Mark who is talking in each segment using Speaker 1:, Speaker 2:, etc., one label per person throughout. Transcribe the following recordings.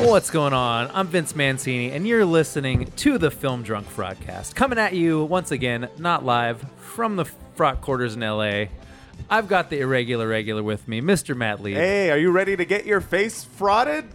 Speaker 1: What's going on? I'm Vince Mancini, and you're listening to the Film Drunk Broadcast. Coming at you once again, not live, from the Frock Quarters in LA. I've got the irregular regular with me, Mr. Matt Lee.
Speaker 2: Hey, are you ready to get your face frauded?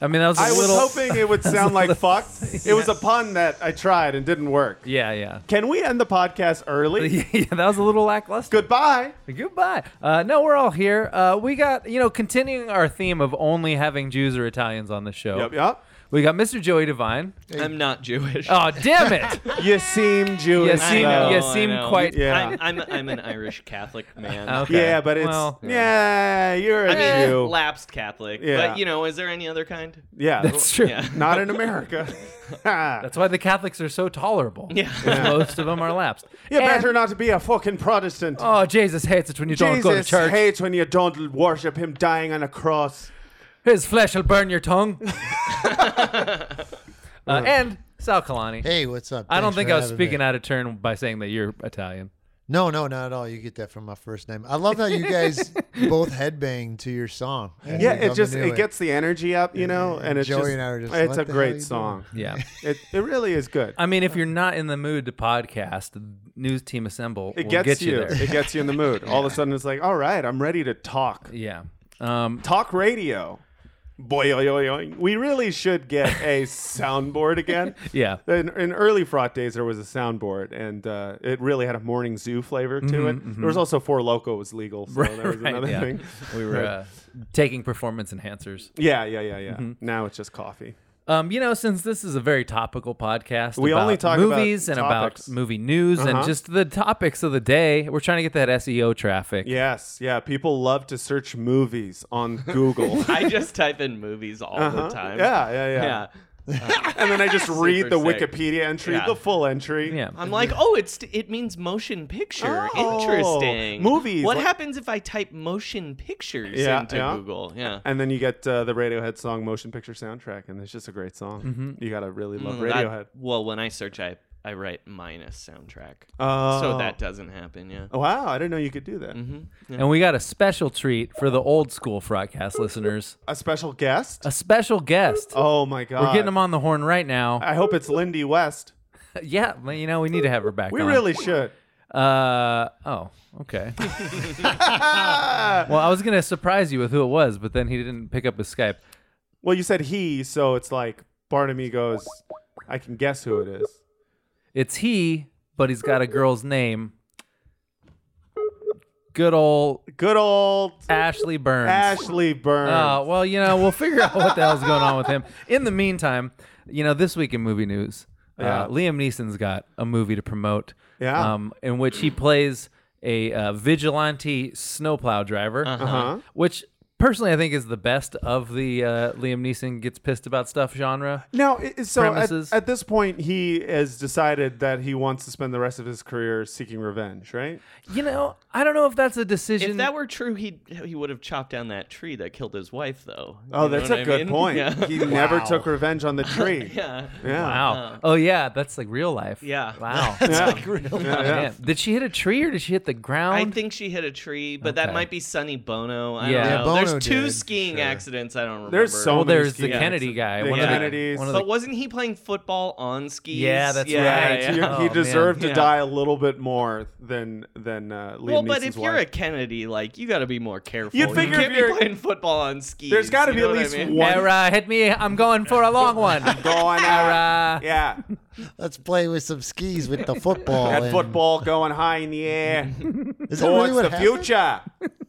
Speaker 1: I mean, that was a
Speaker 2: I was
Speaker 1: little.
Speaker 2: hoping it would sound like fucked. It was a pun that I tried and didn't work.
Speaker 1: yeah, yeah.
Speaker 2: Can we end the podcast early?
Speaker 1: yeah, that was a little lackluster.
Speaker 2: Goodbye.
Speaker 1: Goodbye. Uh, no, we're all here. Uh, we got, you know, continuing our theme of only having Jews or Italians on the show.
Speaker 2: Yep, yep.
Speaker 1: We got Mr. Joey Devine.
Speaker 3: I'm not Jewish.
Speaker 1: Oh, damn it.
Speaker 2: You seem Jewish.
Speaker 1: You seem,
Speaker 3: know,
Speaker 1: you
Speaker 3: I
Speaker 1: seem
Speaker 3: know.
Speaker 1: quite.
Speaker 2: Yeah.
Speaker 3: I'm, I'm, I'm an Irish Catholic man.
Speaker 1: Okay.
Speaker 2: Yeah, but it's
Speaker 1: Well-
Speaker 2: yeah. You're a
Speaker 3: I mean,
Speaker 2: Jew.
Speaker 3: lapsed Catholic.
Speaker 2: Yeah.
Speaker 3: But, you know, is there any other kind?
Speaker 2: yeah,
Speaker 1: That's true.
Speaker 3: Yeah.
Speaker 2: not in America. yeah,
Speaker 1: That's why the Catholics are so tolerable.
Speaker 3: Yeah.
Speaker 1: Most of them are lapsed. And-
Speaker 2: better not to be a fucking Protestant.
Speaker 1: Oh, Jesus hates it when you don't go to
Speaker 2: Jesus
Speaker 1: church.
Speaker 2: hates when you don't worship him dying on a cross.
Speaker 1: His flesh will burn your tongue. uh, and Sal Kalani.
Speaker 4: Hey, what's up?
Speaker 1: I don't
Speaker 4: Thanks
Speaker 1: think
Speaker 4: for
Speaker 1: I was
Speaker 4: having
Speaker 1: speaking
Speaker 4: Me.
Speaker 1: out of turn by saying that you're Italian.
Speaker 4: No, no, not at all. You get that from my first name. I love how you guys both headbang to your song. And
Speaker 2: Yeah,
Speaker 4: you
Speaker 2: it
Speaker 4: come
Speaker 2: just
Speaker 4: into
Speaker 2: it gets the energy up, you know, and it's
Speaker 4: Joey
Speaker 2: just,
Speaker 4: and I were just,
Speaker 2: it's
Speaker 4: "What
Speaker 2: a
Speaker 4: the hell you
Speaker 2: great
Speaker 4: doing?"
Speaker 2: song.
Speaker 1: Yeah.
Speaker 2: It it really is good.
Speaker 1: I mean, if you're not in the mood to podcast, the news team assemble
Speaker 2: It
Speaker 1: will
Speaker 2: gets
Speaker 1: get you,
Speaker 2: you.
Speaker 1: there.
Speaker 2: It gets you in the mood. All of a sudden, it's like, all right, I'm ready to talk.
Speaker 1: yeah. Um,
Speaker 2: Talk radio. Boy, oy, oy, oy. we really should get a soundboard again.
Speaker 1: yeah.
Speaker 2: In, in early fraught days, there was a soundboard, and uh, it really had a morning zoo flavor to it. There was also Four Loco was legal, so that was
Speaker 1: Mm-hmm, Right,
Speaker 2: another
Speaker 1: yeah.
Speaker 2: thing.
Speaker 1: We were uh, taking performance enhancers.
Speaker 2: Yeah, yeah, yeah, yeah.
Speaker 1: Mm-hmm.
Speaker 2: Now it's just coffee.
Speaker 1: Um, you know, since this is a very topical podcast,
Speaker 2: We
Speaker 1: about
Speaker 2: only talk about
Speaker 1: movies and
Speaker 2: topics.
Speaker 1: about movie news and
Speaker 2: Uh-huh.
Speaker 1: just the topics of the day. We're trying to get that SEO traffic.
Speaker 2: Yes, yeah. People love to search movies on Google. Uh-huh.
Speaker 3: I just type in movies all the time.
Speaker 2: Yeah, yeah, yeah.
Speaker 3: Yeah.
Speaker 2: And then I just read
Speaker 3: Super
Speaker 2: the
Speaker 3: sick.
Speaker 2: Wikipedia entry,
Speaker 3: Yeah.
Speaker 2: the full entry.
Speaker 1: Yeah.
Speaker 3: I'm like, oh, it's it means motion picture.
Speaker 2: Oh,
Speaker 3: Interesting.
Speaker 2: movies.
Speaker 3: What
Speaker 2: Like-
Speaker 3: happens if I type motion pictures
Speaker 2: Yeah,
Speaker 3: into
Speaker 2: yeah.
Speaker 3: Google? Yeah.
Speaker 2: And then you get uh, the Radiohead song Motion Picture Soundtrack, and it's just a great song.
Speaker 1: Mm-hmm.
Speaker 2: You gotta really love
Speaker 3: Well, that-
Speaker 2: Radiohead.
Speaker 3: well, when I search, I I write minus soundtrack,
Speaker 2: Oh.
Speaker 3: so that doesn't happen. Yeah.
Speaker 2: Wow, I didn't know you could do that.
Speaker 1: Mm-hmm. And we got a special treat for the old school broadcast listeners.
Speaker 2: A special guest?
Speaker 1: A special guest.
Speaker 2: oh my god.
Speaker 1: We're getting him on the horn right now.
Speaker 2: I hope it's Lindy West.
Speaker 1: yeah, well, you know, we need to have her back
Speaker 2: We
Speaker 1: on.
Speaker 2: really should.
Speaker 1: Uh, oh, okay. well, I was going to surprise you with who it was, but then he didn't pick up his Skype.
Speaker 2: Well, you said he, so it's like Barnum goes, I can guess who it is.
Speaker 1: It's he, but he's got a girl's name. Good old
Speaker 2: Good old
Speaker 1: Ashley Burns.
Speaker 2: Ashley Burns.
Speaker 1: Uh, well, you know, we'll figure out what the hell's going on with him. In the meantime, you know, this week in movie news,
Speaker 2: Yeah.
Speaker 1: uh, Liam Neeson's got a movie to promote.
Speaker 2: Yeah.
Speaker 1: Um, in which he plays a uh, vigilante snowplow driver,
Speaker 2: Uh-huh.
Speaker 1: which personally I think is the best of the uh, Liam Neeson gets pissed about stuff genre.
Speaker 2: Now, i- i- so at,
Speaker 1: Premises.
Speaker 2: at this point, he has decided that he wants to spend the rest of his career seeking revenge, right?
Speaker 1: You know, I don't know if that's a decision.
Speaker 3: If that were true, he he would have chopped down that tree that killed his wife, though.
Speaker 2: Oh,
Speaker 3: You know
Speaker 2: that's
Speaker 3: what
Speaker 2: a
Speaker 3: I
Speaker 2: good
Speaker 3: mean?
Speaker 2: point.
Speaker 3: Yeah.
Speaker 2: He never took revenge on the tree.
Speaker 3: yeah.
Speaker 2: Yeah.
Speaker 1: wow. oh yeah, that's like real life.
Speaker 3: Uh-huh. Yeah.
Speaker 1: Wow.
Speaker 2: Yeah. Yeah, yeah.
Speaker 1: Man, Did she hit a tree or did she hit the ground?
Speaker 3: I think she hit a tree, but
Speaker 1: Okay.
Speaker 3: that might be Sonny Bono. I
Speaker 1: Yeah.
Speaker 3: don't
Speaker 1: Yeah,
Speaker 3: know.
Speaker 4: Bono
Speaker 3: There's two
Speaker 4: did,
Speaker 3: skiing
Speaker 4: sure.
Speaker 3: accidents I don't remember.
Speaker 2: There's so
Speaker 1: Well,
Speaker 2: many
Speaker 1: there's the
Speaker 2: skiing
Speaker 1: Kennedy guy.
Speaker 2: accidents. The
Speaker 1: one
Speaker 2: Kennedys.
Speaker 1: Of the, one of
Speaker 3: But
Speaker 1: the,
Speaker 3: wasn't he playing football on skis?
Speaker 1: Yeah, that's right.
Speaker 2: Yeah, he-
Speaker 1: Yeah.
Speaker 2: he
Speaker 1: Oh,
Speaker 2: deserved
Speaker 3: man.
Speaker 2: to
Speaker 3: Yeah.
Speaker 2: die a little bit more than than uh, Liam
Speaker 3: Well, but
Speaker 2: Neeson's
Speaker 3: if you're a
Speaker 2: wife.
Speaker 3: Kennedy, like you got to be more careful.
Speaker 2: You'd
Speaker 3: You
Speaker 2: figure
Speaker 3: can't
Speaker 2: if you're-
Speaker 3: be playing football on skis.
Speaker 2: There's gotta
Speaker 3: you
Speaker 2: be
Speaker 3: know
Speaker 2: at
Speaker 3: what I
Speaker 2: least
Speaker 3: mean?
Speaker 2: one-
Speaker 1: Era, hit me. I'm going for a long one.
Speaker 2: going
Speaker 1: Era.
Speaker 2: out, yeah,
Speaker 4: Let's play with some skis with the football.
Speaker 2: that
Speaker 4: and-
Speaker 2: football going high in the air
Speaker 4: Is that
Speaker 2: towards
Speaker 4: really what
Speaker 2: the
Speaker 4: happened?
Speaker 2: future,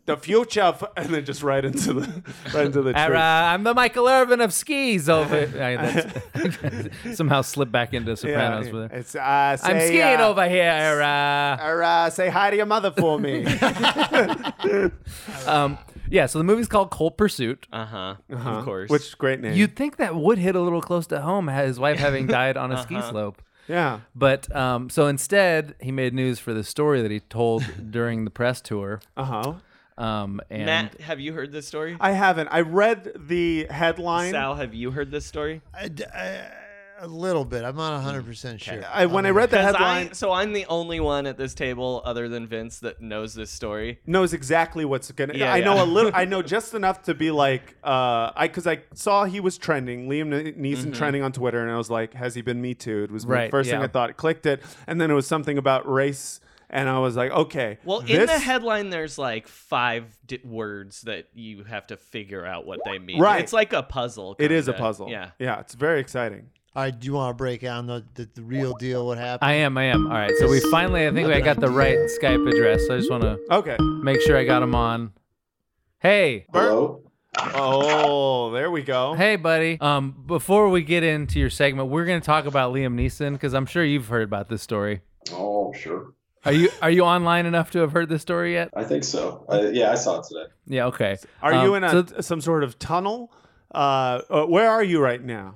Speaker 2: the future, f- and then just right into the right into the
Speaker 1: Era,
Speaker 2: tree.
Speaker 1: I'm the Michael Irvin of skis. Over I- that's- somehow slip back into Sopranos
Speaker 2: Yeah,
Speaker 1: with it.
Speaker 2: it's uh, say,
Speaker 1: I'm skiing
Speaker 2: uh,
Speaker 1: over here, Era.
Speaker 2: Era, say hi to your mother for me. Uh-huh.
Speaker 1: Um, Yeah, so the movie's called Cold Pursuit.
Speaker 3: Uh huh. Of course.
Speaker 2: Uh-huh. Which great name.
Speaker 1: You'd think that would hit a little close to home, his wife having died on a ski
Speaker 3: Uh-huh.
Speaker 1: slope.
Speaker 2: yeah.
Speaker 1: But um, so instead, he made news for the story that he told during the press tour.
Speaker 2: Uh huh.
Speaker 1: Um, and
Speaker 3: Matt, have you heard this story?
Speaker 2: I haven't. I read the headline.
Speaker 3: Sal, have you heard this story?
Speaker 4: I d- I- a little bit. I'm not 100 percent sure.
Speaker 2: I, when I read the
Speaker 3: 'Cause
Speaker 2: headline,
Speaker 3: I, so I'm the only one at this table, other than Vince, that knows this story.
Speaker 2: knows exactly what's gonna.
Speaker 3: Yeah,
Speaker 2: I know
Speaker 3: yeah.
Speaker 2: a little. I know just enough to be like, uh, I because I saw he was trending, Liam Ne- Neeson
Speaker 3: Mm-hmm.
Speaker 2: trending on Twitter, and I was like, has he been Me Too? It was
Speaker 1: Right,
Speaker 2: the first thing
Speaker 1: yeah.
Speaker 2: I thought. Clicked it, and then it was something about race, and I was like, okay.
Speaker 3: Well, in
Speaker 2: this-
Speaker 3: the headline, there's like five d- words that you have to figure out what they mean.
Speaker 2: Right.
Speaker 3: It's like a puzzle.
Speaker 2: it is a
Speaker 3: kinda.
Speaker 2: puzzle.
Speaker 3: Yeah.
Speaker 2: yeah, it's very exciting.
Speaker 4: All right, do you want to break down the, the, the real deal? What happened?
Speaker 1: I am. I am. All right. So we finally, I think I got the right Skype address. So I just want to
Speaker 2: Okay.
Speaker 1: make sure I got him on. Hey,
Speaker 5: Hello.
Speaker 2: Oh, there we go.
Speaker 1: hey, buddy. Um, before we get into your segment, we're gonna talk about Liam Neeson because I'm sure you've heard about this story.
Speaker 5: Oh, sure.
Speaker 1: Are you Are you online enough to have heard this story yet?
Speaker 5: I think so. I, yeah, I saw it today.
Speaker 1: Yeah. Okay.
Speaker 2: Are you
Speaker 1: Um,
Speaker 2: in a,
Speaker 1: so-
Speaker 2: some sort of tunnel? Uh, uh, where are you right now?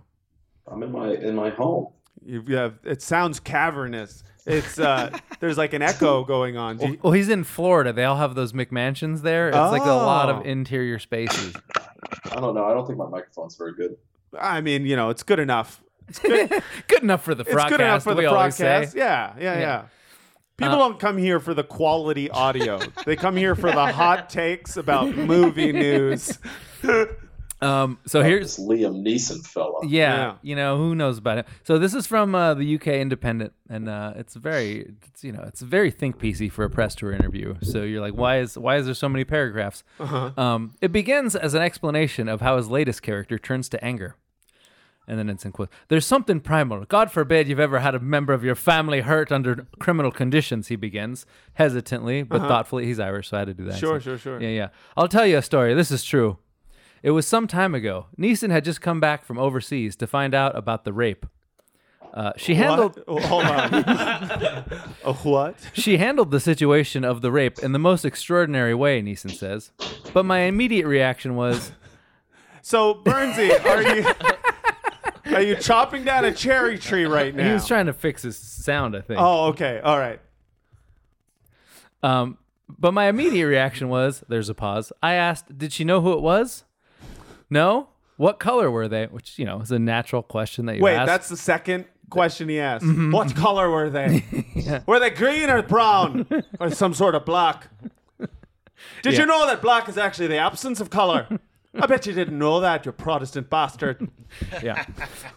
Speaker 5: I'm in my in my home.
Speaker 2: You you have. It sounds cavernous. It's uh, there's like an echo going on. Do you-
Speaker 1: Well, he's in Florida. They all have those McMansions there. It's like a lot
Speaker 2: Oh.
Speaker 1: of interior spaces.
Speaker 5: I don't know. I don't think my microphone's very good.
Speaker 2: I mean, you know, it's good enough. It's good.
Speaker 1: good enough for the
Speaker 2: it's
Speaker 1: broadcast.
Speaker 2: good enough for the
Speaker 1: we always say.
Speaker 2: broadcast. Yeah, yeah,
Speaker 1: Yeah.
Speaker 2: yeah. People
Speaker 1: Uh,
Speaker 2: don't come here for the quality audio. they come here for the hot takes about movie news.
Speaker 1: Um, so here's
Speaker 5: This Liam Neeson
Speaker 1: Yeah,
Speaker 5: fella.
Speaker 2: Yeah.
Speaker 1: you know who knows about it. So this is from uh, the UK Independent, and uh, it's very, it's, you know, it's very think piecey for a press tour interview. So you're like, why is why is there so many paragraphs?
Speaker 2: Uh-huh.
Speaker 1: Um, it begins as an explanation of how his latest character turns to anger. And then it's in quotes. There's something primal. God forbid you've ever had a member of your family hurt under criminal conditions. He begins hesitantly but thoughtfully. He's Irish, so I had to do that.
Speaker 2: Uh-huh. Sure,
Speaker 1: accent.
Speaker 2: sure, sure.
Speaker 1: Yeah, yeah. I'll tell you a story. This is true. It was some time ago. Neeson had just come back from overseas to find out about the rape. Uh, she handled
Speaker 2: What? Oh, Hold on. a what?
Speaker 1: she handled the situation of the rape in the most extraordinary way, Neeson says. But my immediate reaction was,
Speaker 2: So, Bernsey, are you are you chopping down a cherry tree right now?
Speaker 1: he was trying to fix his sound, I think.
Speaker 2: oh, okay. All right.
Speaker 1: Um, but my immediate reaction was, there's a pause. I asked, did she know who it was? No. What color were they? Which you know is a natural question that you
Speaker 2: Wait,
Speaker 1: ask. Mm-hmm.
Speaker 2: that's the second question he asked. What color were they? Were they green or brown or some sort of black? Did
Speaker 1: Yeah.
Speaker 2: you know that black is actually the absence of color? I bet you didn't know that, you Protestant bastard.
Speaker 1: yeah.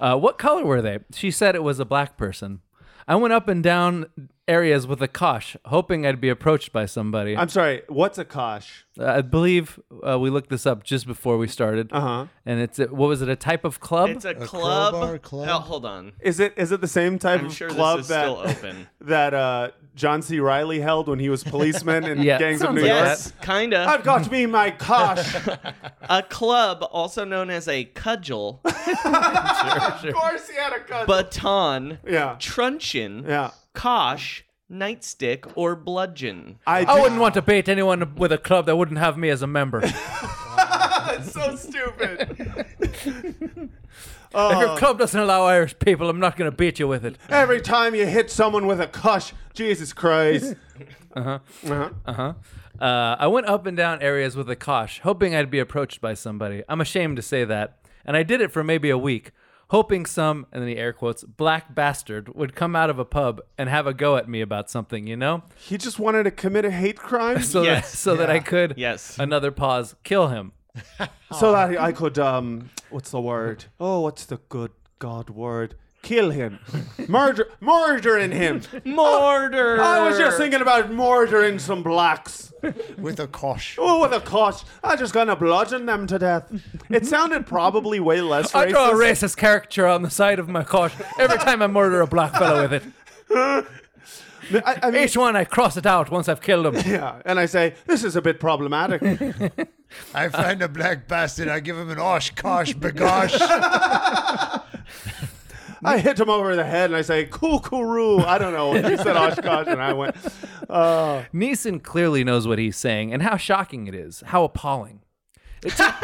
Speaker 1: Uh, what color were they? She said it was a black person. I went up and down areas with a kosh, hoping I'd be approached by somebody.
Speaker 2: I'm sorry, what's a kosh?
Speaker 1: I believe uh, we looked this up just before we started. Uh
Speaker 2: Uh-huh.
Speaker 1: And it's a, what was it? A type of club?
Speaker 3: It's a,
Speaker 4: crowbar
Speaker 3: club.
Speaker 4: club?
Speaker 3: Oh, hold on.
Speaker 2: Is it is it the same type
Speaker 3: I'm
Speaker 2: of
Speaker 3: sure
Speaker 2: club
Speaker 3: this is
Speaker 2: that
Speaker 3: still open.
Speaker 2: that uh, John C. Riley held when he was policeman in
Speaker 1: Yeah,
Speaker 2: gangs of
Speaker 1: sounds
Speaker 2: New
Speaker 1: like
Speaker 2: York?
Speaker 1: that.
Speaker 3: Yes, kind of.
Speaker 2: I've got me my kosh.
Speaker 3: A club, also known as a cudgel,
Speaker 2: Of course, he had a kosh.
Speaker 3: baton,
Speaker 2: yeah,
Speaker 3: truncheon,
Speaker 2: yeah.
Speaker 3: kosh, nightstick, or bludgeon.
Speaker 2: I,
Speaker 1: I wouldn't want to bait anyone with a club that wouldn't have me as a member.
Speaker 2: That's so stupid.
Speaker 1: If
Speaker 2: Oh.
Speaker 1: your club doesn't allow Irish people, I'm not going to beat you with it.
Speaker 2: Every time you hit someone with a cush, Jesus Christ. Uh-huh.
Speaker 1: Uh, I went up and down areas with a kosh, hoping I'd be approached by somebody. I'm ashamed to say that. And I did it for maybe a week, hoping some, and then he air quotes, black bastard would come out of a pub and have a go at me about something, you know?
Speaker 2: He just wanted to commit a hate crime
Speaker 1: So,
Speaker 2: so,
Speaker 3: Yes.
Speaker 1: that, so that I could,
Speaker 3: Yes.
Speaker 1: another pause, kill him.
Speaker 2: that I could, um, what's the word? Oh, what's the good God word? Kill him. Murder, murdering him.
Speaker 3: Mortar.
Speaker 2: I was just thinking about murdering some blacks.
Speaker 4: With a kosh.
Speaker 2: Oh, with a cush. I just gonna bludgeon them to death. It sounded probably way less racist.
Speaker 1: I draw a racist caricature on the side of my kosh every time I murder a black fellow with it.
Speaker 2: I, I mean,
Speaker 1: Each one I cross it out once I've killed him.
Speaker 2: yeah, and I say, this is a bit problematic.
Speaker 4: I find a black bastard. I give him an osh kosh bagosh.
Speaker 2: I hit him over the head and I say, "Kukuroo." I don't know. He said Oshkosh, and I went, uh,
Speaker 1: Neeson clearly knows what he's saying and how shocking it is, how appalling. It took,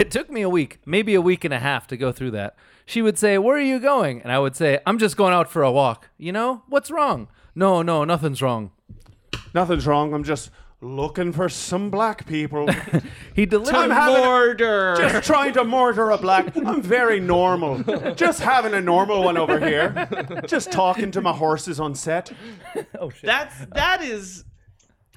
Speaker 1: it took me a week, maybe a week and a half to go through that. She would say, Where are you going? And I would say, I'm just going out for a walk. You know, what's wrong? No, no, nothing's wrong.
Speaker 2: "Nothing's wrong. I'm just looking for some black people.
Speaker 1: He deliberately.
Speaker 2: Time having a-
Speaker 3: Murder.
Speaker 2: Just trying to murder a black. I'm very normal. Just having a normal one over here. Just talking to my horses on set.
Speaker 1: oh shit!
Speaker 3: That's that is.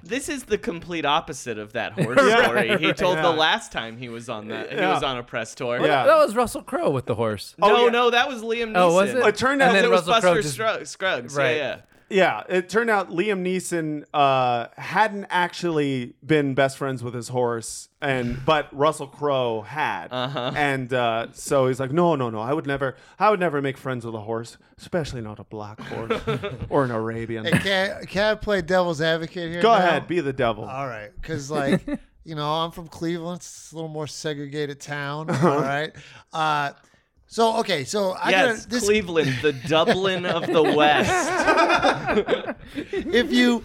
Speaker 3: This is the complete opposite of that horse
Speaker 2: Yeah.
Speaker 3: story he told
Speaker 2: Yeah.
Speaker 3: the last time he was on that. He
Speaker 2: Yeah.
Speaker 3: was on a press tour.
Speaker 2: Yeah.
Speaker 1: that was Russell Crowe with the horse.
Speaker 3: No,
Speaker 2: Oh, yeah.
Speaker 3: no, that was Liam Neeson.
Speaker 1: Oh, was it?
Speaker 2: It turned out
Speaker 1: And
Speaker 2: that
Speaker 1: then
Speaker 3: It was
Speaker 1: Russell Crowe
Speaker 3: Buster
Speaker 1: just-
Speaker 3: Scruggs. Scruggs.
Speaker 1: Right.
Speaker 3: Yeah, yeah.
Speaker 2: Yeah, it turned out Liam Neeson uh, hadn't actually been best friends with his horse, and but Russell Crowe had,
Speaker 3: Uh-huh.
Speaker 2: and uh, so he's like, no, no, no, I would never, I would never make friends with a horse, especially not a black horse or an Arabian.
Speaker 4: Hey, can, can I play devil's advocate here?
Speaker 2: Go
Speaker 4: now?
Speaker 2: ahead, be the devil.
Speaker 4: All right, because like you know, I'm from Cleveland. It's a little more segregated town. All right. Uh, so okay, so I
Speaker 3: yes,
Speaker 4: got this.
Speaker 3: Cleveland, the Dublin of the West.
Speaker 4: if you,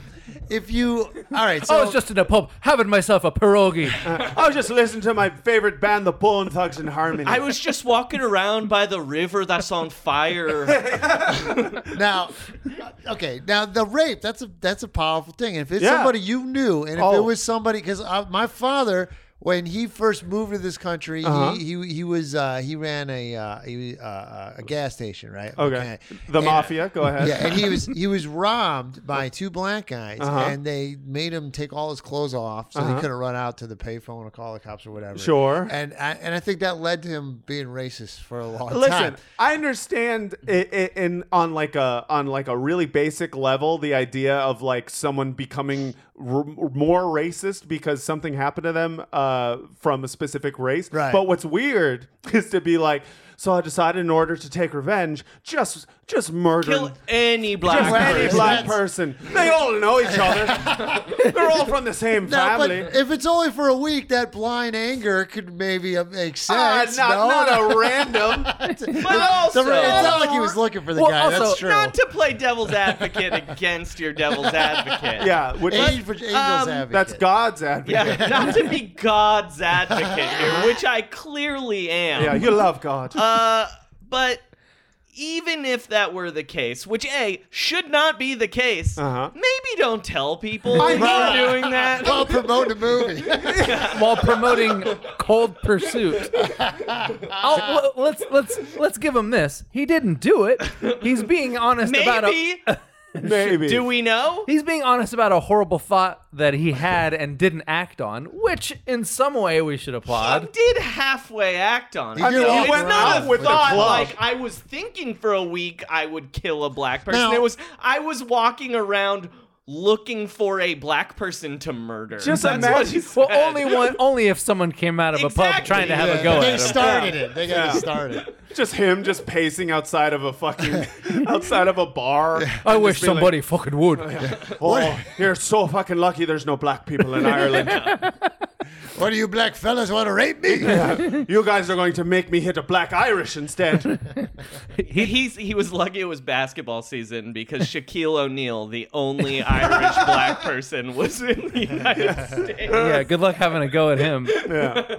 Speaker 4: if you, all right. So
Speaker 2: Oh,
Speaker 1: I was "Oh, just in a pub having myself a pierogi.
Speaker 2: I was just listening to my favorite band, the Bone Thugs and Harmony.
Speaker 3: I was just walking around by the river that's on fire.
Speaker 4: now, uh, okay. Now the rape. That's a that's a powerful thing. And if it's
Speaker 2: Yeah.
Speaker 4: somebody you knew, and if
Speaker 2: Oh.
Speaker 4: it was somebody, because my father, when he first moved to this country,
Speaker 2: Uh-huh.
Speaker 4: he, he he was uh, he ran a uh, he, uh, a gas station, right?
Speaker 2: okay. The
Speaker 4: And-
Speaker 2: mafia. Go ahead.
Speaker 4: Yeah, and he was he was robbed by two black guys, and they made him take all his clothes off so he couldn't run out to the payphone or call the cops or whatever.
Speaker 2: Sure.
Speaker 4: And I, and I think that led to him being racist for a long time.
Speaker 2: Listen, I understand i i in on like a on like a really basic level the idea of like someone becoming r- more racist because something happened to them uh, from a specific race.
Speaker 4: Right.
Speaker 2: But what's weird is to be like, so I decided in order to take revenge, just just murder.
Speaker 3: Kill any black
Speaker 2: just any
Speaker 3: person.
Speaker 2: black
Speaker 4: That's-
Speaker 2: person. They all know each other. They're all from the same
Speaker 4: No,
Speaker 2: family.
Speaker 4: but if it's only for a week, that blind anger could maybe uh, make
Speaker 2: Ah,
Speaker 4: sense.
Speaker 2: not,
Speaker 4: no,
Speaker 2: not
Speaker 4: no.
Speaker 2: a random.
Speaker 3: But also,
Speaker 4: The ra- it's not like he was looking for the
Speaker 1: Well,
Speaker 4: guy.
Speaker 1: also-
Speaker 4: That's true.
Speaker 3: not to play devil's advocate against your devil's advocate.
Speaker 2: Yeah, which
Speaker 4: Angel- for Angel's
Speaker 3: um,
Speaker 4: advocate.
Speaker 2: that's God's advocate.
Speaker 3: Yeah, not to be God's advocate here, which I clearly am.
Speaker 2: Yeah, you love God.
Speaker 3: Uh, but even if that were the case, which A should not be the case,
Speaker 2: Uh-huh.
Speaker 3: maybe don't tell people I
Speaker 4: know.
Speaker 3: are doing that.
Speaker 4: Well, promote the movie.
Speaker 1: while promoting Cold Pursuit. I'll, l- let's let's let's give him this. He didn't do it. He's being honest about a.
Speaker 3: maybe
Speaker 2: Maybe.
Speaker 3: do we know?
Speaker 1: He's being honest about a horrible thought that he had and didn't act on, which in some way we should
Speaker 3: He
Speaker 1: applaud.
Speaker 3: did halfway act on it.
Speaker 4: I mean,
Speaker 3: though.
Speaker 4: he
Speaker 3: it's
Speaker 4: went
Speaker 3: not
Speaker 4: out
Speaker 3: a
Speaker 4: with the
Speaker 3: thought
Speaker 2: club.
Speaker 3: like I was thinking for a week I would kill a black person.
Speaker 4: Now-
Speaker 3: it was I was walking around looking for a black person to murder.
Speaker 2: Just
Speaker 3: That's what
Speaker 2: imagine-
Speaker 3: he said.
Speaker 1: Well, only one, only if someone came out of a pub
Speaker 3: Exactly.
Speaker 1: trying to have
Speaker 4: Yeah,
Speaker 1: a go
Speaker 4: they
Speaker 1: at him.
Speaker 4: started it. They got
Speaker 2: Yeah.
Speaker 4: to start it.
Speaker 2: Just him just pacing outside of a fucking outside of a bar.
Speaker 1: I
Speaker 2: And
Speaker 1: wish
Speaker 2: just be like,
Speaker 1: somebody fucking would.
Speaker 2: oh, you're so fucking lucky there's no black people in Ireland.
Speaker 4: What do you black fellas want to rape me?
Speaker 2: you guys are going to make me hit a black Irish instead.
Speaker 3: He, he's, he was lucky it was basketball season because Shaquille O'Neal, the only Irish black person, was in the United States.
Speaker 1: Yeah, good luck having a go at him.
Speaker 2: Yeah.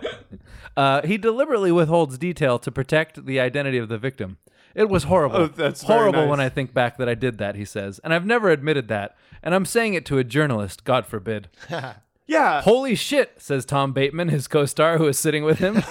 Speaker 1: Uh, he deliberately withholds detail to protect the identity of the victim. It was horrible.
Speaker 2: Oh, that's very
Speaker 1: horrible
Speaker 2: nice.
Speaker 1: when I think back that I did that, he says. And I've never admitted that. And I'm saying it to a journalist, God forbid.
Speaker 2: Yeah.
Speaker 1: Holy shit, says Tom Bateman, his co star who is sitting with him.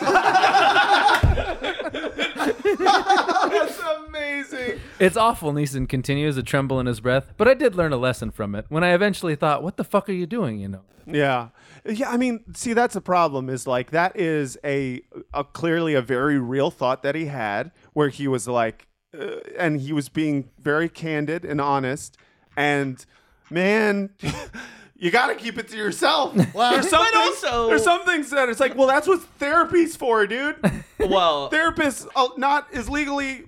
Speaker 2: That's amazing.
Speaker 1: it's awful, Neeson continues, a tremble in his breath. But I did learn a lesson from it when I eventually thought, what the fuck are you doing, you know?
Speaker 2: Yeah. Yeah, I mean, see that's the problem is like that is a, a clearly a very real thought that he had where he was like uh, and he was being very candid and honest and man you got to keep it to yourself.
Speaker 4: Well-
Speaker 2: there's some
Speaker 3: But
Speaker 2: things,
Speaker 3: also-
Speaker 2: there's some things that it's like, well, that's what therapy's for, dude.
Speaker 3: Well,
Speaker 2: Therapists uh, not is legally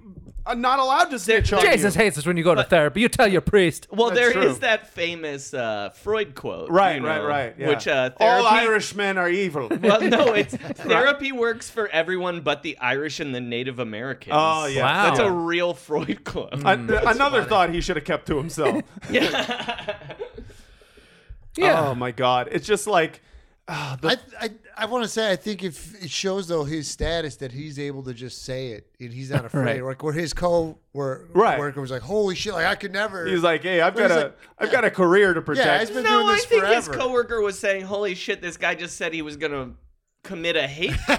Speaker 2: uh, not allowed to snitch on
Speaker 1: Jesus
Speaker 2: you.
Speaker 1: hates us when you go to therapy. You tell your priest.
Speaker 3: well,
Speaker 2: That's
Speaker 3: there is
Speaker 2: true.
Speaker 3: that famous uh, Freud quote.
Speaker 2: Right,
Speaker 3: you know,
Speaker 2: right, right. yeah.
Speaker 3: Which uh,
Speaker 2: all
Speaker 3: therapy-
Speaker 2: Irishmen are evil.
Speaker 3: Well, no, it's therapy works for everyone but the Irish and the Native Americans.
Speaker 2: Oh, yeah.
Speaker 1: Wow.
Speaker 3: That's a real Freud quote.
Speaker 2: An-
Speaker 4: Hmm.
Speaker 2: another thought he should have kept to himself.
Speaker 3: yeah.
Speaker 1: Yeah.
Speaker 2: Oh my god. It's just like Ah, the-
Speaker 4: I, I, I want to say I think if it shows though his status that he's able to just say it and he's not afraid.
Speaker 2: Right.
Speaker 4: Like where his co worker
Speaker 2: Right.
Speaker 4: was like, "Holy shit! Like I could never."
Speaker 2: he's like, hey, I've
Speaker 4: Well,
Speaker 2: got
Speaker 4: he's
Speaker 2: a,
Speaker 4: like-
Speaker 2: have got a career to
Speaker 4: "Yeah, he's
Speaker 2: protect.
Speaker 4: been
Speaker 3: no,
Speaker 4: doing
Speaker 3: I
Speaker 4: this
Speaker 3: think
Speaker 4: forever."
Speaker 3: his coworker was saying, "Holy shit, this guy just said he was gonna commit a hate crime."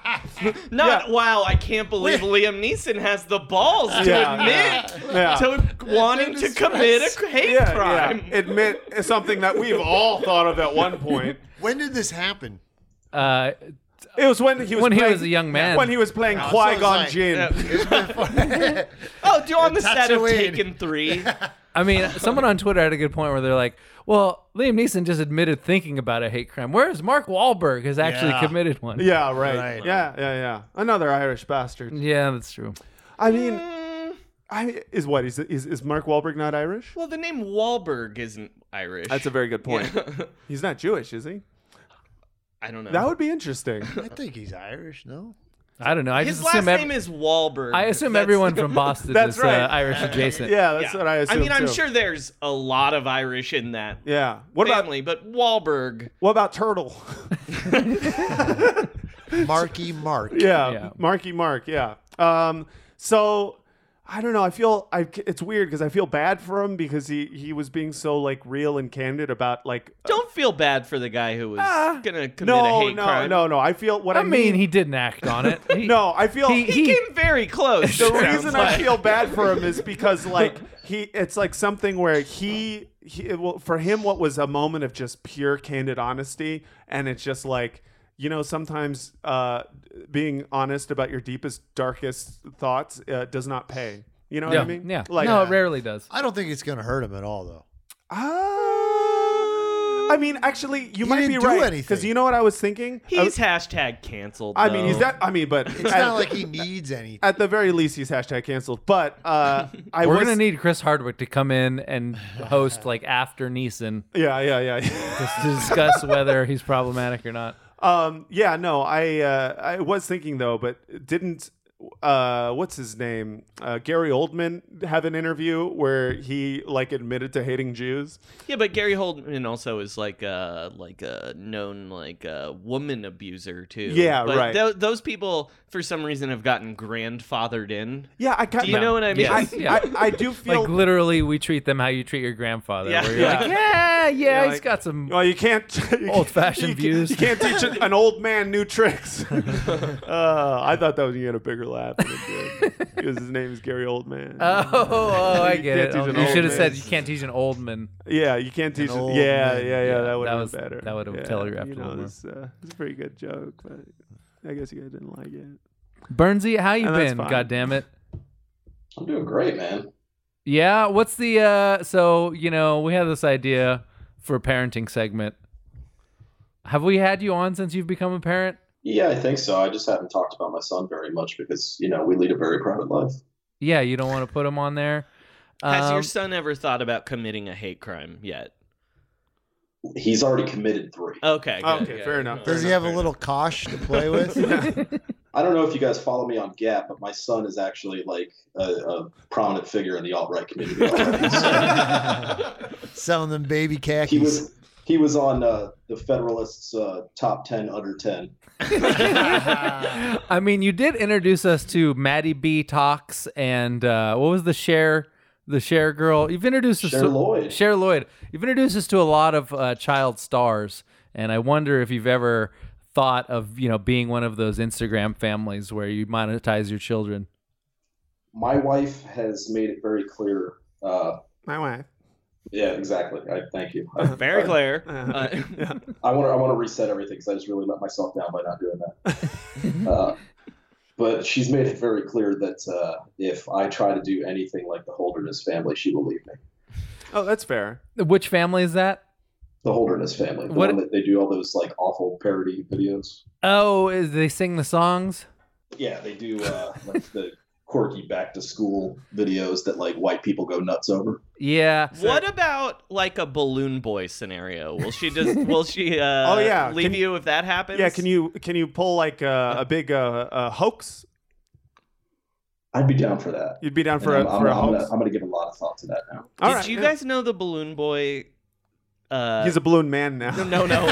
Speaker 2: right.
Speaker 3: Not
Speaker 2: Yeah.
Speaker 3: wow, I can't believe Liam Neeson has the balls to
Speaker 2: Yeah,
Speaker 3: admit
Speaker 2: yeah.
Speaker 3: to wanting to commit a hate
Speaker 2: Yeah,
Speaker 3: crime.
Speaker 2: yeah. Admit something that we've all thought of at one point.
Speaker 4: when did this happen?
Speaker 1: Uh,
Speaker 2: It was when he was
Speaker 1: When he
Speaker 2: playing,
Speaker 1: was a young man.
Speaker 2: When he was playing
Speaker 4: Yeah,
Speaker 2: Qui
Speaker 4: so
Speaker 2: Gon
Speaker 4: it's
Speaker 2: Jinn.
Speaker 3: like-
Speaker 4: yeah,
Speaker 3: Oh, do you on the set of
Speaker 4: Tatooine.
Speaker 3: Taken Three?
Speaker 1: I mean, someone on Twitter had a good point where they're like, "Well, Liam Neeson just admitted thinking about a hate crime, whereas Mark Wahlberg has actually
Speaker 4: Yeah.
Speaker 1: committed one."
Speaker 2: Yeah, right.
Speaker 4: Right.
Speaker 2: Yeah, yeah, yeah. Another Irish bastard.
Speaker 1: Yeah, that's true.
Speaker 2: I mean, I is what is is, is Mark Wahlberg not Irish?
Speaker 3: Well, the name Wahlberg isn't Irish.
Speaker 2: That's a very good point. He's not Jewish, is he?
Speaker 3: I don't know.
Speaker 2: That would be interesting.
Speaker 4: I think he's Irish. No,
Speaker 1: I don't know. I
Speaker 3: His
Speaker 1: just
Speaker 3: last
Speaker 1: assume ev-
Speaker 3: name is Wahlberg.
Speaker 1: I assume
Speaker 3: That's-
Speaker 1: everyone from Boston
Speaker 2: That's
Speaker 1: is
Speaker 2: right.
Speaker 1: uh, Irish adjacent.
Speaker 2: yeah, that's
Speaker 3: Yeah.
Speaker 2: what I assume.
Speaker 3: mean, I'm
Speaker 2: too.
Speaker 3: sure there's a lot of Irish in that
Speaker 2: Yeah. What about
Speaker 3: family, but Wahlberg.
Speaker 2: what about turtle?
Speaker 4: Marky Mark.
Speaker 2: yeah,
Speaker 1: Yeah.
Speaker 2: Marky Mark. Yeah. Um. So I don't know. I feel I. It's weird because I feel bad for him because he he was being so like real and candid about like.
Speaker 3: Don't feel bad for the guy who was gonna commit a
Speaker 2: Ah. no,
Speaker 3: hate
Speaker 2: no,
Speaker 3: crime.
Speaker 2: no, no. I feel what I,
Speaker 1: I mean, he didn't act on it. He-
Speaker 2: No, I feel
Speaker 1: He-
Speaker 3: He, came very close.
Speaker 2: the
Speaker 3: sounds
Speaker 2: reason I
Speaker 3: like.
Speaker 2: feel bad for him is because like he it's like something where he, he it will- for him what was a moment of just pure candid honesty and it's just like you know sometimes uh, being honest about your deepest darkest thoughts uh, does not pay you know
Speaker 1: yeah,
Speaker 2: what I mean
Speaker 1: yeah.
Speaker 2: like
Speaker 1: no, it rarely does.
Speaker 4: I don't think it's gonna hurt him at all though.
Speaker 2: ah, I mean actually you might
Speaker 4: didn't
Speaker 2: be
Speaker 4: do
Speaker 2: right
Speaker 4: anything.
Speaker 2: because you know what I was thinking I
Speaker 3: He's
Speaker 2: was-
Speaker 3: hashtag canceled.
Speaker 2: I mean
Speaker 3: though.
Speaker 2: he's that I mean but
Speaker 4: It's not like he needs anything.
Speaker 2: at the very least he's hashtag canceled but uh, I
Speaker 1: We're
Speaker 2: was
Speaker 1: gonna need Chris Hardwick to come in and host like after Neeson
Speaker 2: yeah yeah yeah
Speaker 1: to discuss whether he's problematic or not.
Speaker 2: Um, yeah, no, I uh, I was thinking though, but didn't uh, what's his name uh, Gary Oldman have an interview where he like admitted to hating Jews?
Speaker 3: Yeah, but Gary Oldman also is like a like a known like a woman abuser too.
Speaker 2: Yeah,
Speaker 3: but
Speaker 2: right.
Speaker 3: tho- those people for some reason have gotten grandfathered in.
Speaker 2: Yeah, I kind
Speaker 3: Do you know what I mean?
Speaker 1: Yes.
Speaker 2: I,
Speaker 1: Yeah.
Speaker 2: I, I do feel
Speaker 1: Like literally, we treat them how you treat your grandfather.
Speaker 3: Yeah.
Speaker 1: where you're
Speaker 2: Yeah.
Speaker 1: like, yeah, yeah,
Speaker 2: Yeah,
Speaker 1: he's
Speaker 2: like-
Speaker 1: got some.
Speaker 2: well, you can't you can't-
Speaker 1: Old-fashioned
Speaker 2: you can't-
Speaker 1: views.
Speaker 2: You can't teach an an old man new tricks. uh, I thought that was gonna get a bigger laugh than it did because his name is Gary Oldman.
Speaker 1: Oh, oh, I
Speaker 2: You
Speaker 1: get
Speaker 2: can't
Speaker 1: it.
Speaker 2: teach an
Speaker 1: you
Speaker 2: old
Speaker 1: should have
Speaker 2: man.
Speaker 1: said you can't teach an old man.
Speaker 2: Yeah, you can't teach.
Speaker 4: old
Speaker 2: yeah, yeah,
Speaker 4: man.
Speaker 2: yeah,
Speaker 1: Yeah,
Speaker 2: That would
Speaker 1: that
Speaker 2: have
Speaker 1: was-
Speaker 2: been better.
Speaker 1: that would've
Speaker 2: yeah,
Speaker 1: telegraphed
Speaker 2: you
Speaker 1: a little
Speaker 2: know,
Speaker 1: more.
Speaker 2: It's, uh, it's a pretty good joke, but I guess you guys didn't like it.
Speaker 1: Bernsey, how you
Speaker 2: And Oh, that's
Speaker 1: been?
Speaker 2: fine.
Speaker 1: God damn it.
Speaker 5: I'm doing great, man.
Speaker 1: Yeah, what's the uh so, you know, we had this idea for a parenting segment. Have we had you on since you've become a parent?
Speaker 5: Yeah, I think so. I just haven't talked about my son very much because you know we lead a very private life.
Speaker 1: Yeah, you don't want to put him on there.
Speaker 3: Has your
Speaker 1: Um,
Speaker 3: son ever thought about committing a hate crime yet?
Speaker 5: He's already committed three.
Speaker 3: Okay. good,
Speaker 2: Okay,
Speaker 3: good.
Speaker 2: fair enough.
Speaker 4: Does he have a little kosh to play with?
Speaker 5: I don't know if you guys follow me on Gap, but my son is actually like a, a prominent figure in the alt right community. already. So
Speaker 4: Selling them baby
Speaker 5: he
Speaker 4: khakis.
Speaker 5: was he was on uh, the Federalists' uh, top ten under ten.
Speaker 1: Um, I mean, you did introduce us to Maddie B Talks and uh what was the share the share girl? You've introduced us
Speaker 5: Cher
Speaker 1: to
Speaker 5: Lloyd.
Speaker 1: Cher Lloyd. You've introduced us to a lot of uh, child stars, and I wonder if you've ever thought of you know being one of those Instagram families where you monetize your children.
Speaker 5: My wife has made it very clear. Uh,
Speaker 2: My wife.
Speaker 5: yeah, exactly. I thank you.
Speaker 2: Uh-huh.
Speaker 5: I,
Speaker 3: Very
Speaker 5: I-
Speaker 3: clear.
Speaker 2: Uh,
Speaker 3: Uh,
Speaker 5: I want to I want to reset everything because I just really let myself down by not doing that. uh, but she's made it very clear that uh, if I try to do anything like the Holderness family, she will leave me.
Speaker 2: Oh, that's fair.
Speaker 1: Which family is that?
Speaker 5: The Holderness family, the
Speaker 1: What-
Speaker 5: one that they do all those like awful parody videos.
Speaker 1: Oh, is they sing the songs.
Speaker 5: Yeah, they do uh, like the quirky back to school videos that like white people go nuts over.
Speaker 1: Yeah.
Speaker 3: what about like a balloon boy scenario? Will she just will she uh
Speaker 2: Oh, yeah.
Speaker 3: leave
Speaker 2: Can-
Speaker 3: you if that happens?
Speaker 2: Yeah, can you can you pull like uh, a big uh, uh, hoax?
Speaker 5: I'd be down for that.
Speaker 2: You'd be down for
Speaker 5: And
Speaker 2: a
Speaker 5: I'm,
Speaker 2: for
Speaker 5: I'm,
Speaker 2: a
Speaker 5: I'm
Speaker 2: hoax.
Speaker 5: gonna, I'm gonna give a lot of thought to that now.
Speaker 2: All
Speaker 3: Did
Speaker 2: right,
Speaker 3: you
Speaker 2: yeah.
Speaker 3: guys know the balloon boy uh,
Speaker 2: He's a balloon man now.
Speaker 3: no, no, no.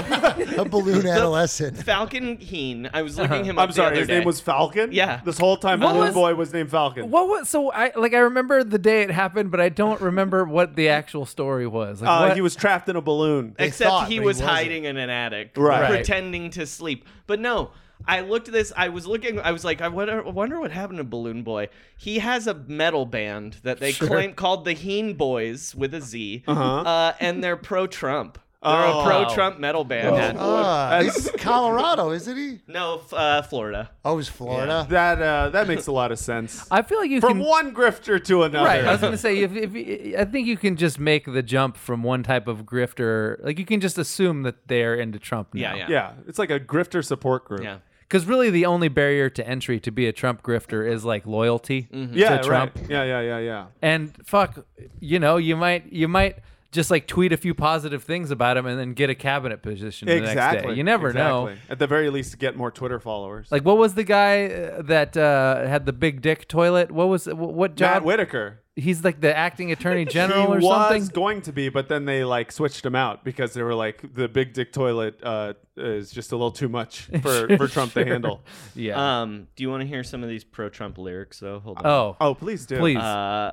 Speaker 4: a balloon adolescent.
Speaker 3: Falcon Heen. I was looking him up.
Speaker 2: I'm
Speaker 3: the
Speaker 2: sorry,
Speaker 3: other
Speaker 2: his
Speaker 3: day.
Speaker 2: name was Falcon?
Speaker 3: Yeah.
Speaker 2: This whole time,
Speaker 1: What
Speaker 2: Balloon
Speaker 1: was-
Speaker 2: Boy was named Falcon.
Speaker 1: What was so? I like I remember the day it happened, but I don't remember what the actual story was. Like,
Speaker 2: Uh,
Speaker 1: what-
Speaker 2: he was trapped in a balloon.
Speaker 4: They
Speaker 3: Except
Speaker 4: thought,
Speaker 3: he
Speaker 4: but he
Speaker 3: was
Speaker 4: wasn't.
Speaker 3: hiding in an attic,
Speaker 2: Right. Right.
Speaker 3: pretending to sleep. But no, I looked at this. I was looking. I was like, I wonder, I wonder what happened to Balloon Boy. He has a metal band that they claim called the Heen Boys with a Z,
Speaker 2: Uh-huh.
Speaker 3: uh, and they're pro-Trump. They're
Speaker 2: Oh.
Speaker 3: a pro-Trump metal band.
Speaker 5: Oh.
Speaker 3: And-
Speaker 4: Ah,
Speaker 2: That's-
Speaker 4: he's Colorado, isn't he?
Speaker 3: No, f- uh, Florida.
Speaker 4: Oh, it's Florida.
Speaker 2: That uh, that makes a lot of sense.
Speaker 1: I feel like you
Speaker 2: From
Speaker 1: can.
Speaker 2: one grifter to another.
Speaker 1: Right, I was gonna say if, if I think you can just make the jump from one type of grifter, like you can just assume that they're into Trump now.
Speaker 3: Yeah, yeah.
Speaker 2: yeah, it's like a grifter support group.
Speaker 3: Yeah.
Speaker 1: Because really, the only barrier to entry to be a Trump grifter is like loyalty
Speaker 2: Mm-hmm. Yeah,
Speaker 1: to
Speaker 2: right.
Speaker 1: Trump.
Speaker 2: Yeah, yeah, yeah, yeah.
Speaker 1: And fuck, you know, you might you might just like tweet a few positive things about him and then get a cabinet position the next
Speaker 2: Exactly.
Speaker 1: day. You never know.
Speaker 2: Exactly. At the very least, get more Twitter followers.
Speaker 1: Like, what was the guy uh, that uh, had the big dick toilet? What was wh- what
Speaker 2: Matt
Speaker 1: job?
Speaker 2: Whitaker.
Speaker 1: He's like the acting attorney
Speaker 2: He
Speaker 1: general or
Speaker 2: was
Speaker 1: something.
Speaker 2: going to be, but then they like switched him out because they were like the big dick toilet uh, is just a little too much for, for Trump to handle.
Speaker 1: yeah.
Speaker 2: Uh,
Speaker 3: Um, do you want to hear some of these pro-Trump lyrics though? Hold on.
Speaker 1: oh,
Speaker 2: Oh, please do.
Speaker 1: please.
Speaker 3: Uh,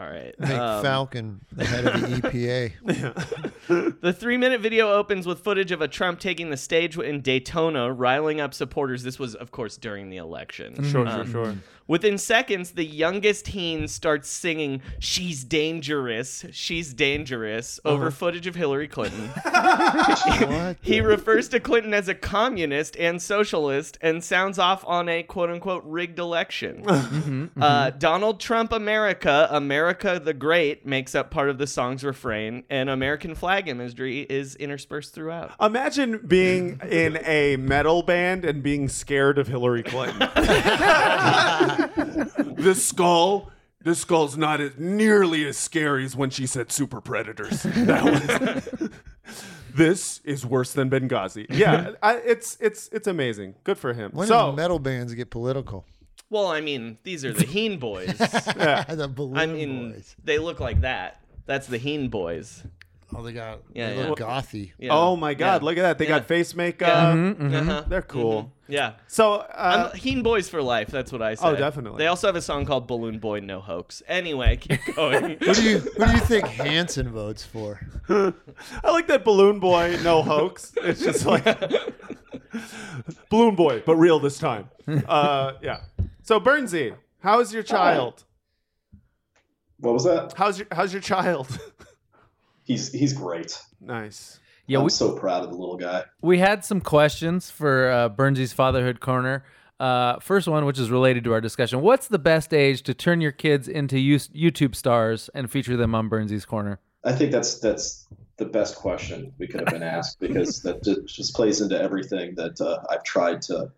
Speaker 3: all right.
Speaker 4: Make
Speaker 3: um,
Speaker 4: Falcon the head of the E EPA.
Speaker 3: The three minute video opens with footage of a Trump taking the stage in Daytona, riling up supporters. This was, of course, during the election.
Speaker 2: Mm-hmm. Sure,
Speaker 3: Um,
Speaker 2: sure, sure.
Speaker 3: Within seconds, the youngest teen starts singing, She's Dangerous, She's Dangerous, over
Speaker 2: Uh-huh.
Speaker 3: footage of Hillary Clinton.
Speaker 4: what?
Speaker 3: he refers to Clinton as a communist and socialist and sounds off on a quote unquote rigged election.
Speaker 2: Mm-hmm,
Speaker 3: Uh, Donald Trump America, America the Great, makes up part of the song's refrain, and American flag imagery is interspersed throughout.
Speaker 2: Imagine being in a metal band and being scared of Hillary Clinton. the skull, the skull's not as, nearly as scary as when she said super predators. That was. this is worse than Benghazi. Yeah, I, it's it's it's amazing. Good for him.
Speaker 4: When
Speaker 2: so
Speaker 4: did metal bands get political?
Speaker 3: Well, I mean, these are the Heen boys.
Speaker 4: the balloon
Speaker 3: I mean,
Speaker 4: boys.
Speaker 3: they look like that. That's the Heen boys.
Speaker 4: Oh, they got
Speaker 3: Yeah,
Speaker 4: they
Speaker 3: yeah.
Speaker 4: look gothy.
Speaker 3: Yeah.
Speaker 2: oh my God,
Speaker 3: Yeah.
Speaker 2: look at that. They got
Speaker 3: Yeah.
Speaker 2: face makeup.
Speaker 3: Yeah. Uh-huh.
Speaker 2: They're cool.
Speaker 3: Yeah.
Speaker 2: So
Speaker 3: I'm
Speaker 2: uh,
Speaker 3: Heen Boys for life. That's what I say.
Speaker 2: Oh, definitely.
Speaker 3: They also have a song called Balloon Boy No Hoax. Anyway, keep going.
Speaker 4: Who do you who do you think Hanson votes for?
Speaker 2: I like that balloon boy, no hoax. It's just like balloon boy, but real this time. Uh, yeah. So Bernsey, how's your child?
Speaker 5: What was that?
Speaker 2: How's your how's your child?
Speaker 5: He's he's great.
Speaker 2: nice.
Speaker 1: yeah,
Speaker 5: I'm
Speaker 1: we,
Speaker 5: so proud of the little guy.
Speaker 1: we had some questions for uh, Bernsy's Fatherhood Corner. Uh, first one, which is related to our discussion. What's the best age to turn your kids into Yous- YouTube stars and feature them on Bernsy's Corner?
Speaker 5: I think that's that's the best question we could have been asked because that ju- just plays into everything that uh, I've tried to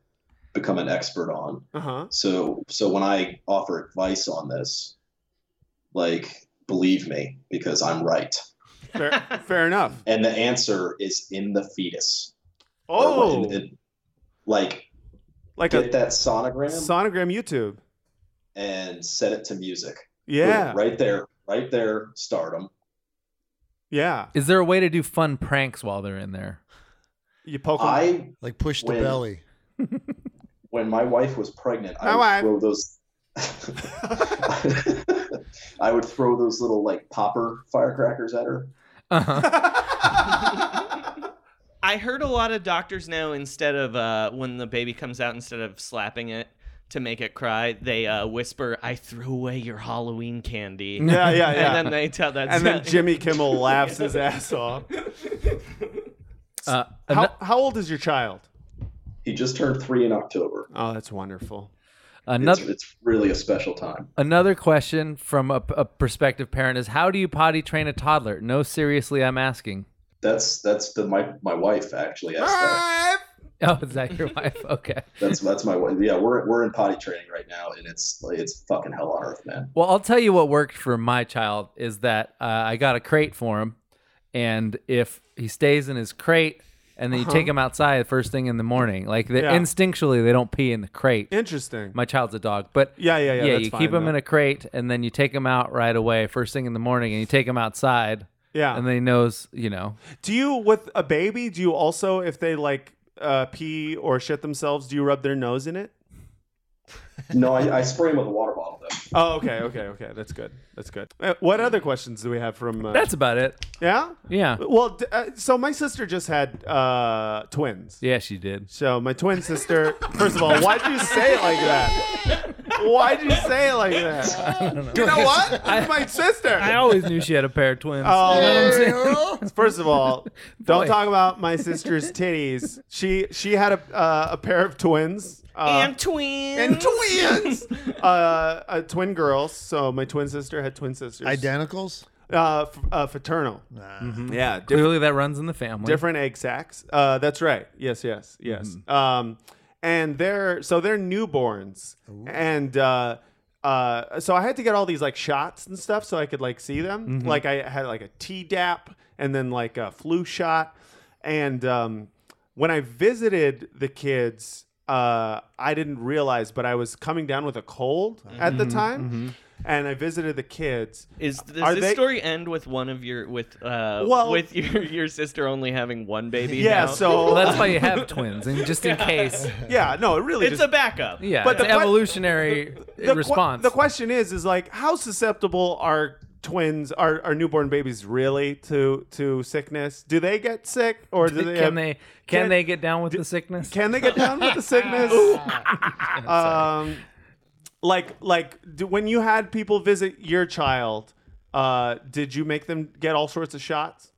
Speaker 5: become an expert on.
Speaker 2: Uh huh.
Speaker 5: So so when I offer advice on this, like believe me because I'm right,
Speaker 2: Fair, fair enough.
Speaker 5: and the answer is in the fetus. Or
Speaker 2: Oh,
Speaker 5: in- in- like
Speaker 2: like
Speaker 5: get
Speaker 2: a
Speaker 5: that sonogram
Speaker 2: sonogram YouTube.
Speaker 5: and set it to music.
Speaker 2: Yeah.
Speaker 5: Boom, right there, right there, stardom.
Speaker 2: Yeah.
Speaker 1: Is there a way to do fun pranks while they're in there?
Speaker 2: You poke. 'em.
Speaker 5: I
Speaker 4: Like push the
Speaker 5: When-
Speaker 4: belly.
Speaker 5: when my wife was pregnant, I
Speaker 2: My
Speaker 5: would
Speaker 2: wife.
Speaker 5: throw those. I would throw those little like popper firecrackers at her.
Speaker 1: Uh-huh.
Speaker 3: I heard a lot of doctors now instead of uh, when the baby comes out, instead of slapping it to make it cry, they uh, whisper, "I threw away your Halloween candy."
Speaker 2: yeah, yeah,
Speaker 3: And
Speaker 2: yeah.
Speaker 3: then they tell that.
Speaker 2: And then Jimmy Kimmel laughs his ass off.
Speaker 1: Uh, ano-
Speaker 2: How, how old is your child?
Speaker 5: He just turned three in October.
Speaker 2: Oh, that's wonderful.
Speaker 5: It's,
Speaker 1: another
Speaker 5: it's really a special time.
Speaker 1: Another question from a, a prospective parent is How do you potty train a toddler? No, seriously, I'm asking.
Speaker 5: That's that's the my my wife actually asked
Speaker 2: Ah!
Speaker 5: that.
Speaker 1: Oh, is that your wife? Okay.
Speaker 5: That's that's my wife. Yeah, we're we're in potty training right now, and it's like, it's fucking hell on earth, man.
Speaker 1: Well, I'll tell you what worked for my child is that uh, I got a crate for him. And if he stays in his crate and then you take him outside first thing in the morning, like they,
Speaker 2: Uh-huh. Yeah.
Speaker 1: instinctually, they don't pee in the crate.
Speaker 2: Interesting.
Speaker 1: my child's a dog, but
Speaker 2: Yeah, yeah, yeah, that's
Speaker 1: you
Speaker 2: fine,
Speaker 1: keep him
Speaker 2: though.
Speaker 1: in a crate and then you take him out right away first thing in the morning, and you take him outside
Speaker 2: Yeah.
Speaker 1: and then he knows, you know,
Speaker 2: do you with a baby? Do you also if they like uh, pee or shit themselves? Do you rub their nose in it?
Speaker 5: No, I, I spray him with a water bottle though.
Speaker 2: Oh, okay, okay, okay. That's good. That's good. Uh, What other questions do we have from? Uh,
Speaker 1: that's about it.
Speaker 2: yeah.
Speaker 1: Yeah,
Speaker 2: Well, d- uh, so my sister just had uh, twins.
Speaker 1: yeah, she did.
Speaker 2: So my twin sister. First of all, why'd you say it like that? Why'd you say it like that? You know what? It's my sister.
Speaker 1: I always knew she had a pair of twins.
Speaker 2: Oh.
Speaker 1: You know what I'm saying?
Speaker 2: First of all, don't
Speaker 1: Boy.
Speaker 2: talk about my sister's titties. She she had a uh, a pair of twins. Uh,
Speaker 3: and twins.
Speaker 2: and twins, uh, uh, twin girls. So my twin sister had twin sisters.
Speaker 4: Identicals?
Speaker 2: uh, f- uh, fraternal.
Speaker 4: Nah.
Speaker 3: Mm-hmm.
Speaker 2: Yeah, different,
Speaker 1: Clearly, that runs in the family.
Speaker 2: different egg sacs. Uh, that's right. Yes, yes, yes. Um, and they're so they're newborns, and uh, uh, so I had to get all these like shots and stuff so I could like see them. Like I had like a T dap and then like a flu shot, and um, when I visited the kids. Uh, I didn't realize, but I was coming down with a cold at the time, and I visited the kids.
Speaker 3: Is does
Speaker 2: Are
Speaker 3: this
Speaker 2: they-
Speaker 3: story end with one of your with uh
Speaker 2: Well-
Speaker 3: with your your sister only having one baby?
Speaker 2: Yeah,
Speaker 3: now?
Speaker 2: so
Speaker 1: Well, that's why you have twins, and just in case.
Speaker 2: yeah, no, it really
Speaker 3: it's
Speaker 2: just
Speaker 3: a backup.
Speaker 1: Yeah, but
Speaker 2: But
Speaker 1: it's
Speaker 2: the
Speaker 1: an
Speaker 2: que-
Speaker 1: evolutionary
Speaker 2: the que-
Speaker 1: response.
Speaker 2: the question is, is like how susceptible are twins, are, are newborn babies really to to sickness? Do they get sick, or do they?
Speaker 1: can
Speaker 2: have-
Speaker 1: they can,
Speaker 2: can-
Speaker 1: they get down with the sickness?
Speaker 2: can they get down with the sickness? um, like like do, when you had people visit your child, uh, did you make them get all sorts of shots?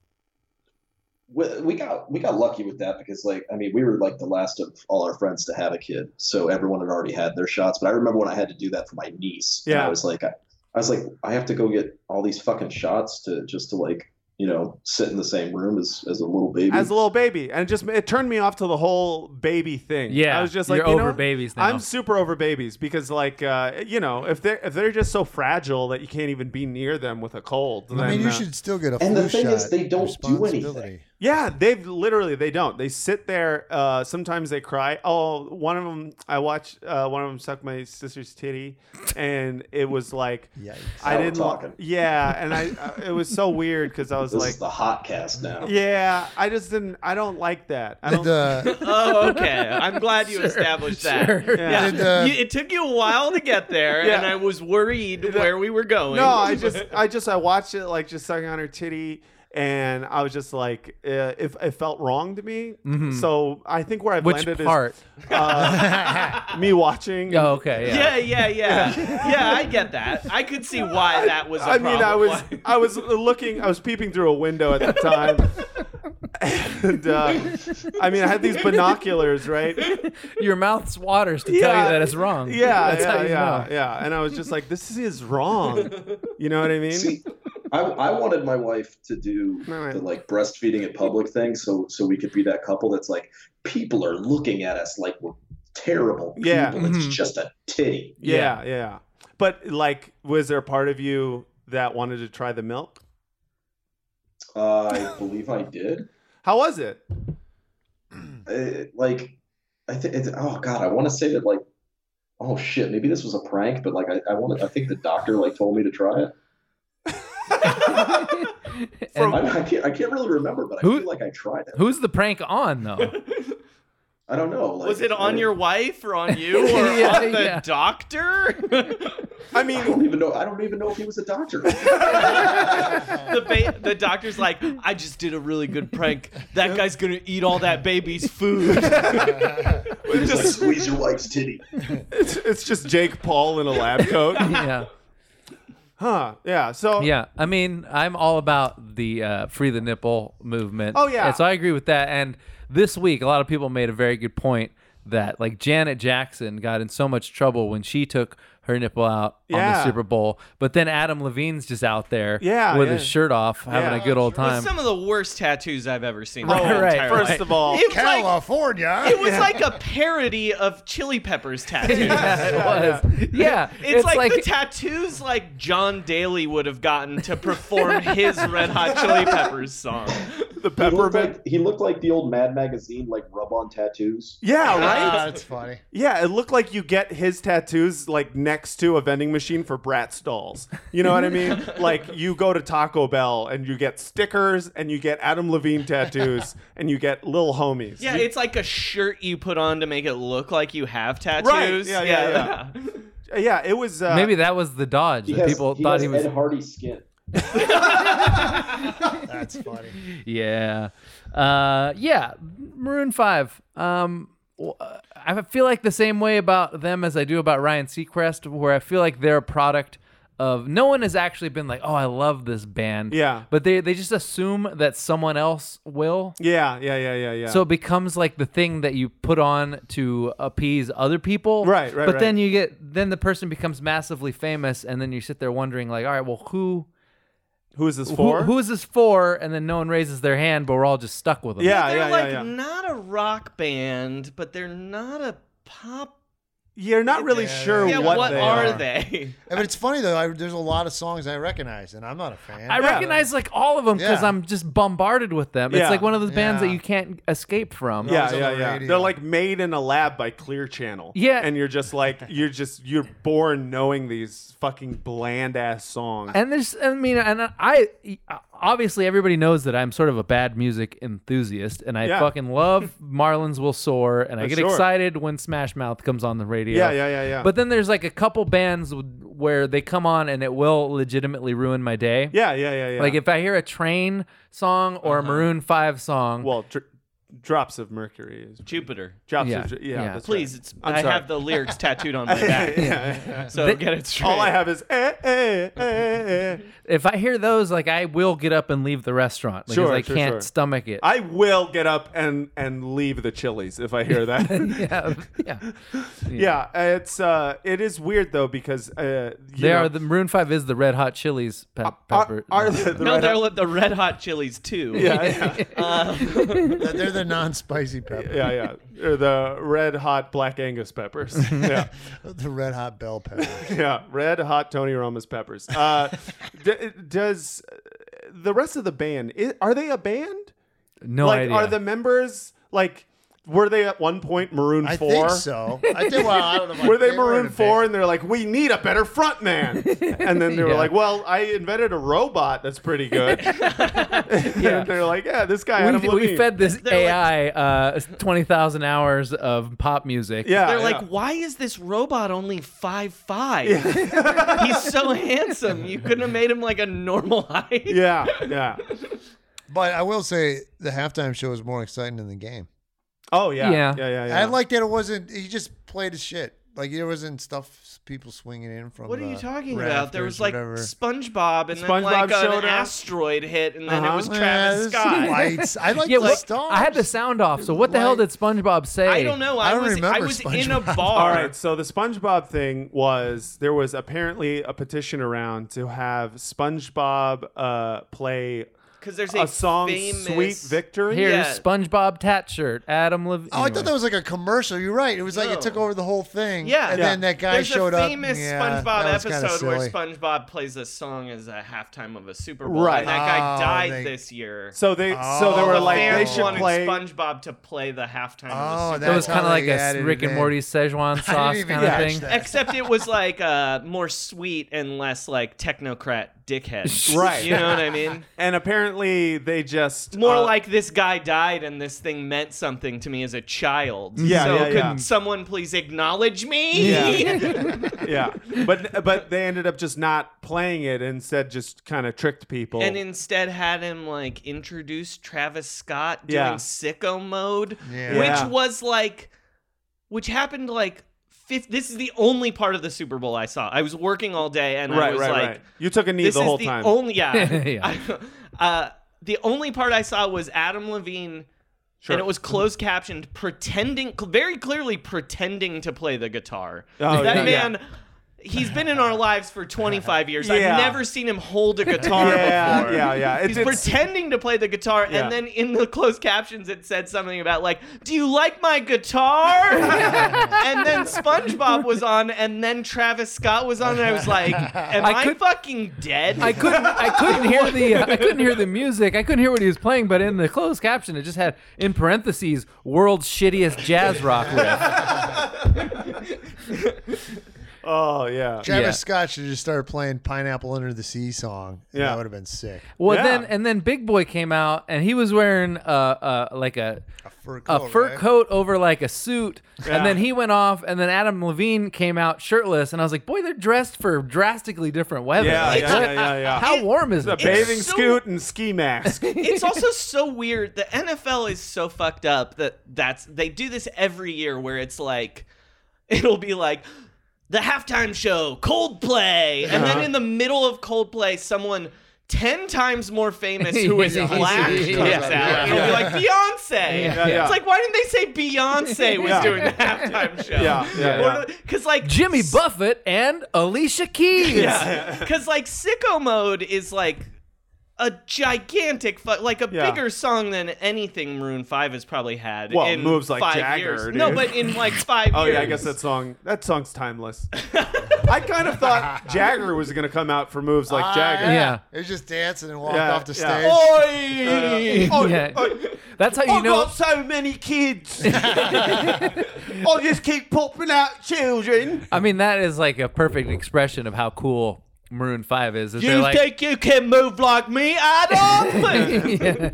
Speaker 5: We, we got we got lucky with that because like I mean we were like the last of all our friends to have a kid, so everyone had already had their shots. But I remember when I had to do that for my niece. and
Speaker 2: Yeah.
Speaker 5: I was like, I, I was like, I have to go get all these fucking shots to just to like you know sit in the same room as as a little baby.
Speaker 2: As a little baby, and it just it turned me off to the whole baby thing.
Speaker 1: yeah,
Speaker 2: I was just like,
Speaker 1: you're
Speaker 2: you know
Speaker 1: over
Speaker 2: what?
Speaker 1: babies now.
Speaker 2: I'm super over babies because, like, uh, you know, if they're if they're just so fragile that you can't even be near them with a cold.
Speaker 4: I mean,
Speaker 2: then,
Speaker 4: you
Speaker 2: uh,
Speaker 4: should still get a
Speaker 5: and the
Speaker 4: flu
Speaker 5: thing
Speaker 4: shot.
Speaker 5: is they don't do anything.
Speaker 4: Responsibility.
Speaker 2: Yeah, they've literally they don't. They sit there. Uh, sometimes they cry. Oh, one of them. I watched uh, one of them suck my sister's titty, and it was like
Speaker 4: Yikes.
Speaker 2: I
Speaker 5: Now we're
Speaker 2: didn't. li-
Speaker 5: talking.
Speaker 2: Yeah, and I uh, it was so weird because I was
Speaker 5: this
Speaker 2: like,
Speaker 5: is the hot cast now.
Speaker 2: yeah, I just didn't. I don't like that. I
Speaker 4: Did,
Speaker 2: don't.
Speaker 4: the,
Speaker 3: Oh, okay. I'm glad you established that.
Speaker 1: Sure.
Speaker 2: yeah.
Speaker 3: Yeah,
Speaker 4: Did, uh,
Speaker 3: You- it took you a while to get there,
Speaker 2: Yeah.
Speaker 3: and I was worried where we were going.
Speaker 2: No, I just, I just, I watched it like just sucking on her titty, and I was just like, uh, if it felt wrong to me. So I think where I've
Speaker 1: Mm-hmm. Which
Speaker 2: landed
Speaker 1: part?
Speaker 2: is uh, me watching.
Speaker 1: Oh, okay. Yeah.
Speaker 3: yeah, yeah, yeah, yeah. I get that. I could see why that was. a
Speaker 2: I mean, I
Speaker 3: problem.
Speaker 2: was, I was looking, I was peeping through a window at the time. And uh, I mean, I had these binoculars, right?
Speaker 1: Your mouth's waters to tell
Speaker 2: Yeah.
Speaker 1: you that it's wrong.
Speaker 2: Yeah,
Speaker 1: That's how
Speaker 2: yeah,
Speaker 1: you
Speaker 2: yeah,
Speaker 1: know.
Speaker 2: yeah. And I was just like, this is wrong. You know what I mean?
Speaker 5: See, I, I wanted my wife to do
Speaker 2: No, wait.
Speaker 5: the like breastfeeding in public thing, so so we could be that couple that's like people are looking at us like we're terrible people.
Speaker 2: Yeah. Mm-hmm.
Speaker 5: It's
Speaker 1: Mhm.
Speaker 5: just a titty.
Speaker 2: Yeah, yeah. But like, was there a part of you that wanted to try the milk?
Speaker 5: Uh, I believe I did.
Speaker 2: How was it?
Speaker 5: Uh, like, I think. Oh God, I want to say that like, oh shit, maybe this was a prank, but like I I want I think the doctor like told me to try it.
Speaker 1: And
Speaker 5: I, I can't I can't really remember, but I
Speaker 1: Who-
Speaker 5: feel like I tried it.
Speaker 1: who's the prank on though?
Speaker 5: I don't know. Like,
Speaker 3: Was it on
Speaker 5: I-
Speaker 3: your wife or on you or
Speaker 1: Yeah,
Speaker 3: on the
Speaker 1: yeah.
Speaker 3: doctor? the
Speaker 2: I
Speaker 5: I
Speaker 2: mean,
Speaker 5: don't even know. I don't even know if he was a doctor.
Speaker 3: ba- the doctor's like, I just did a really good prank. That guy's gonna eat all that baby's food.
Speaker 5: just like, squeeze your wife's titty.
Speaker 2: it's, it's just Jake Paul in a lab coat.
Speaker 1: yeah.
Speaker 2: Huh. Yeah. So,
Speaker 1: Yeah, I mean, I'm all about the uh, free the nipple movement.
Speaker 2: Oh, yeah.
Speaker 1: and so I agree with that. And this week, a lot of people made a very good point that like Janet Jackson got in so much trouble when she took her nipple out on
Speaker 2: Yeah.
Speaker 1: the Super Bowl, but then Adam Levine's just out there,
Speaker 2: Yeah,
Speaker 1: with
Speaker 2: yeah.
Speaker 1: his shirt off, having a good old time.
Speaker 3: Some of the worst tattoos I've ever seen. in
Speaker 1: Right,
Speaker 3: my
Speaker 1: right,
Speaker 3: entire
Speaker 2: Oh, first
Speaker 3: life.
Speaker 2: of all,
Speaker 3: it was like
Speaker 4: California.
Speaker 3: it was like a parody of Chili Peppers tattoos.
Speaker 1: yeah, it was. Yeah,
Speaker 3: It's, like, the tattoos like John Daly would have gotten to perform his Red Hot Chili Peppers song.
Speaker 2: the
Speaker 5: He looked,
Speaker 2: peppermint.
Speaker 5: like, he looked like the old Mad Magazine, like rub on tattoos.
Speaker 2: Yeah, right.
Speaker 4: Ah, that's funny.
Speaker 2: Yeah, it looked like you get his tattoos like next to a vending machine for Bratz dolls. You know what I mean? like you go to Taco Bell and you get stickers and you get Adam Levine tattoos and you get little homies.
Speaker 3: Yeah,
Speaker 2: You-
Speaker 3: it's like a shirt you put on to make it look like you have tattoos.
Speaker 2: Yeah, yeah, yeah, it was uh,
Speaker 1: Maybe that was the dodge
Speaker 5: He
Speaker 1: that
Speaker 5: has,
Speaker 1: people
Speaker 5: he
Speaker 1: thought
Speaker 5: has
Speaker 1: he was.
Speaker 5: Ed Hardy skin.
Speaker 4: That's funny.
Speaker 1: Yeah, uh, yeah. Maroon Five. Um, w- uh, I feel like the same way about them as I do about Ryan Seacrest, where I feel like they're a product of no one has actually been like, "Oh, I love this band."
Speaker 2: Yeah.
Speaker 1: but they they just assume that someone else will.
Speaker 2: Yeah, yeah, yeah, yeah, yeah.
Speaker 1: So it becomes like the thing that you put on to appease other people.
Speaker 2: Right, right,
Speaker 1: But
Speaker 2: right.
Speaker 1: then you get then the person becomes massively famous, and then you sit there wondering like, all right, well, who
Speaker 2: who is this
Speaker 1: who,
Speaker 2: for?
Speaker 1: who is this for? And then no one raises their hand, but we're all just stuck with them.
Speaker 2: Yeah.
Speaker 3: They're like
Speaker 2: yeah.
Speaker 3: not a rock band, but they're not a pop.
Speaker 2: You're not really
Speaker 4: Yeah,
Speaker 2: sure
Speaker 3: yeah,
Speaker 2: what,
Speaker 3: what
Speaker 2: they
Speaker 3: are, they?
Speaker 4: I mean, it's funny though. I, there's a lot of songs I recognize, and I'm not a fan.
Speaker 1: I recognize like all of them because
Speaker 4: Yeah.
Speaker 1: I'm just bombarded with them. It's
Speaker 2: Yeah.
Speaker 1: like one of those bands
Speaker 4: Yeah.
Speaker 1: that you can't escape from.
Speaker 2: Yeah,
Speaker 4: Songs on
Speaker 2: yeah,
Speaker 4: the
Speaker 2: yeah.
Speaker 4: radio.
Speaker 2: They're like made in a lab by Clear Channel.
Speaker 1: Yeah.
Speaker 2: and you're just like you're just you're born knowing these fucking bland ass songs.
Speaker 1: And there's, I mean, and I obviously everybody knows that I'm sort of a bad music enthusiast, and I
Speaker 2: Yeah.
Speaker 1: fucking love Marlins Will Soar, and I
Speaker 2: For
Speaker 1: get
Speaker 2: sure.
Speaker 1: excited when Smash Mouth comes on the radio.
Speaker 2: Yeah, yeah, yeah, yeah.
Speaker 1: But then there's like a couple bands w- where they come on and it will legitimately ruin my day.
Speaker 2: yeah, yeah, yeah, yeah.
Speaker 1: Like if I hear a train song or a Maroon Five song,
Speaker 2: well, dr- drops of mercury is
Speaker 3: Jupiter.
Speaker 2: drops
Speaker 1: Yeah,
Speaker 2: of yeah.
Speaker 1: yeah.
Speaker 2: that's
Speaker 3: Please,
Speaker 2: right.
Speaker 3: it's,
Speaker 2: I'm
Speaker 3: I
Speaker 2: sorry.
Speaker 3: have the lyrics tattooed on my back,
Speaker 2: yeah, yeah.
Speaker 3: so
Speaker 1: They-
Speaker 3: get it straight.
Speaker 2: All I have is eh, eh, eh, eh.
Speaker 1: if I hear those, like I will get up and leave the restaurant because
Speaker 2: Sure,
Speaker 1: I
Speaker 2: sure,
Speaker 1: can't
Speaker 2: sure.
Speaker 1: stomach it.
Speaker 2: I will get up and and leave the Chili's if I hear that.
Speaker 1: yeah, yeah.
Speaker 2: yeah, it's uh, it is weird though because uh, you
Speaker 1: They
Speaker 2: know,
Speaker 1: are the Maroon Five is the Red Hot Chilies pe-
Speaker 2: are,
Speaker 1: pepper.
Speaker 2: are the, the
Speaker 3: no,
Speaker 2: Red
Speaker 3: they're
Speaker 2: Hot-
Speaker 3: li- the Red Hot Chilies too.
Speaker 2: yeah, yeah.
Speaker 4: That They're the non-spicy pepper.
Speaker 2: yeah, yeah. Or the red hot black Angus peppers. yeah,
Speaker 4: The red hot bell pepper.
Speaker 2: yeah. Red hot Tony Roma's peppers. Uh, d- does uh, the rest of the band i are they a band?
Speaker 1: no
Speaker 2: like,
Speaker 1: idea.
Speaker 2: are the members like? Were they at one point Maroon
Speaker 4: I
Speaker 2: Four?
Speaker 4: think so. I think. Well, I don't know. about-
Speaker 2: Were they,
Speaker 4: were in
Speaker 2: Maroon
Speaker 4: a
Speaker 2: Four?
Speaker 4: band.
Speaker 2: And they're like, we need a better front man. and then they were
Speaker 1: Yeah.
Speaker 2: like, well, I invented a robot that's pretty good.
Speaker 1: Yeah.
Speaker 2: and they're like, yeah, this guy Adam
Speaker 1: we, we
Speaker 2: Levine."
Speaker 1: fed this AI uh, twenty thousand hours of pop music.
Speaker 2: Yeah,
Speaker 3: They're
Speaker 2: yeah.
Speaker 3: like, why is this robot only five five? He's so handsome. You couldn't have made him like a normal height.
Speaker 2: yeah, yeah.
Speaker 4: But I will say the halftime show was more exciting than the game.
Speaker 2: Oh yeah, yeah,
Speaker 1: Yeah.
Speaker 2: yeah, yeah.
Speaker 4: I like that it wasn't. He just played his shit. Like there wasn't stuff people swinging in from.
Speaker 3: What are
Speaker 4: the
Speaker 3: you talking about? There
Speaker 4: rafters,
Speaker 3: was like
Speaker 4: whatever.
Speaker 3: SpongeBob, and
Speaker 2: SpongeBob
Speaker 3: then like an
Speaker 2: showed up.
Speaker 3: asteroid hit, and then
Speaker 2: Uh-huh.
Speaker 3: it was
Speaker 4: Yeah,
Speaker 3: Travis
Speaker 4: Uh, there's
Speaker 3: Scott.
Speaker 4: Lights. I like
Speaker 1: yeah.
Speaker 4: the
Speaker 1: what-
Speaker 4: stars.
Speaker 1: I had the sound off. So what the hell
Speaker 4: Like-
Speaker 1: did SpongeBob say?
Speaker 3: I don't know. I,
Speaker 4: I don't
Speaker 3: was I
Speaker 4: remember
Speaker 3: was in a
Speaker 4: SpongeBob.
Speaker 3: bar.
Speaker 2: All right, so the SpongeBob thing was there was apparently a petition around to have SpongeBob uh, play
Speaker 3: Because there's a,
Speaker 2: a song
Speaker 3: famous...
Speaker 2: "Sweet Victory."
Speaker 1: Here's
Speaker 3: Yeah.
Speaker 1: SpongeBob tat shirt. Adam Levine.
Speaker 4: Oh, I thought that was like a commercial. You're right. It was like
Speaker 3: No.
Speaker 4: it took over the whole thing.
Speaker 3: Yeah.
Speaker 4: and
Speaker 2: Yeah.
Speaker 4: then that guy
Speaker 3: There's
Speaker 4: showed
Speaker 3: a
Speaker 4: up.
Speaker 3: famous
Speaker 4: Yeah,
Speaker 3: SpongeBob
Speaker 4: that was kinda
Speaker 3: episode where
Speaker 4: silly.
Speaker 3: SpongeBob plays a song as a halftime of a Super Bowl,
Speaker 2: Right.
Speaker 3: and that guy
Speaker 4: Oh,
Speaker 3: died
Speaker 4: they-
Speaker 3: this year.
Speaker 2: So they so they
Speaker 4: Oh.
Speaker 2: were
Speaker 3: the
Speaker 2: like they
Speaker 3: fans
Speaker 2: should
Speaker 3: wanted
Speaker 2: play.
Speaker 3: SpongeBob to play the halftime.
Speaker 4: Oh,
Speaker 3: of the Super
Speaker 1: It was
Speaker 3: Bowl.
Speaker 4: that
Speaker 1: kind of
Speaker 4: That's how
Speaker 1: like
Speaker 4: they added
Speaker 1: a Rick
Speaker 4: it
Speaker 1: and
Speaker 4: in.
Speaker 1: Morty's Szechuan sauce
Speaker 4: even
Speaker 1: kind of
Speaker 4: catch
Speaker 1: thing.
Speaker 4: that.
Speaker 3: Except it was like uh, more sweet and less like technocrat dickhead.
Speaker 2: Right.
Speaker 3: You know what I mean?
Speaker 2: And apparently they just
Speaker 3: More
Speaker 2: uh,
Speaker 3: like this guy died and this thing meant something to me as a child.
Speaker 2: Yeah,
Speaker 3: So
Speaker 2: yeah,
Speaker 3: could
Speaker 2: yeah.
Speaker 3: someone please acknowledge me?
Speaker 2: yeah, but but they ended up just not playing it. Instead, just kind of tricked people.
Speaker 3: and instead had him like introduce Travis Scott doing
Speaker 2: Yeah.
Speaker 3: sicko mode,
Speaker 4: Yeah.
Speaker 2: Yeah.
Speaker 3: which was like, which happened like. Fifth, this is the only part of the Super Bowl I saw. I was working all day and I
Speaker 2: right, right,
Speaker 3: was like,
Speaker 2: right. You took a knee
Speaker 3: this
Speaker 2: the whole
Speaker 3: is the
Speaker 2: time.
Speaker 3: only yeah.
Speaker 1: Yeah.
Speaker 3: uh, the only part I saw was Adam Levine,
Speaker 2: Sure.
Speaker 3: and it was closed captioned, pretending very clearly pretending to play the guitar.
Speaker 2: Oh,
Speaker 3: that
Speaker 2: yeah.
Speaker 3: man. he's been in our lives for 25 years.
Speaker 2: Yeah.
Speaker 3: I've never seen him hold a guitar
Speaker 2: Yeah,
Speaker 3: before.
Speaker 2: yeah, yeah. It's-
Speaker 3: He's
Speaker 2: it's-
Speaker 3: pretending to play the guitar,
Speaker 2: Yeah.
Speaker 3: and then in the closed captions, it said something about like, "Do you like my guitar?" and then SpongeBob was on, and then Travis Scott was on, and I was like, "Am
Speaker 1: I
Speaker 3: I,
Speaker 1: could-
Speaker 3: fucking dead?"
Speaker 1: I couldn't. I couldn't hear the. uh, I couldn't hear the music. I couldn't hear what he was playing. But in the closed caption, it just had in parentheses "world's shittiest jazz rock riff."
Speaker 2: Oh yeah.
Speaker 4: Travis
Speaker 1: Yeah.
Speaker 4: Scott should just start playing "Pineapple Under the Sea" song.
Speaker 2: Yeah.
Speaker 4: that would have been sick.
Speaker 1: Well,
Speaker 2: Yeah.
Speaker 1: then and then Big Boy came out and he was wearing uh, uh like a
Speaker 4: A fur
Speaker 1: a
Speaker 4: coat.
Speaker 1: fur
Speaker 4: right?
Speaker 1: coat over like a suit,
Speaker 2: Yeah.
Speaker 1: and then he went off, and then Adam Levine came out shirtless, and I was like, boy, they're dressed for drastically different weather.
Speaker 2: Yeah,
Speaker 1: Like,
Speaker 2: yeah,
Speaker 1: what-
Speaker 2: yeah, yeah, yeah.
Speaker 1: How warm is
Speaker 2: The
Speaker 1: it?
Speaker 2: bathing
Speaker 3: so-
Speaker 2: scoot and ski mask.
Speaker 3: it's also so weird. The NFL is so fucked up that that's they do this every year where it's like it'll be like the halftime show, Coldplay, and then in the middle of Coldplay, someone. Ten times more famous who is
Speaker 1: Yeah.
Speaker 3: black comes
Speaker 1: Yeah.
Speaker 3: out.
Speaker 4: Yeah.
Speaker 3: It'll be like Beyonce.
Speaker 2: yeah.
Speaker 3: It's like why didn't they say Beyonce was
Speaker 2: Yeah.
Speaker 3: doing the halftime show?
Speaker 2: Yeah, yeah, yeah.
Speaker 3: Because like
Speaker 1: Jimmy Buffett and Alicia Keys.
Speaker 3: yeah. Because like sicko mode is like a gigantic, fu- like a
Speaker 2: Yeah.
Speaker 3: bigger song than anything Maroon Five has probably had.
Speaker 2: Well,
Speaker 3: in
Speaker 2: moves like
Speaker 3: five
Speaker 2: Jagger,
Speaker 3: years.
Speaker 2: dude.
Speaker 3: No, but in like five
Speaker 2: Oh
Speaker 3: years.
Speaker 2: yeah, I guess that song that song's timeless. I kind of thought Jagger was gonna come out for moves like
Speaker 4: Ah,
Speaker 2: Jagger.
Speaker 1: Yeah. Oh,
Speaker 4: It was just dancing and walked
Speaker 2: Yeah,
Speaker 4: off the
Speaker 2: yeah.
Speaker 3: Oi!
Speaker 4: stage.
Speaker 2: Oh,
Speaker 1: Yeah.
Speaker 2: oh,
Speaker 1: That's how you
Speaker 2: I've
Speaker 1: know.
Speaker 2: got so many kids. I'll just keep popping out children.
Speaker 1: I mean, that is like a perfect expression of how cool Maroon Five is. Is they're
Speaker 3: you
Speaker 1: like,
Speaker 3: think you can move like me, Adam?
Speaker 1: Yeah,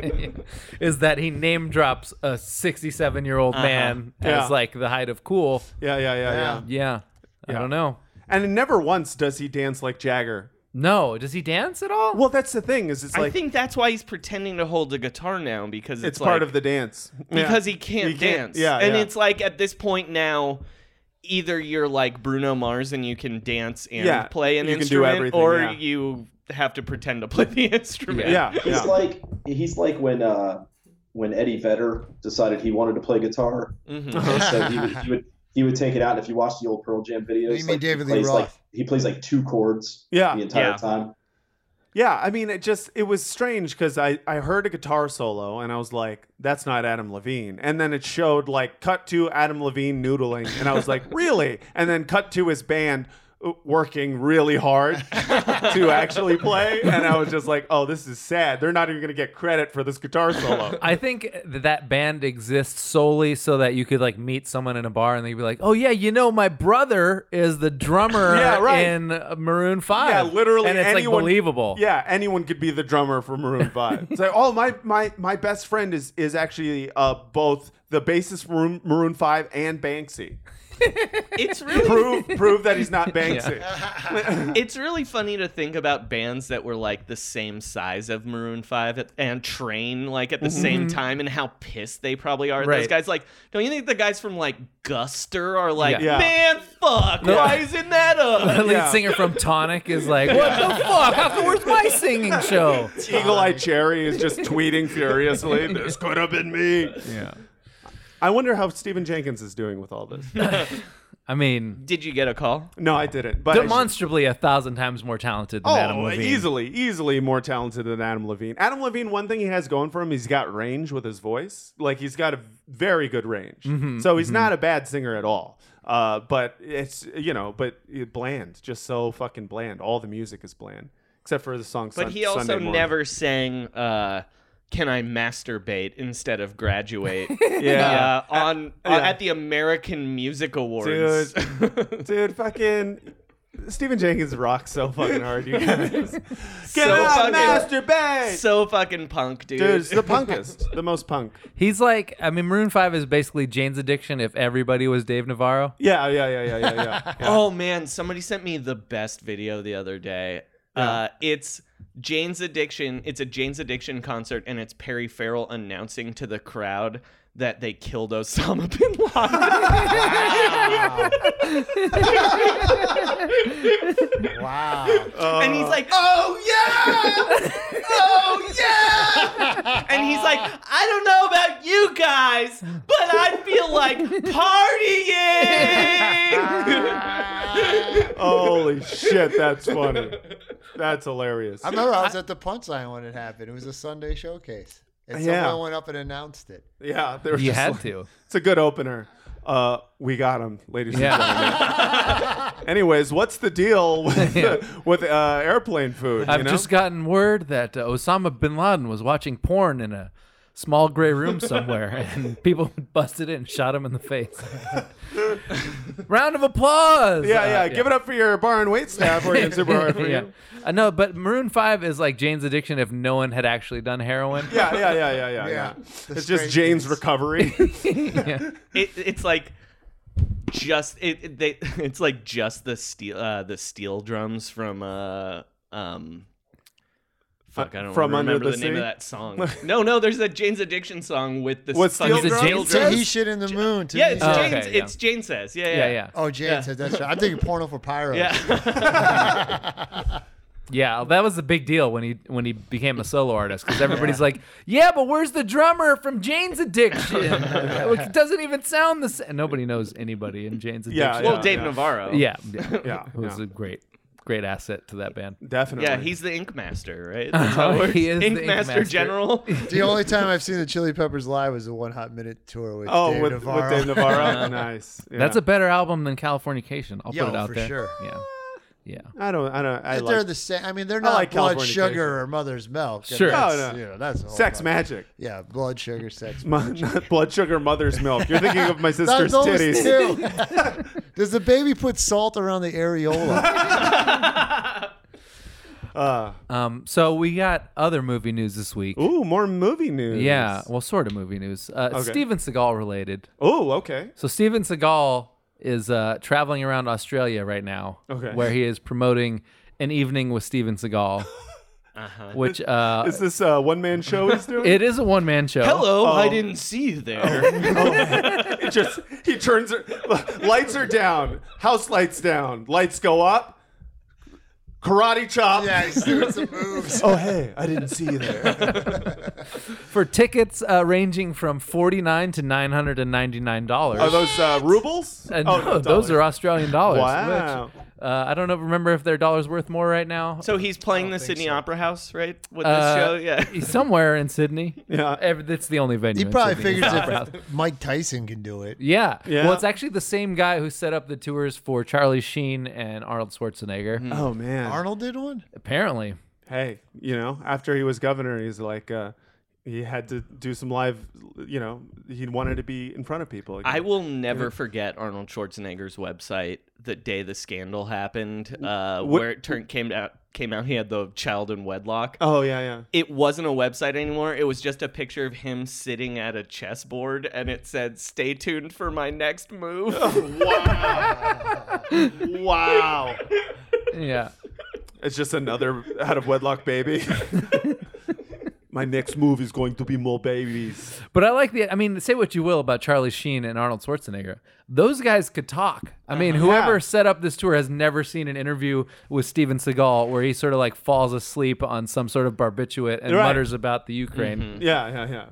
Speaker 1: yeah. is that he name drops a 67 year old man
Speaker 2: Uh-huh. Yeah.
Speaker 1: as like the height of cool?
Speaker 2: Yeah, yeah, yeah, yeah.
Speaker 1: Yeah, I don't know.
Speaker 2: And never once does he dance like Jagger.
Speaker 1: No, does he dance at all?
Speaker 2: Well, that's the thing is it's
Speaker 3: I
Speaker 2: like
Speaker 3: think that's why he's pretending to hold the guitar now because it's,
Speaker 2: it's part
Speaker 3: like-
Speaker 2: of the dance Yeah.
Speaker 3: because he can't
Speaker 2: He can't-
Speaker 3: dance.
Speaker 2: yeah,
Speaker 3: and
Speaker 2: yeah.
Speaker 3: it's like at this point now, either you're like Bruno Mars and you can dance and
Speaker 2: Yeah,
Speaker 3: play an
Speaker 2: you can do
Speaker 3: instrument,
Speaker 2: everything,
Speaker 3: or
Speaker 2: yeah.
Speaker 3: you have to pretend to play the instrument.
Speaker 2: yeah,
Speaker 5: He's
Speaker 2: yeah.
Speaker 5: like he's like when uh, when Eddie Vedder decided he wanted to play guitar,
Speaker 3: Mhm.
Speaker 1: Uh-huh.
Speaker 5: so he would, he would he would take it out. And if you watch the old Pearl Jam videos,
Speaker 4: mean
Speaker 5: like,
Speaker 4: David
Speaker 5: he
Speaker 4: Lee
Speaker 5: plays like
Speaker 4: Roth?
Speaker 5: he plays like two chords
Speaker 2: Yeah.
Speaker 5: the entire
Speaker 3: Yeah.
Speaker 5: time.
Speaker 2: Yeah, I mean, it just it was strange because I I heard a guitar solo and I was like, that's not Adam Levine, and then it showed like cut to Adam Levine noodling, and I was like, really, and then cut to his band uh, working really hard to actually play, and I was just like, oh, this is sad. They're not even gonna get credit for this guitar solo.
Speaker 1: I think that that band exists solely so that you could like meet someone in a bar and they'd be like, "Oh yeah, you know, my brother is the drummer
Speaker 2: Yeah, right.
Speaker 1: in Maroon 5.
Speaker 2: Yeah, literally
Speaker 1: and it's
Speaker 2: anyone-
Speaker 1: like believable.
Speaker 2: Yeah, anyone could be the drummer for Maroon Five. it's like, oh, my my my best friend is is actually uh, both the bassist for Maroon, Maroon Five and Banksy.
Speaker 3: it's really
Speaker 2: prove prove that he's not Banksy.
Speaker 3: it's really funny to think about bands that were like the same size of Maroon Five at, and Train like at
Speaker 2: Mm-hmm.
Speaker 3: the same time and how pissed they probably are. at Those
Speaker 1: Right.
Speaker 3: guys like, don't you think the guys from like Guster are like,
Speaker 2: Yeah. Yeah.
Speaker 3: man, fuck, why isn't that
Speaker 1: The
Speaker 3: up?
Speaker 1: lead
Speaker 2: Yeah.
Speaker 1: singer from Tonic is like, "What the fuck? How come- where's my singing show?"
Speaker 2: Eagle Eye Cherry is just tweeting furiously. This could have been me.
Speaker 1: Yeah.
Speaker 2: I wonder how Stephen Jenkins is doing with all this.
Speaker 1: I mean,
Speaker 3: Did you get a call?
Speaker 2: No, I didn't. But I should-
Speaker 1: demonstrably a thousand times more talented than
Speaker 2: Oh,
Speaker 1: Adam Levine.
Speaker 2: easily, easily more talented than Adam Levine. Adam Levine, one thing he has going for him, he's got range with his voice. Like he's got a very good range.
Speaker 1: Mm-hmm,
Speaker 2: So he's not a bad singer at all. Uh, but it's you know, but uh, bland, just so fucking bland. All the music is bland, except for the song.
Speaker 3: But he also never sang uh, "Can I Masturbate" instead of "Graduate."
Speaker 2: Yeah.
Speaker 3: uh, on
Speaker 2: yeah.
Speaker 3: at the American Music Awards.
Speaker 2: dude, dude, fucking Stephen Jenkins rocks so fucking hard. You guys,
Speaker 3: so
Speaker 2: get out,
Speaker 3: fucking,
Speaker 2: masturbate.
Speaker 3: so fucking punk, dude.
Speaker 2: Dude, it's the punkest, the most punk.
Speaker 1: He's like, I mean, Maroon Five is basically Jane's Addiction if everybody was Dave Navarro.
Speaker 2: Yeah, yeah, yeah, yeah, yeah, yeah. yeah.
Speaker 3: Oh man, somebody sent me the best video the other day. Uh, it's Jane's Addiction. It's a Jane's Addiction concert, and it's Perry Farrell announcing to the crowd that they killed Osama bin Laden.
Speaker 4: Wow.
Speaker 3: and
Speaker 2: Uh.
Speaker 3: he's like, "Oh yeah, oh yeah," and he's like, "I don't know about you guys, but I feel like partying."
Speaker 2: Holy shit, that's funny. That's hilarious.
Speaker 4: I remember I was at the punchline when it happened. It was a Sunday showcase, and
Speaker 2: Yeah.
Speaker 4: someone went up and announced it.
Speaker 2: yeah, they were
Speaker 1: You
Speaker 2: just
Speaker 1: had
Speaker 2: like-
Speaker 1: to.
Speaker 2: It's a good opener. Uh, we got him, ladies and
Speaker 1: Yeah.
Speaker 2: gentlemen. Anyways, what's the deal with, with uh, airplane food?
Speaker 1: I've
Speaker 2: you know?
Speaker 1: just gotten word that uh, Osama bin Laden was watching porn in a small gray room somewhere, and people busted in and shot him in the face. Round of applause! Uh,
Speaker 2: yeah, yeah, Give it up for your bar and wait staff or your super bar for
Speaker 1: yeah.
Speaker 2: you.
Speaker 1: I know, but Maroon Five is like Jane's Addiction if no one had actually done heroin.
Speaker 2: Yeah, yeah, yeah, yeah, yeah, yeah.
Speaker 4: the
Speaker 2: It's just
Speaker 4: straight
Speaker 2: Jane's
Speaker 4: dudes.
Speaker 2: recovery.
Speaker 1: Yeah.
Speaker 3: it, it's like just it, it- they it's like just the steel uh the steel drums from uh um fuck I don't
Speaker 2: Uh, From
Speaker 3: remember
Speaker 2: Under the
Speaker 3: the, name
Speaker 2: Sea?
Speaker 3: of that song. no, no, there's a Jane's Addiction song with the
Speaker 2: With
Speaker 3: fucking
Speaker 2: steel
Speaker 1: drums?
Speaker 3: steel
Speaker 1: Is it
Speaker 3: drums.
Speaker 4: He shit in the moon. too.
Speaker 3: Yeah, it's
Speaker 1: Oh,
Speaker 3: Jane's.
Speaker 1: okay, yeah.
Speaker 3: It's Jane says. Yeah,
Speaker 1: yeah,
Speaker 3: yeah,
Speaker 1: yeah,
Speaker 4: Oh, Jan said that's right. I'm thinking porno for pyro.
Speaker 1: yeah. That was the big deal when he when he became a solo artist because everybody's like, "Yeah, but where's the drummer from Jane's Addiction? it doesn't even sound the same." Nobody knows anybody in Jane's Addiction.
Speaker 2: Yeah,
Speaker 3: Well,
Speaker 2: yeah,
Speaker 3: Dave
Speaker 2: yeah.
Speaker 3: Navarro.
Speaker 1: Yeah, yeah.
Speaker 2: yeah,
Speaker 1: It was
Speaker 2: yeah,
Speaker 1: a great, great asset to that band.
Speaker 2: definitely.
Speaker 3: Yeah, he's the Ink Master, right? That's how
Speaker 1: Oh,
Speaker 3: it works.
Speaker 1: he is the
Speaker 3: Ink,
Speaker 1: Ink
Speaker 3: Master,
Speaker 1: Master.
Speaker 3: General.
Speaker 4: The only time I've seen the Chili Peppers live was the One Hot Minute tour with
Speaker 2: oh
Speaker 4: Dave
Speaker 2: with
Speaker 4: Navarro.
Speaker 2: with Dave Navarro. nice. Yeah.
Speaker 1: That's a better album than Californication. I'll
Speaker 4: Yo,
Speaker 1: put it out
Speaker 4: for
Speaker 1: there.
Speaker 4: sure.
Speaker 1: Yeah, yeah.
Speaker 2: I don't. I don't. I
Speaker 4: But they're
Speaker 2: like
Speaker 4: the same. I mean, they're not
Speaker 2: like
Speaker 4: blood
Speaker 2: Californication.
Speaker 4: sugar or mother's milk. and
Speaker 1: Sure.
Speaker 4: that's,
Speaker 2: Oh, No, no.
Speaker 4: You know, that's a whole
Speaker 2: sex
Speaker 4: other-
Speaker 2: magic.
Speaker 4: Yeah, blood sugar, sex.
Speaker 2: My, not blood sugar, mother's milk. You're thinking of my
Speaker 4: Not
Speaker 2: sister's
Speaker 4: those
Speaker 2: titties.
Speaker 4: two. Does the baby put salt around the areola?
Speaker 2: Uh,
Speaker 1: Um, so we got other movie news this week.
Speaker 2: ooh, more movie news.
Speaker 1: Yeah, well, sort of movie news. Uh,
Speaker 2: Okay.
Speaker 1: Steven Seagal related.
Speaker 2: Ooh, okay.
Speaker 1: So Steven Seagal is uh, traveling around Australia right now,
Speaker 2: Okay.
Speaker 1: where he is promoting an evening with Steven Seagal,
Speaker 3: Uh-huh.
Speaker 1: which uh,
Speaker 2: Is this a one man show he's doing?
Speaker 1: it is a one man show.
Speaker 3: Hello,
Speaker 1: oh.
Speaker 3: I didn't see you there.
Speaker 2: It just he turns her lights are down, house lights down, lights go up, karate chop.
Speaker 4: yeah, he's doing some moves.
Speaker 2: Oh hey, I didn't see you there.
Speaker 1: for tickets uh, ranging from forty nine to nine hundred and ninety nine dollars.
Speaker 2: Are those uh, rubles?
Speaker 1: And
Speaker 2: Oh,
Speaker 1: no, those are
Speaker 2: dollars.
Speaker 1: Australian dollars.
Speaker 2: Wow.
Speaker 1: which, uh, I don't know, remember if their dollars worth more right now.
Speaker 3: so he's playing the Sydney Opera House, right? With
Speaker 1: Uh,
Speaker 3: this show, yeah.
Speaker 1: he's somewhere in Sydney.
Speaker 2: Yeah.
Speaker 1: Ev- that's the only venue.
Speaker 4: He
Speaker 1: in
Speaker 4: probably
Speaker 1: Sydney.
Speaker 4: figures if Mike Tyson can do it.
Speaker 1: Yeah.
Speaker 2: Yeah.
Speaker 1: Well, it's actually the same guy who set up the tours for Charlie Sheen and Arnold Schwarzenegger.
Speaker 2: Oh man.
Speaker 4: Arnold did one.
Speaker 1: Apparently.
Speaker 2: hey, you know, after he was governor, he's like uh, he had to do some live you know, he wanted to be in front of people. again.
Speaker 3: I will never forget Arnold Schwarzenegger's website the day the scandal happened, uh, where it turned came out came out he had the child in wedlock.
Speaker 2: Oh yeah, yeah.
Speaker 3: It wasn't a website anymore. It was just a picture of him sitting at a chessboard, and it said, "Stay tuned for my next move."
Speaker 1: Oh.
Speaker 2: Wow.
Speaker 1: Yeah.
Speaker 2: It's just another out of wedlock baby. My next move is going to be more babies.
Speaker 1: But I like the. I mean, say what you will about Charlie Sheen and Arnold Schwarzenegger. Those guys could talk. I mean, whoever
Speaker 2: Uh-huh. Yeah.
Speaker 1: set up this tour has never seen an interview with Steven Seagal where he sort of like falls asleep on some sort of barbiturate and
Speaker 2: Right.
Speaker 1: mutters about the Ukraine.
Speaker 2: Yeah, yeah, yeah.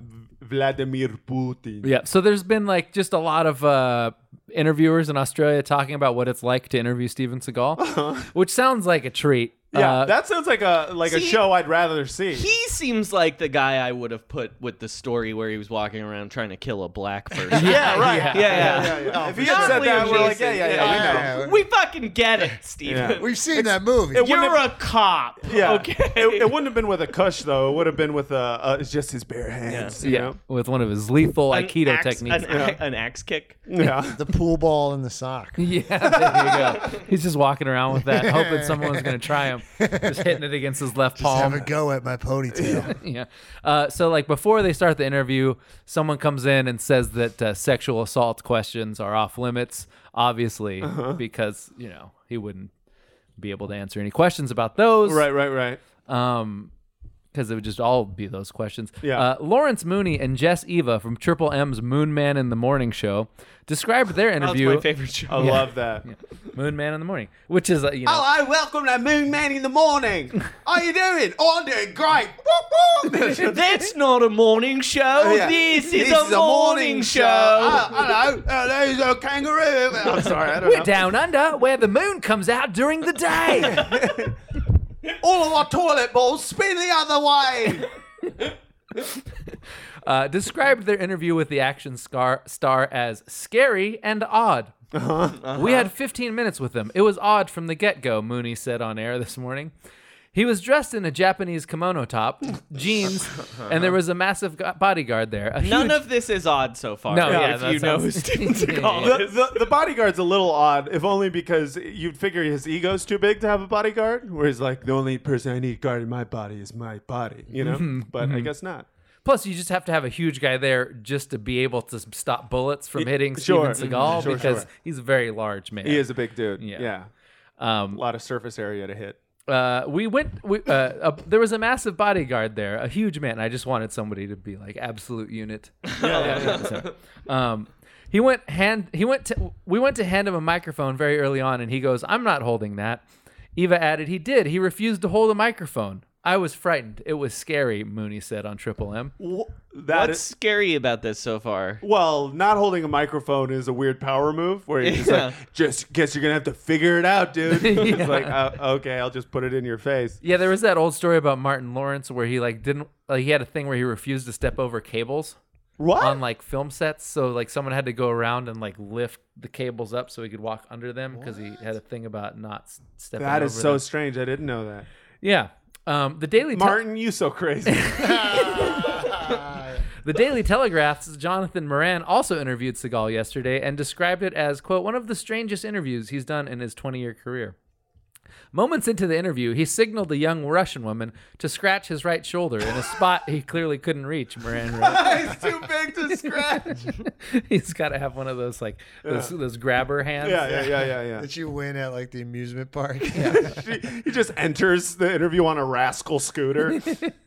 Speaker 2: Vladimir Putin.
Speaker 1: Yeah. So there's been like just a lot of uh, interviewers in Australia talking about what it's like to interview Steven Seagal, which sounds like a treat.
Speaker 2: Uh-huh. Yeah,
Speaker 1: Uh,
Speaker 2: that sounds like a like a
Speaker 3: see-
Speaker 2: show I'd rather see.
Speaker 3: he seems like the guy I would have put with the story where he was walking around trying to kill a black person.
Speaker 2: yeah, right.
Speaker 1: yeah,
Speaker 3: yeah.
Speaker 2: yeah, yeah.
Speaker 4: Oh,
Speaker 2: if
Speaker 4: for
Speaker 2: he had
Speaker 3: sure.
Speaker 2: said that,
Speaker 3: Not
Speaker 2: we're
Speaker 3: Liam
Speaker 2: like, yeah, yeah,
Speaker 3: Neeson.
Speaker 2: yeah,
Speaker 4: Yeah,
Speaker 2: we know.
Speaker 4: yeah,
Speaker 3: We fucking get it, Steven.
Speaker 2: Yeah.
Speaker 4: We've seen that movie.
Speaker 2: wouldn't
Speaker 3: You're a
Speaker 2: have-
Speaker 3: cop.
Speaker 2: Yeah.
Speaker 3: Okay.
Speaker 2: It, it wouldn't have been with a cush though. It would have been with a uh, it's just his bare hands.
Speaker 1: yeah, with one of his lethal
Speaker 3: An
Speaker 1: Aikido
Speaker 3: axe-
Speaker 1: techniques.
Speaker 3: An, a- an axe kick.
Speaker 2: You know? Yeah.
Speaker 4: the pool ball in the sock.
Speaker 1: Yeah, there you go. He's just walking around with that, hoping someone's going to try him. Just hitting it against his left
Speaker 4: Just
Speaker 1: palm.
Speaker 4: have a go at my ponytail.
Speaker 1: yeah. Uh, so, like, before they start the interview, someone comes in and says that uh, sexual assault questions are off limits, obviously, because, you know, he wouldn't be able to answer any questions about those.
Speaker 2: Right, right, right.
Speaker 1: Um, because it would just all be those questions.
Speaker 2: Yeah.
Speaker 1: Uh, Lawrence Mooney and Jess Eva from Triple M's Moon Man in the Morning show described their
Speaker 3: That's
Speaker 1: interview.
Speaker 3: my favorite show.
Speaker 2: I love that.
Speaker 1: Moon Man in the Morning, which is uh, you know.
Speaker 2: Oh, I welcome that moon man in the morning. How you doing? Oh, I'm doing great. Whoop, whoop. Oh,
Speaker 3: That's not a morning show.
Speaker 2: Yeah.
Speaker 3: Oh, This is a morning, show. Ah,
Speaker 2: hello, uh, there's a kangaroo. I'm sorry, I don't
Speaker 1: we're down under where the moon comes out during the day.
Speaker 2: All of our toilet bowls spin the other way.
Speaker 1: uh, described their interview with the action scar- star as scary and odd.
Speaker 2: Uh-huh.
Speaker 1: We had 15 minutes with them. It was odd from the get go, Mooney said on air this morning. He was dressed in a Japanese kimono top, jeans,
Speaker 2: Uh-huh.
Speaker 1: and there was a massive go- bodyguard there. A
Speaker 3: None
Speaker 1: huge-
Speaker 3: of this is odd so far.
Speaker 1: No, yeah,
Speaker 3: if
Speaker 1: that
Speaker 3: you know who
Speaker 1: sounds-
Speaker 3: Steven
Speaker 1: Yeah, yeah,
Speaker 3: Seagal
Speaker 1: yeah.
Speaker 3: is.
Speaker 2: The, the bodyguard's a little odd, if only because you'd figure his ego's too big to have a bodyguard, where he's like, the only person I need guarding my body is my body, you know?
Speaker 1: Mm-hmm.
Speaker 2: But I guess not.
Speaker 1: Plus, you just have to have a huge guy there just to be able to s- stop bullets from hitting
Speaker 2: sure. Mm-hmm.
Speaker 1: Steven Seagal
Speaker 2: Sure,
Speaker 1: because
Speaker 2: sure.
Speaker 1: he's a very large man.
Speaker 2: He is a big dude.
Speaker 1: Yeah.
Speaker 2: Yeah.
Speaker 1: Um,
Speaker 2: A lot of surface area to hit.
Speaker 1: uh, we went. We, uh, uh, there was a massive bodyguard there, a huge man. I just wanted somebody to be like absolute unit. Sorry. um, he went hand. He went. To, we went to hand him a microphone very early on, and he goes, "I'm not holding that." Eva added, "He did. He refused to hold a microphone. I was frightened. It was scary." Mooney said on Triple M.
Speaker 2: Wh- That
Speaker 3: What's
Speaker 2: is,
Speaker 3: scary about this so far?
Speaker 2: well, not holding a microphone is a weird power move where you're just
Speaker 3: Yeah.
Speaker 2: like, just guess you're going to have to figure it out, dude.
Speaker 1: Yeah.
Speaker 2: It's like, uh, okay, I'll just put it in your face.
Speaker 1: Yeah, there was that old story about Martin Lawrence where he like didn't. Like, he had a thing where he refused to step over cables.
Speaker 2: What?
Speaker 1: on like film sets so like someone had to go around and like lift the cables up so he could walk under them because he had a thing about not s- stepping
Speaker 2: that is
Speaker 1: over
Speaker 2: so
Speaker 1: them.
Speaker 2: strange. I didn't know that.
Speaker 1: yeah um, the daily Te-
Speaker 2: Martin, you so crazy.
Speaker 4: Um,
Speaker 1: the daily telegraph's jonathan moran also interviewed seagal yesterday and described it as quote one of the strangest interviews he's done in his 20-year career moments into the interview he signaled the young russian woman to scratch his right shoulder in a spot he clearly couldn't reach moran wrote.
Speaker 2: He's too big to scratch.
Speaker 1: he's got to have one of those like those, those grabber hands
Speaker 2: Yeah, yeah, yeah, yeah,
Speaker 4: That you win at like the amusement park.
Speaker 2: yeah. She- he just enters the interview on a rascal scooter.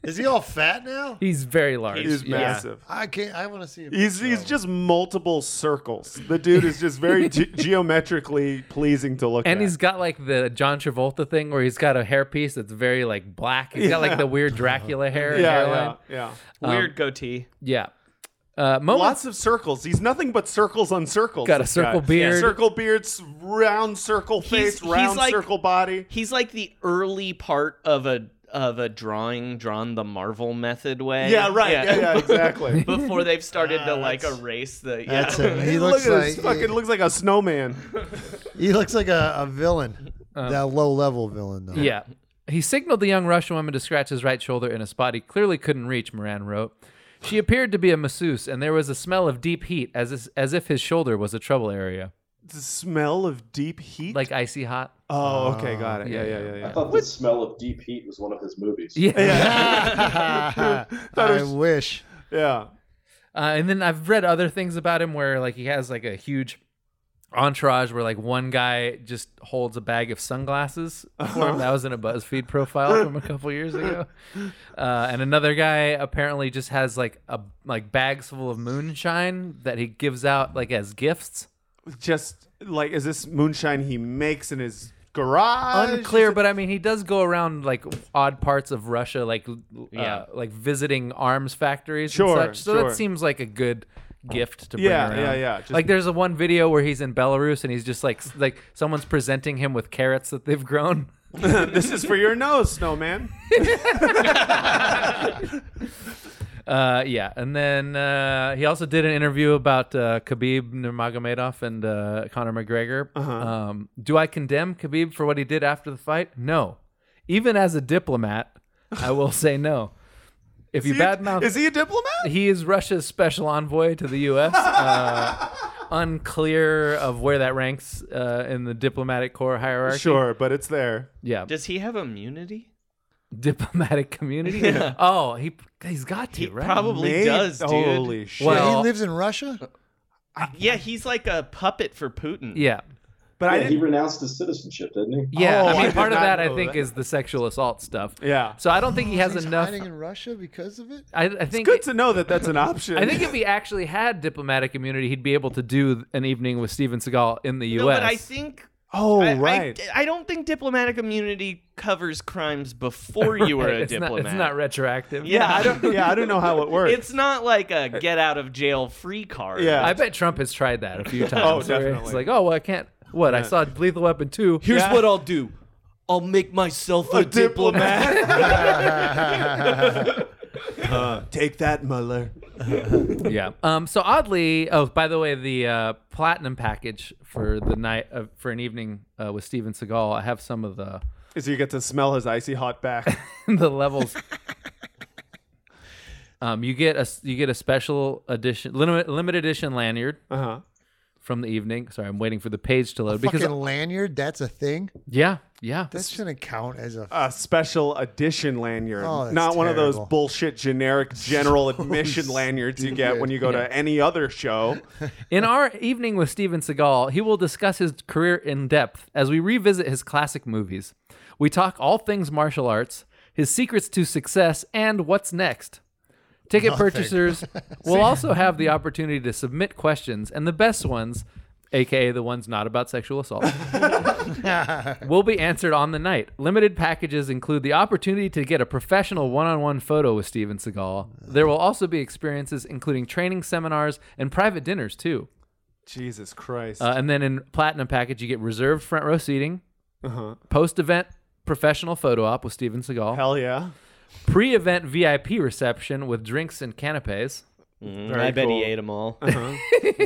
Speaker 4: Is he all fat now?
Speaker 1: He's very large.
Speaker 2: He's
Speaker 1: Yeah.
Speaker 2: massive.
Speaker 4: I can't. I want to see him.
Speaker 2: He's he's just multiple circles. The dude is just very ge- geometrically pleasing to look at.
Speaker 1: And he's got like the John Travolta thing where he's got a hairpiece that's very like black. He's got like the weird Dracula hair and
Speaker 2: yeah, yeah,
Speaker 1: hairline.
Speaker 2: yeah.
Speaker 1: Um,
Speaker 3: Weird goatee.
Speaker 1: Yeah. Uh, moments.
Speaker 2: Lots of circles. He's nothing but circles on circles.
Speaker 1: Got a
Speaker 2: this
Speaker 1: circle
Speaker 2: guy.
Speaker 1: beard.
Speaker 2: circle beards, round circle face,
Speaker 3: He's- he's
Speaker 2: round
Speaker 3: like-
Speaker 2: circle body.
Speaker 3: He's like the early part of a of a drawing drawn the Marvel method way.
Speaker 2: Yeah, right. Yeah, yeah, exactly.
Speaker 3: Before they've started to like
Speaker 4: that's-
Speaker 3: erase the yeah.
Speaker 4: That's him. He
Speaker 2: Look
Speaker 4: looks
Speaker 2: at this
Speaker 4: like
Speaker 2: fucking
Speaker 4: he,
Speaker 2: looks like a snowman.
Speaker 4: looks like a, a villain. that low level villain though.
Speaker 1: yeah. He signaled the young Russian woman to scratch his right shoulder in a spot he clearly couldn't reach, Moran wrote. She appeared to be a masseuse, and there was a smell of deep heat as if, as if his shoulder was a trouble area.
Speaker 2: The smell of deep heat.
Speaker 1: Like icy hot.
Speaker 2: Oh, okay, got it. Yeah,
Speaker 1: yeah,
Speaker 2: yeah, yeah,
Speaker 5: I
Speaker 2: yeah.
Speaker 5: thought the smell of deep heat was one of his movies.
Speaker 1: Yeah.
Speaker 4: I
Speaker 2: was-
Speaker 4: wish.
Speaker 2: Yeah.
Speaker 1: Uh, and then I've read other things about him where like he has like a huge entourage where like one guy just holds a bag of sunglasses for him. That was in a BuzzFeed profile from a couple years ago. Uh, and another guy apparently just has like a like bags full of moonshine that he gives out like as gifts.
Speaker 2: Just like is this moonshine he makes in his garage?
Speaker 1: Unclear, but I mean he does go around like odd parts of Russia, like uh,
Speaker 3: Yeah.
Speaker 1: like visiting arms factories
Speaker 2: Sure,
Speaker 1: and such. So
Speaker 2: sure.
Speaker 1: that seems like a good gift to bring
Speaker 2: Yeah,
Speaker 1: around.
Speaker 2: yeah, yeah. Just-
Speaker 1: like there's a one video where he's in Belarus and he's just like s- like someone's presenting him with carrots that they've grown.
Speaker 2: this is for your nose, snowman.
Speaker 1: Uh, yeah, and then uh, he also did an interview about uh, Khabib Nurmagomedov and uh, Conor McGregor. Um, do I condemn Khabib for what he did after the fight? No. Even as a diplomat, I will say no. If you
Speaker 2: Is he a-
Speaker 1: badmouth,
Speaker 2: Is he a diplomat?
Speaker 1: he is Russia's special envoy to the U.S. Uh, unclear of where that ranks uh, in the diplomatic corps hierarchy.
Speaker 2: Sure, but it's there.
Speaker 1: Yeah.
Speaker 3: Does he have immunity?
Speaker 1: diplomatic community. Oh, he he's got to
Speaker 3: He
Speaker 1: right.
Speaker 3: probably
Speaker 2: Maybe-
Speaker 3: does, dude.
Speaker 2: Holy shit.
Speaker 1: Well-
Speaker 4: he lives in Russia.
Speaker 3: Yeah, he's like a puppet for Putin.
Speaker 1: yeah.
Speaker 2: But I
Speaker 5: Yeah, he
Speaker 2: didn't.
Speaker 5: renounced his citizenship, didn't he?
Speaker 1: Yeah,
Speaker 2: Oh,
Speaker 1: I mean,
Speaker 2: I
Speaker 1: part
Speaker 2: did
Speaker 1: of
Speaker 2: not
Speaker 1: that I
Speaker 2: know
Speaker 1: think
Speaker 2: that.
Speaker 1: is the sexual assault stuff.
Speaker 2: Yeah.
Speaker 1: So I don't think he has
Speaker 4: He's
Speaker 1: enough.
Speaker 4: hiding in Russia because of it.
Speaker 1: I, I think
Speaker 2: Good to know that that's an option.
Speaker 1: I think if he actually had diplomatic immunity, he'd be able to do an evening with Steven Seagal in the
Speaker 3: No,
Speaker 1: U.S.
Speaker 3: but I think
Speaker 2: Oh
Speaker 3: I, I-
Speaker 2: right.
Speaker 3: I, don't think diplomatic immunity covers crimes before you were
Speaker 1: Right,
Speaker 3: a
Speaker 1: it's not,
Speaker 3: diplomat.
Speaker 1: it's not retroactive.
Speaker 3: Yeah,
Speaker 2: I don't. Yeah, I don't know how it works.
Speaker 3: It's not like a get out of jail free card.
Speaker 2: Yeah.
Speaker 1: I bet Trump has tried that a few times.
Speaker 2: Oh,
Speaker 1: where It's
Speaker 2: definitely.
Speaker 1: like, oh, well, I can't. What? I saw Lethal Weapon 2.
Speaker 3: Here's
Speaker 2: Yeah.
Speaker 3: what I'll do. I'll make myself a, diplomat.
Speaker 2: Uh, take that, Muller.
Speaker 1: yeah. Um. So oddly, oh, by the way, the uh, platinum package for the night of, for an evening uh, with Steven Seagal, I have some of the
Speaker 2: Is you get to smell his icy hot back.
Speaker 1: the levels. um. You get a s- you get a special edition limited limited edition lanyard
Speaker 2: Uh huh.
Speaker 1: from the evening. Sorry, I'm waiting for the page to load
Speaker 4: Because
Speaker 1: because
Speaker 4: Fucking lanyard, that's a thing.
Speaker 1: yeah, yeah.
Speaker 4: That shouldn't count as a.
Speaker 2: A special edition lanyard,
Speaker 4: Oh, that's
Speaker 2: not one of those
Speaker 4: terrible.
Speaker 2: bullshit generic general admission lanyards you get when you go to any other show.
Speaker 1: In our evening with Steven Seagal, he will discuss his career in depth as we revisit his classic movies. We talk all things martial arts, his secrets to success, and what's next. Ticket purchasers will also have the opportunity to submit questions, and the best ones, aka the ones not about sexual assault, will be answered on the night. Limited packages include the opportunity to get a professional one on one photo with Steven Seagal. There will also be experiences including training seminars and private dinners, too.
Speaker 2: Jesus Christ.
Speaker 1: Uh, and then in platinum package, you get reserved front row seating,
Speaker 2: Uh-huh.
Speaker 1: post event professional photo op with Steven Seagal,
Speaker 2: Hell yeah.
Speaker 1: pre event VIP reception with drinks and canapes.
Speaker 3: Mm,
Speaker 2: Very
Speaker 3: I bet he
Speaker 2: cool.
Speaker 3: ate them all.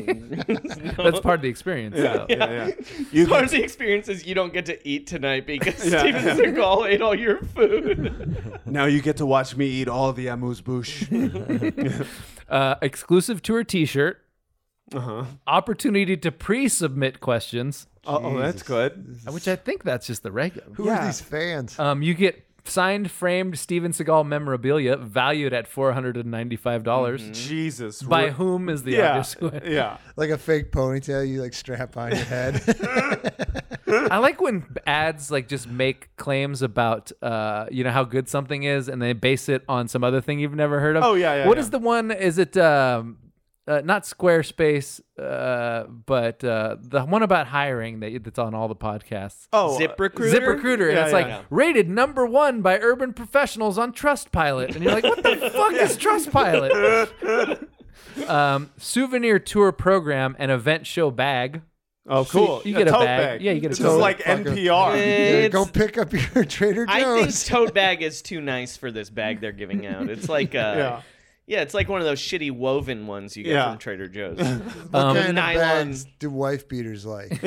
Speaker 1: That's part of the experience.
Speaker 2: Yeah.
Speaker 1: though.
Speaker 2: yeah, yeah. You
Speaker 3: Part
Speaker 2: can,
Speaker 3: of the experience is you don't get to eat tonight because
Speaker 2: Yeah.
Speaker 3: Steven Seagal ate all your food.
Speaker 2: now you get to watch me eat all the amuse bouche.
Speaker 1: Uh, exclusive tour t shirt,
Speaker 2: Uh-huh.
Speaker 1: opportunity to pre submit questions,
Speaker 2: Oh, that's good.
Speaker 1: which I think that's just the regular.
Speaker 4: Who
Speaker 2: Yeah.
Speaker 4: are these fans?
Speaker 1: Um, you get signed, framed Steven Seagal memorabilia valued at $495. dollars
Speaker 2: Jesus.
Speaker 1: By
Speaker 2: Ri-
Speaker 1: whom is the
Speaker 2: Mm-hmm. yeah.
Speaker 1: obvious question.
Speaker 2: Yeah.
Speaker 4: Like a fake ponytail you like strap on your head.
Speaker 1: I like when ads like just make claims about uh you know how good something is and they base it on some other thing you've never heard of.
Speaker 2: Oh, yeah, yeah,
Speaker 1: What
Speaker 2: yeah.
Speaker 1: is the one? Is it um uh, not Squarespace, uh, but uh, the one about hiring that that's on all the podcasts.
Speaker 2: Oh,
Speaker 3: Zip recruiter.
Speaker 1: ZipRecruiter, and
Speaker 2: Yeah,
Speaker 1: it's
Speaker 2: yeah,
Speaker 1: like
Speaker 2: yeah.
Speaker 1: rated number one by urban professionals on Trustpilot, and you're like, what the fuck is Trustpilot? um, souvenir tour program and event show bag.
Speaker 2: Oh,
Speaker 1: So you-
Speaker 2: cool.
Speaker 1: you get a
Speaker 2: tote
Speaker 1: bag. Yeah, you get a
Speaker 2: This
Speaker 1: tote.
Speaker 2: is like
Speaker 4: Fucker.
Speaker 2: NPR.
Speaker 4: Yeah,
Speaker 3: It's-
Speaker 4: go pick up your Trader Joe's.
Speaker 3: I think tote bag is too nice for this bag they're giving out. It's like uh,
Speaker 2: Yeah.
Speaker 3: yeah. it's like one of those shitty woven ones you get
Speaker 2: Yeah.
Speaker 3: from Trader Joe's.
Speaker 4: what
Speaker 1: um,
Speaker 4: kind of
Speaker 3: nylon.
Speaker 4: bags do wife beaters like?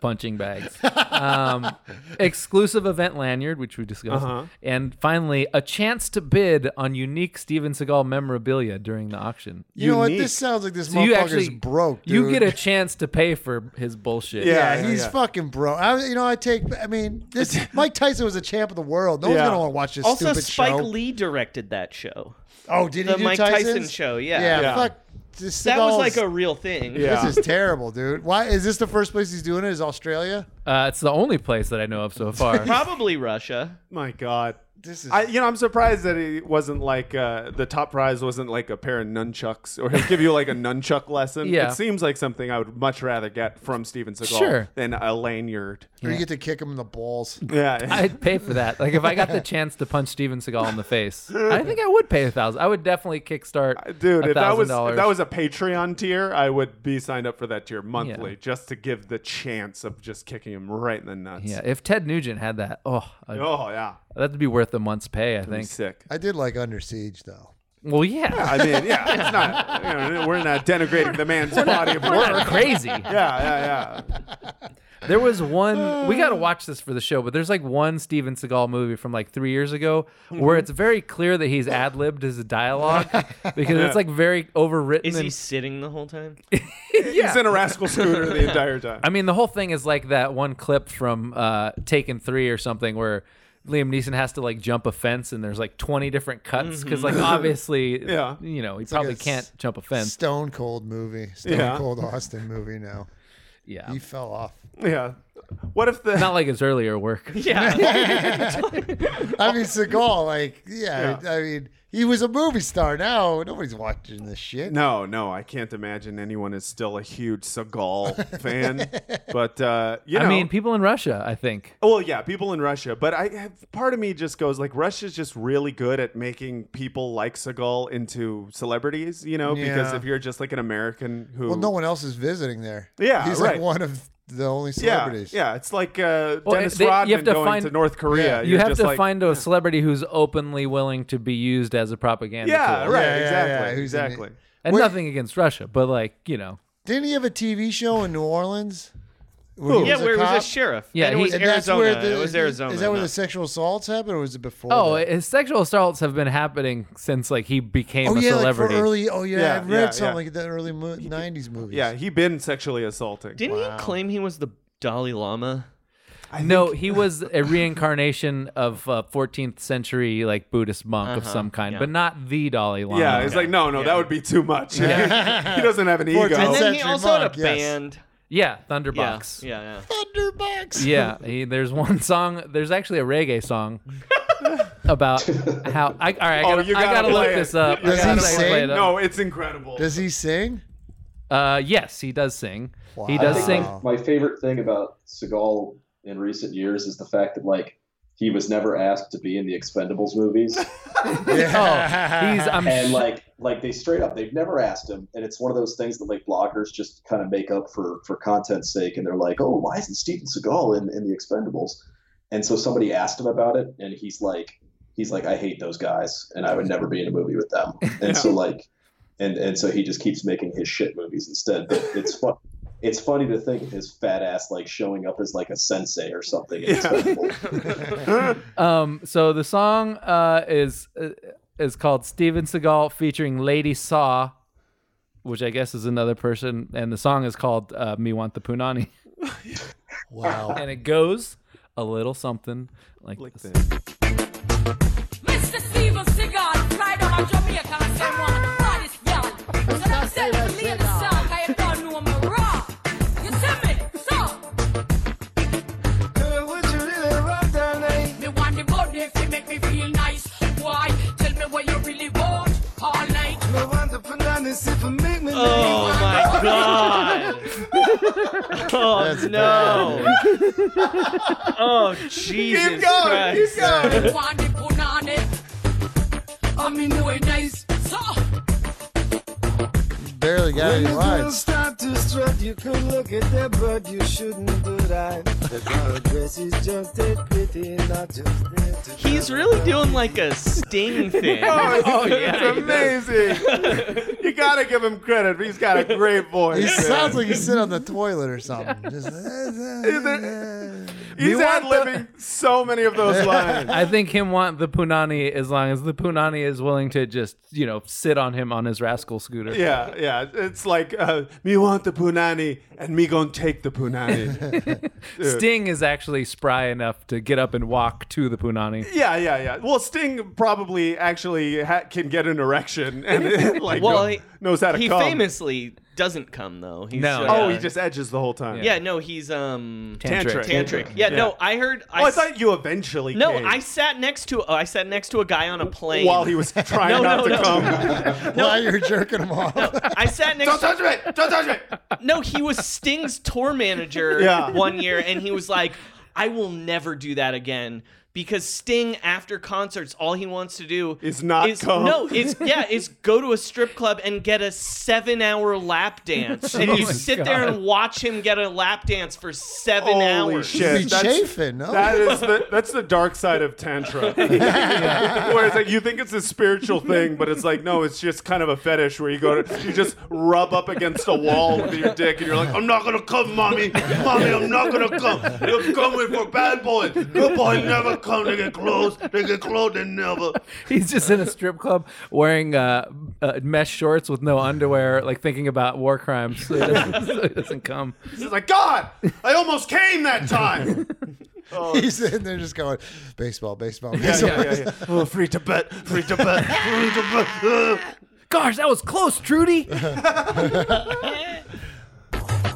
Speaker 1: punching bags, um, exclusive event lanyard, which we discussed,
Speaker 2: Uh-huh.
Speaker 1: and finally a chance to bid on unique Steven Seagal memorabilia during the auction.
Speaker 4: You know what?
Speaker 2: Unique.
Speaker 4: This sounds like this
Speaker 1: So
Speaker 4: motherfucker's
Speaker 1: you actually
Speaker 4: broke. Dude.
Speaker 1: You get a chance to pay for his bullshit.
Speaker 2: Yeah,
Speaker 4: Yeah,
Speaker 2: yeah,
Speaker 4: he's
Speaker 2: yeah.
Speaker 4: fucking broke. I, you know, I take. I mean, this Mike Tyson was a champ of the world. No
Speaker 2: Yeah.
Speaker 4: one's gonna want to watch this
Speaker 3: also,
Speaker 4: stupid
Speaker 3: Spike
Speaker 4: show.
Speaker 3: Lee directed that show,
Speaker 4: oh, did
Speaker 3: the
Speaker 4: he do
Speaker 3: Mike Tyson
Speaker 4: Tyson's?
Speaker 3: show. Yeah,
Speaker 4: Yeah,
Speaker 2: Yeah.
Speaker 4: fuck. This
Speaker 3: that was
Speaker 4: Seagal's-
Speaker 3: like a real thing.
Speaker 2: Yeah.
Speaker 4: This is terrible, dude. Why is this the first place he's doing it? Is Australia?
Speaker 1: Uh, it's the only place that I know of so far.
Speaker 3: Probably Russia.
Speaker 2: My God.
Speaker 4: This is.
Speaker 2: I, you know, I'm surprised that it wasn't like uh, the top prize wasn't like a pair of nunchucks or he'll give you like a nunchuck lesson.
Speaker 1: Yeah.
Speaker 2: It seems like something I would much rather get from Steven Seagal
Speaker 1: Sure.
Speaker 2: than a lanyard.
Speaker 4: or you get to kick him in the balls.
Speaker 2: Yeah.
Speaker 1: I'd pay for that. Like if I got the chance to punch Steven Seagal in the face, I think I would pay a thousand. I would definitely kickstart.
Speaker 2: Dude, if that was if
Speaker 1: $1,000.
Speaker 2: that was a Patreon tier, I would be signed up for that tier monthly
Speaker 1: Yeah.
Speaker 2: just to give the chance of just kicking him right in the nuts.
Speaker 1: yeah, if Ted Nugent had that, oh, I'd-
Speaker 2: Oh yeah.
Speaker 1: that'd be worth a month's pay. I
Speaker 2: Be
Speaker 1: think.
Speaker 2: sick.
Speaker 4: I did like Under Siege though.
Speaker 1: Well, yeah,
Speaker 2: I mean, yeah, it's not. You know, we're not denigrating the man's body of work.
Speaker 1: We're crazy.
Speaker 2: Yeah, yeah, yeah.
Speaker 1: There was one. We got to watch this for the show, but there's like one Steven Seagal movie from like three years ago
Speaker 2: Mm-hmm.
Speaker 1: where it's very clear that he's ad libbed his dialogue because it's like very overwritten.
Speaker 3: Is he
Speaker 1: and-
Speaker 3: sitting the whole time?
Speaker 2: He's in a rascal scooter the entire time.
Speaker 1: I mean, the whole thing is like that one clip from uh, Taken Three or something where Liam Neeson has to like jump a fence, and there's like 20 different cuts because,
Speaker 4: Mm-hmm.
Speaker 1: like, obviously,
Speaker 2: Yeah.
Speaker 1: you know, he probably
Speaker 4: a s-
Speaker 1: can't jump a fence.
Speaker 4: Stone Cold movie. Stone
Speaker 2: Yeah.
Speaker 4: Cold Austin movie now.
Speaker 1: Yeah,
Speaker 4: He fell off.
Speaker 2: Yeah. What if the
Speaker 1: not like his earlier work.
Speaker 3: Yeah.
Speaker 4: I mean, Seagal, like, yeah, I mean, he was a movie star. Now nobody's watching this shit.
Speaker 2: No, no, I can't imagine anyone is still a huge Seagal fan. But uh, you know,
Speaker 1: I mean, people in Russia, I think.
Speaker 2: well, yeah, people in Russia. But I have- part of me just goes like, Russia's just really good at making people like Seagal into celebrities. You know, because
Speaker 4: Yeah.
Speaker 2: if you're just like an American who,
Speaker 4: Well, no one else is visiting there.
Speaker 2: Yeah,
Speaker 4: he's
Speaker 2: right.
Speaker 4: like one of the only
Speaker 2: yeah,
Speaker 4: celebrities.
Speaker 2: yeah, it's like uh,
Speaker 1: Well,
Speaker 2: Dennis
Speaker 1: they- you
Speaker 2: Rodman
Speaker 1: have to
Speaker 2: going
Speaker 1: find-
Speaker 2: to North Korea.
Speaker 4: Yeah.
Speaker 2: You're
Speaker 1: You have
Speaker 2: just
Speaker 1: to
Speaker 2: like,
Speaker 1: find a celebrity who's openly willing to be used as a propaganda
Speaker 2: Yeah,
Speaker 1: tool.
Speaker 2: right,
Speaker 4: Yeah, yeah,
Speaker 2: exactly,
Speaker 4: yeah, who's in it.
Speaker 2: exactly.
Speaker 1: And
Speaker 4: Wait-
Speaker 1: nothing against Russia, but like, you know,
Speaker 4: Didn't he have a TV show in New Orleans?
Speaker 2: Who?
Speaker 4: he
Speaker 3: yeah, where he was
Speaker 4: cop?
Speaker 3: a sheriff.
Speaker 1: Yeah,
Speaker 3: and it
Speaker 1: he-
Speaker 3: was
Speaker 1: and
Speaker 3: Arizona. it
Speaker 4: is-
Speaker 3: was Arizona.
Speaker 4: Is that where
Speaker 3: no.
Speaker 4: the sexual assaults happened, or was it before?
Speaker 1: Oh,
Speaker 4: that?
Speaker 1: his sexual assaults have been happening since like he became
Speaker 4: oh
Speaker 1: a
Speaker 4: yeah,
Speaker 1: celebrity.
Speaker 4: like for early. Oh yeah,
Speaker 2: Yeah,
Speaker 4: i read
Speaker 2: yeah, yeah.
Speaker 4: something like the early mo- '90s movies.
Speaker 2: Yeah, he been sexually assaulting.
Speaker 3: Didn't he claim he was the Dalai Lama?
Speaker 1: no, he was a reincarnation of uh, 14th century like Buddhist monk of some kind,
Speaker 3: yeah.
Speaker 1: but not the Dalai Lama.
Speaker 2: yeah, he's like, no, no, that would be too much. he doesn't have an ego.
Speaker 4: Fourteen
Speaker 3: And
Speaker 4: Oh.
Speaker 3: then he
Speaker 4: Century
Speaker 3: also
Speaker 4: Monk,
Speaker 3: had a
Speaker 4: yes.
Speaker 3: band.
Speaker 1: yeah, Thunderbox.
Speaker 3: Yeah, yeah,
Speaker 4: Thunderbox.
Speaker 1: Yeah, he, there's one song. There's actually a reggae song about how. I, all right, I
Speaker 2: Oh,
Speaker 1: gotta,
Speaker 2: you
Speaker 1: I
Speaker 2: gotta
Speaker 1: gotta
Speaker 2: play
Speaker 1: look
Speaker 2: it.
Speaker 1: this up.
Speaker 4: You
Speaker 1: I gotta
Speaker 4: gotta
Speaker 1: play
Speaker 4: play
Speaker 1: it
Speaker 4: it.
Speaker 1: up.
Speaker 2: No, it's incredible.
Speaker 4: Does he sing?
Speaker 1: Uh, yes, he does sing. He
Speaker 4: Wow.
Speaker 5: I
Speaker 1: does
Speaker 5: think
Speaker 1: sing.
Speaker 4: Wow.
Speaker 5: my, my favorite thing about Seagal in recent years is the fact that like he was never asked to be in the Expendables movies,
Speaker 1: Oh, he's. I'm.
Speaker 5: and
Speaker 1: sh-
Speaker 5: like like they straight up they've never asked him, and it's one of those things that like bloggers just kind of make up for for content's sake, and they're like, oh, why isn't Steven Seagal in in the Expendables? And so somebody asked him about it, and he's like, he's like, I hate those guys, and I would never be in a movie with them. And so like, and and so he just keeps making his shit movies instead. But it's fun. It's funny to think of his fat ass like showing up as like a sensei or something. in Expendables.
Speaker 1: Um. So the song uh is uh, is called Steven Seagal featuring Lady Saw, which I guess is another person, and the song is called uh, "Me Want the Punani,"
Speaker 4: Wow.
Speaker 1: and it goes a little something like,
Speaker 2: Like
Speaker 1: this.
Speaker 2: this.
Speaker 6: Mr. Steven Seagal, fly down to Jamaica and say, man, God is young. So them say me lay the song, I don't know me raw. You see me? So, me want the body if you make me feel nice. Why? Tell me what you really want all night.
Speaker 3: Oh my god. oh
Speaker 4: That's
Speaker 3: no. oh Jesus
Speaker 2: Keep going.
Speaker 3: Christ.
Speaker 2: Keep going.
Speaker 6: Me want the punani. I mean, no it nice. So,
Speaker 4: Barely got any lines.
Speaker 7: start to strut, you can look at that, but you shouldn't do that. The color dress is just a pity, not just there to
Speaker 3: He's really doing like a sting thing.
Speaker 2: Oh, it's,
Speaker 1: yeah, he
Speaker 2: it's amazing. you gotta give him credit. He's got a great voice.
Speaker 4: He
Speaker 2: man.
Speaker 4: sounds like he's sitting on the toilet or something. Just,
Speaker 2: he's
Speaker 1: want
Speaker 2: ad
Speaker 1: the-
Speaker 2: living so many of those lines.
Speaker 1: I think him want the punani as long as the punani is willing to just you know sit on him on his rascal scooter.
Speaker 2: Yeah, yeah. It's like uh, me want the punani and me gonna take the punani.
Speaker 1: Sting is actually spry enough to get up and walk to the punani.
Speaker 2: yeah, yeah, yeah. Well, Sting probably actually ha- can get an erection and like
Speaker 3: well,
Speaker 2: kno-
Speaker 3: he,
Speaker 2: knows how to
Speaker 3: He
Speaker 2: come.
Speaker 3: famously doesn't come though. He's, uh,
Speaker 1: No.
Speaker 2: oh,
Speaker 1: yeah.
Speaker 2: he just edges the whole time.
Speaker 3: Yeah, no, he's um
Speaker 2: Tantric.
Speaker 3: tantric. Yeah, no, I heard I,
Speaker 2: Oh, I
Speaker 3: s-
Speaker 2: thought you eventually.
Speaker 3: No,
Speaker 2: came
Speaker 3: I sat next to I sat next to a guy on a plane
Speaker 2: while he was trying
Speaker 3: No,
Speaker 2: not
Speaker 3: no,
Speaker 2: to
Speaker 3: no.
Speaker 2: come.
Speaker 4: While you're jerking him off.
Speaker 3: I sat next to
Speaker 2: me! Don't touch me!
Speaker 3: No, he was Sting's tour manager
Speaker 2: Yeah.
Speaker 3: one year, and he was like, I will never do that again. Because Sting, after concerts, all he wants to do
Speaker 2: Is not come.
Speaker 3: no, is yeah, is go to a strip club and get a seven-hour lap dance, and you
Speaker 1: my
Speaker 3: sit there
Speaker 1: God.
Speaker 3: and watch him get a lap dance for seven
Speaker 2: Holy
Speaker 3: hours.
Speaker 2: shit.
Speaker 4: He's
Speaker 2: that's-
Speaker 4: chafing. No?
Speaker 2: That is the that's the dark side of tantra. Where it's like you think it's a spiritual thing, but it's like no, it's just kind of a fetish where you go to you just rub up against a wall with your dick and you're like, I'm not gonna come, mommy, mommy, I'm not gonna come. You're coming for bad boys. Good boys never come. They get clothes. They get clothes. They never.
Speaker 1: He's just in a strip club wearing uh, uh, mesh shorts with no underwear, like thinking about war crimes. So he doesn't, so he doesn't come.
Speaker 2: It's just like God. I almost came that time.
Speaker 4: He's in there just going, baseball, baseball, baseball.
Speaker 2: yeah, yeah, yeah. Oh, free to bet, free to bet, free to bet. Ugh.
Speaker 1: Gosh, that was close, Trudy.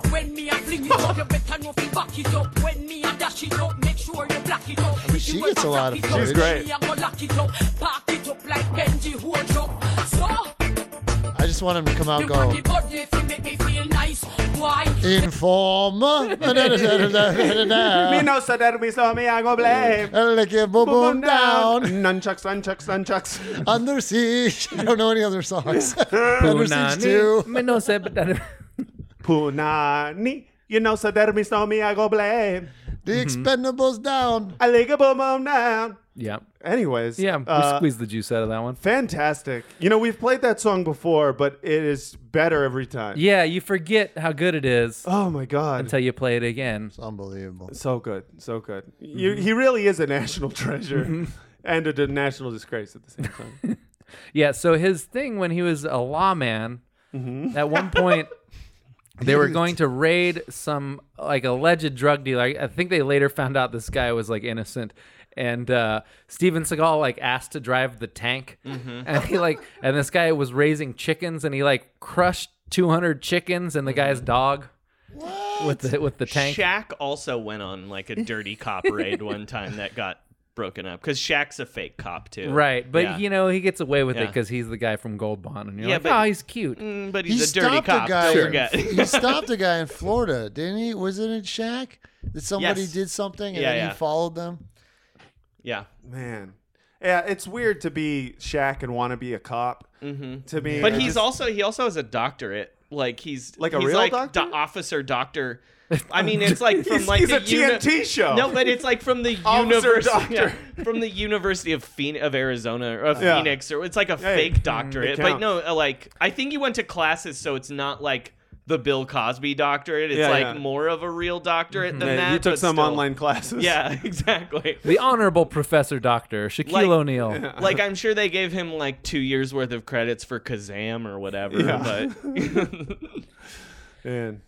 Speaker 6: When me I fling it up, you better know fi back it up. When me I dash it up, make sure you block it up. If
Speaker 4: she
Speaker 6: you
Speaker 4: gets a
Speaker 6: ever
Speaker 4: lot of
Speaker 6: lock it up,
Speaker 4: footage. She's
Speaker 2: great.
Speaker 6: Me I go lock it up, park it up like Benji hold up. So
Speaker 4: I just want him to come out
Speaker 6: you
Speaker 4: and
Speaker 6: got
Speaker 4: go,
Speaker 6: the body if you make me feel nice. Why?
Speaker 4: informer.
Speaker 2: Me no said that we saw me, I go blame.
Speaker 4: Lick your boom boom down.
Speaker 2: Nunchucks, nunchucks, nunchucks.
Speaker 4: Under siege. I don't know any other songs. Under siege
Speaker 1: Punani,
Speaker 4: two.
Speaker 1: me no se- but that-
Speaker 2: Punani. You know, so that me saw me, I go blame.
Speaker 4: The
Speaker 3: Mm-hmm.
Speaker 4: expendables down.
Speaker 2: I lick a boom boom down.
Speaker 1: yeah,
Speaker 2: Anyways.
Speaker 1: yeah. We
Speaker 2: uh,
Speaker 1: squeezed the juice out of that one.
Speaker 2: Fantastic. You know, we've played that song before, but it is better every time.
Speaker 1: Yeah, you forget how good it is
Speaker 2: Oh my God.
Speaker 1: until you play it again.
Speaker 4: Unbelievable.
Speaker 2: So good. So good. You,
Speaker 1: Mm-hmm.
Speaker 2: he really is a national treasure and a, d- national disgrace at the same time.
Speaker 1: Yeah, so his thing when he was a lawman,
Speaker 3: Mm-hmm.
Speaker 1: at one point they were going to raid some like alleged drug dealer. I think they later found out this guy was like innocent. And uh, Steven Seagal like asked to drive the tank,
Speaker 3: Mm-hmm.
Speaker 1: and he like and this guy was raising chickens, and he like crushed 200 chickens and the guy's dog with the with the tank.
Speaker 3: Mm-hmm. Shaq also went on like a dirty cop raid one time that got broken up because Shaq's a fake cop too.
Speaker 1: Right, but
Speaker 3: Yeah.
Speaker 1: you know he gets away with it
Speaker 3: Yeah.
Speaker 1: because he's the guy from Gold Bond, and you're
Speaker 3: Yeah,
Speaker 1: like,
Speaker 3: but-
Speaker 1: oh, he's cute.
Speaker 3: Mm, but
Speaker 4: He
Speaker 3: he's a dirty
Speaker 4: stopped
Speaker 3: cop.
Speaker 4: a guy.
Speaker 3: Don't
Speaker 4: in-
Speaker 3: forget.
Speaker 4: he stopped a guy in Florida, didn't he? Was it in Shaq that somebody
Speaker 3: Yes.
Speaker 4: did something and
Speaker 3: Yeah,
Speaker 4: then
Speaker 3: yeah.
Speaker 4: he followed them?
Speaker 3: yeah.
Speaker 2: Man. Yeah, it's weird to be Shaq and want to be a cop. Mm-hmm. To me,
Speaker 3: But
Speaker 2: I
Speaker 3: he's
Speaker 2: just-
Speaker 3: also he also has a doctorate. Like he's
Speaker 2: Like a
Speaker 3: he's
Speaker 2: real
Speaker 3: like
Speaker 2: doctor?
Speaker 3: The officer doctor. I mean, it's like from
Speaker 2: He's-
Speaker 3: like
Speaker 2: he's
Speaker 3: the
Speaker 2: a TNT show.
Speaker 3: No, but it's like from the
Speaker 2: Officer
Speaker 3: university
Speaker 2: doctor.
Speaker 3: yeah, from the University of Phoenix of Arizona or of
Speaker 2: Yeah.
Speaker 3: Phoenix or it's like a
Speaker 2: Yeah,
Speaker 3: fake
Speaker 2: it- it
Speaker 3: doctorate. But no, uh, like I think he went to classes, so it's not like the Bill Cosby doctorate. It's
Speaker 2: Yeah,
Speaker 3: like
Speaker 2: yeah. Mm-hmm.
Speaker 3: more of a real doctorate than
Speaker 2: Yeah,
Speaker 3: that.
Speaker 2: you took
Speaker 3: but
Speaker 2: some
Speaker 3: still.
Speaker 2: online classes.
Speaker 3: Yeah, exactly.
Speaker 1: The Honorable Professor Doctor Shaquille
Speaker 3: Like-
Speaker 1: O'Neal.
Speaker 3: Like I'm sure they gave him like two years worth of credits for Kazam or whatever,
Speaker 2: Yeah.
Speaker 3: but
Speaker 2: Man.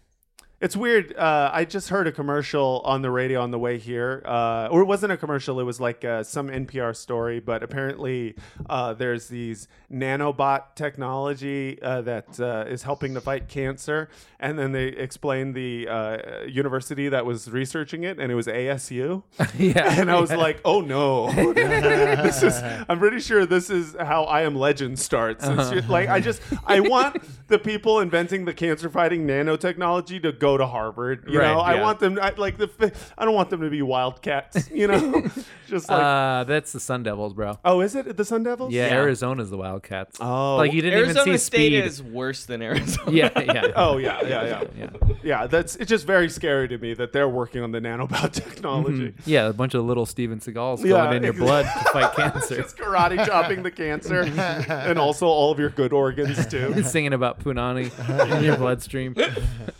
Speaker 2: It's weird. Uh, I just heard a commercial on the radio on the way here, uh, or it wasn't a commercial. It was like uh, some NPR story, but apparently uh, there's these nanobot technology uh, that uh, is helping to fight cancer. And then they explained the uh, university that was researching it, and it was ASU.
Speaker 1: yeah,
Speaker 2: and I was like, "Oh no, this is." I'm pretty sure this is how I Am Legend starts. It's
Speaker 1: Uh-huh.
Speaker 2: just, like I just, I want the people inventing the cancer-fighting nanotechnology to go to Harvard. You
Speaker 1: Right,
Speaker 2: know, I
Speaker 1: yeah.
Speaker 2: want them. I, like the, f- I don't want them to be wildcats. You know, just like,
Speaker 1: uh, that's the Sun Devils, bro.
Speaker 2: oh, is it the Sun Devils?
Speaker 1: Yeah,
Speaker 3: Yeah.
Speaker 1: Arizona's the Wildcats.
Speaker 2: Oh.
Speaker 1: like you didn't
Speaker 3: Arizona
Speaker 1: even see
Speaker 3: State
Speaker 1: speed.
Speaker 3: is worse than Arizona.
Speaker 1: yeah, yeah.
Speaker 2: Oh yeah, yeah, yeah, yeah.
Speaker 1: yeah.
Speaker 2: that's it's just very scary to me that they're working on the nanobot technology.
Speaker 1: Yeah, a bunch of little Steven Seagals
Speaker 2: Yeah,
Speaker 1: going in your
Speaker 2: ex-
Speaker 1: blood to fight cancer.
Speaker 2: Just karate chopping the cancer, and also all of your good organs too.
Speaker 1: Singing about Punani in your bloodstream.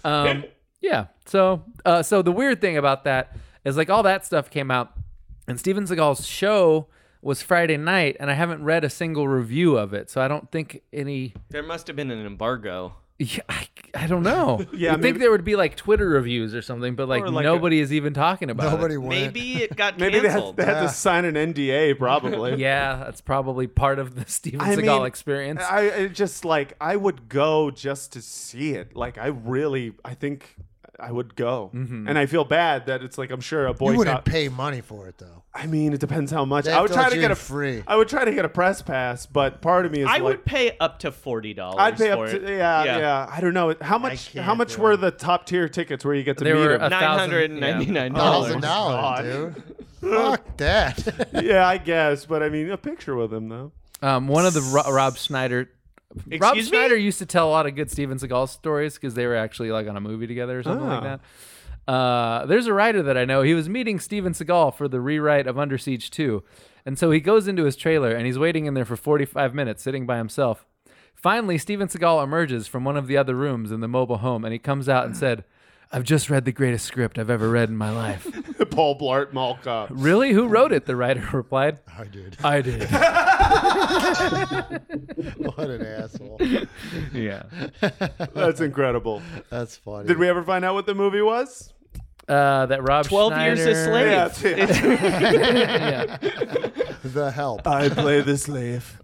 Speaker 1: Um, yeah. So, uh, so the weird thing about that is like all that stuff came out, and Steven Seagal's show was Friday night, and I haven't read a single review of it, so I don't think any.
Speaker 3: There must have been an embargo.
Speaker 1: Yeah, I, I don't know. I
Speaker 2: Yeah,
Speaker 1: think
Speaker 2: maybe-
Speaker 1: there would be like Twitter reviews or something, but like,
Speaker 2: Or like a-
Speaker 1: nobody is even talking about
Speaker 4: Nobody
Speaker 1: it.
Speaker 4: went.
Speaker 3: Maybe it got
Speaker 2: Maybe they had,
Speaker 3: canceled.
Speaker 2: they had to sign an NDA, probably.
Speaker 1: Yeah, that's probably part of the Steven
Speaker 2: I
Speaker 1: Seagal
Speaker 2: mean,
Speaker 1: experience.
Speaker 2: I it just like I would go just to see it. Like I really, I think I would go, and I feel bad that it's like I'm sure a
Speaker 4: Mm-hmm. You
Speaker 2: boycott.
Speaker 4: wouldn't pay money for it though.
Speaker 3: Oh,
Speaker 2: I mean, it depends how much.
Speaker 4: They
Speaker 2: I would
Speaker 4: thought
Speaker 2: try to
Speaker 4: you
Speaker 2: get
Speaker 4: were
Speaker 2: a
Speaker 4: free.
Speaker 2: I would try to get a press pass, but part of me is
Speaker 3: I
Speaker 2: like.
Speaker 3: would pay up to forty dollars.
Speaker 2: I'd pay up
Speaker 3: for
Speaker 2: to
Speaker 3: it.
Speaker 2: yeah, yeah I don't know how much
Speaker 4: can't
Speaker 2: how much
Speaker 4: do
Speaker 2: were
Speaker 4: it.
Speaker 2: the top tier tickets where you get to
Speaker 1: They
Speaker 2: meet
Speaker 1: were
Speaker 2: him.
Speaker 1: a-
Speaker 3: Nine hundred and ninety nine dollars.
Speaker 4: Thousand
Speaker 2: my
Speaker 4: dollars,
Speaker 2: God.
Speaker 4: dude. Fuck that.
Speaker 2: yeah, I guess, but I mean a picture with him though.
Speaker 1: Um, one of the Ro- Rob Schneider. Rob
Speaker 3: Excuse me?
Speaker 1: Schneider used to tell a lot of good Steven Seagal stories because they were actually like on a movie together or something
Speaker 2: Ah.
Speaker 1: like that. Uh, there's a writer that I know. He was meeting Steven Seagal for the rewrite of Under Siege 2. And so he goes into his trailer and he's waiting in there for 45 minutes, sitting by himself. Finally, Steven Seagal emerges from one of the other rooms in the mobile home and he comes out and said, I've just read the greatest script I've ever read in my life.
Speaker 2: Paul Blart Mall Cop.
Speaker 1: really? Who wrote it? The writer replied.
Speaker 4: I did.
Speaker 1: I did.
Speaker 4: What an asshole.
Speaker 1: yeah.
Speaker 2: That's incredible.
Speaker 4: That's funny.
Speaker 2: Did we ever find out what the movie was?
Speaker 1: uh, that Rob
Speaker 3: 12 years a
Speaker 1: Schneider-
Speaker 3: slave.
Speaker 2: Yeah, it's-
Speaker 3: It's-
Speaker 1: Yeah.
Speaker 4: The help.
Speaker 3: Uh,
Speaker 2: I play the slave.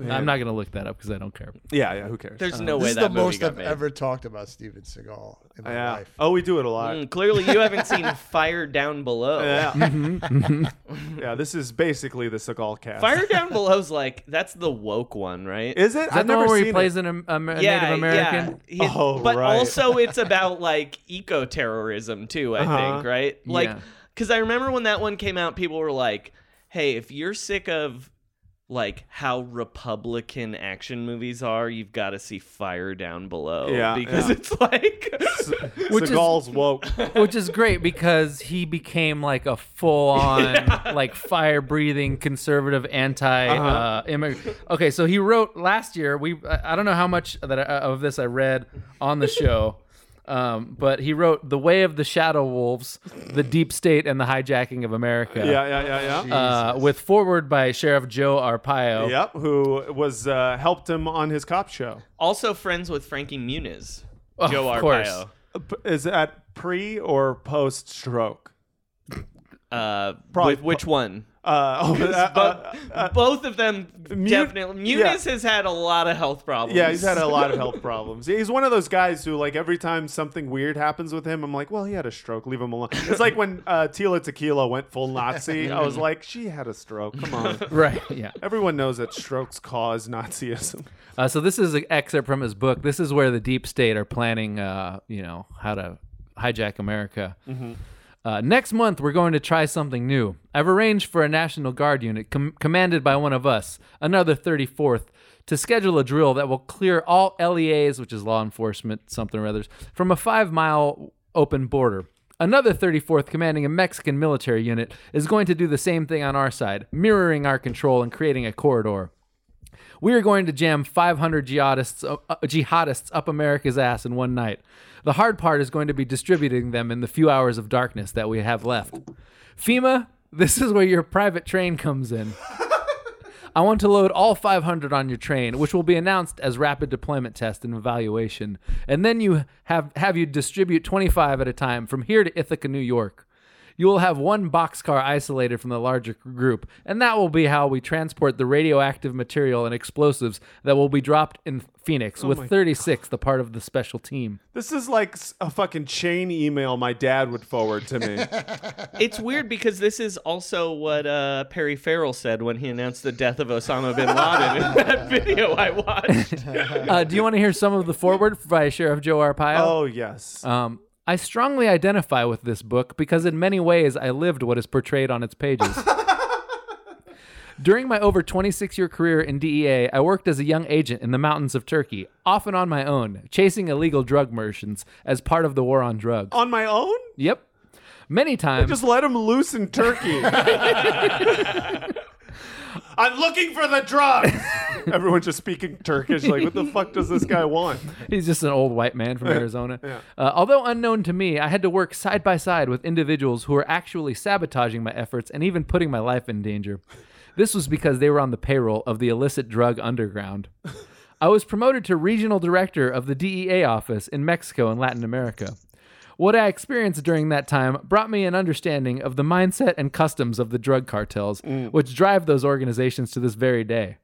Speaker 1: I'm not gonna look that up because I don't care.
Speaker 2: Yeah, yeah. Who cares?
Speaker 3: there's no
Speaker 4: Uh, this
Speaker 3: way
Speaker 4: is
Speaker 3: that
Speaker 4: the
Speaker 3: movie
Speaker 4: most
Speaker 3: got
Speaker 4: I've
Speaker 3: made.
Speaker 4: ever talked about Steven Seagal in my
Speaker 2: Yeah.
Speaker 4: life.
Speaker 2: Oh, we do it a lot.
Speaker 3: Mm, clearly, you haven't seen Fire Down Below.
Speaker 2: Yeah. yeah. This is basically the Seagal cast.
Speaker 3: Fire Down Below's like that's the woke one, right?
Speaker 2: Is it?
Speaker 1: Is that
Speaker 2: I've
Speaker 1: the
Speaker 2: never
Speaker 1: one where he
Speaker 2: seen
Speaker 1: plays
Speaker 2: it.
Speaker 1: an, Am- Am- a
Speaker 3: yeah,
Speaker 1: Native American?
Speaker 3: Yeah. He-
Speaker 2: Oh,
Speaker 3: but
Speaker 2: right.
Speaker 3: also it's about like eco terrorism too.
Speaker 2: Uh-huh.
Speaker 3: I think right, like
Speaker 1: Yeah.
Speaker 3: because I remember when that one came out, people were like, "Hey, if you're sick of like how Republican action movies are, you've got to see Fire Down Below."
Speaker 2: Yeah,
Speaker 3: because
Speaker 2: yeah.
Speaker 3: it's like
Speaker 1: Which is-
Speaker 2: Seagal's woke.
Speaker 1: Which is great because he became like a full on, like fire breathing conservative anti
Speaker 2: Uh-huh.
Speaker 1: uh immigrant. Okay, so he wrote last year. We I I don't know how much that I, uh, of this I read on the show, um, but he wrote "The Way of the Shadow Wolves," "The Deep State," and "The Hijacking of America."
Speaker 2: Yeah, yeah, yeah, yeah.
Speaker 1: Uh, with forward by Sheriff Joe Arpaio.
Speaker 2: Yep, who was uh, helped him on his cop show?
Speaker 3: also friends with Frankie Muniz,
Speaker 1: Of
Speaker 3: Joe
Speaker 1: course.
Speaker 3: Arpaio.
Speaker 2: Uh, p- Is that pre or post stroke?
Speaker 3: Uh,
Speaker 2: Probably
Speaker 3: wh- which one?
Speaker 2: Uh, oh, uh, uh,
Speaker 3: But both of them
Speaker 2: Mu-
Speaker 3: definitely.
Speaker 2: yeah.
Speaker 3: Muniz has had a lot of health problems.
Speaker 2: yeah, he's had a lot of health problems. He's one of those guys who, like, every time something weird happens with him, I'm like, well, he had a stroke. Leave him alone. It's like when uh, Tila Tequila went full Nazi. I was like, she had a stroke. Come on.
Speaker 1: Right. Yeah.
Speaker 2: Everyone knows that strokes cause Nazism.
Speaker 1: Uh, so this is an excerpt from his book. This is where the deep state are planning, uh, you know, how to hijack America. Uh, next month, we're going to try something new. I've arranged for a National Guard unit com- commanded by one of us, another 34th, to schedule a drill that will clear all LEAs, which is law enforcement, something or others, from a five mile open border. Another 34th commanding a Mexican military unit is going to do the same thing on our side, mirroring our control and creating a corridor. We are going to jam 500 jihadists, uh, jihadists up America's ass in one night. The hard part is going to be distributing them in the few hours of darkness that we have left. FEMA, this is where your private train comes in. I want to load all 500 on your train, which will be announced as rapid deployment test and evaluation, and then you have have you distribute 25 at a time from here to Ithaca, New York. You will have one boxcar isolated from the larger group, and that will be how we transport the radioactive material and explosives that will be dropped in Phoenix with 36, the part of the special team.
Speaker 2: This is like s- a fucking chain email my dad would forward to me.
Speaker 3: It's weird because this is also what uh, Perry Farrell said when he announced the death of Osama bin Laden in that video I watched.
Speaker 1: Uh, do you want to hear some of the forward by Sheriff Joe Arpaio?
Speaker 2: oh, yes.
Speaker 1: Um, I strongly identify with this book because, in many ways, I lived what is portrayed on its pages. During my over 26 year career in DEA, I worked as a young agent in the mountains of Turkey, often on my own, chasing illegal drug merchants as part of the war on drugs.
Speaker 2: On my own?
Speaker 1: Yep. Many times.
Speaker 2: Just let him loose in Turkey. I'm looking for the drugs. Everyone's just speaking Turkish. Like, what the fuck does this guy want?
Speaker 1: He's just an old white man from Arizona. Uh, although unknown to me, I had to work side by side with individuals who were actually sabotaging my efforts and even putting my life in danger. This was because they were on the payroll of the illicit drug underground. I was promoted to regional director of the DEA office in Mexico and Latin America. What I experienced during that time brought me an understanding of the mindset and customs of the drug cartels, which drive those organizations to this very day.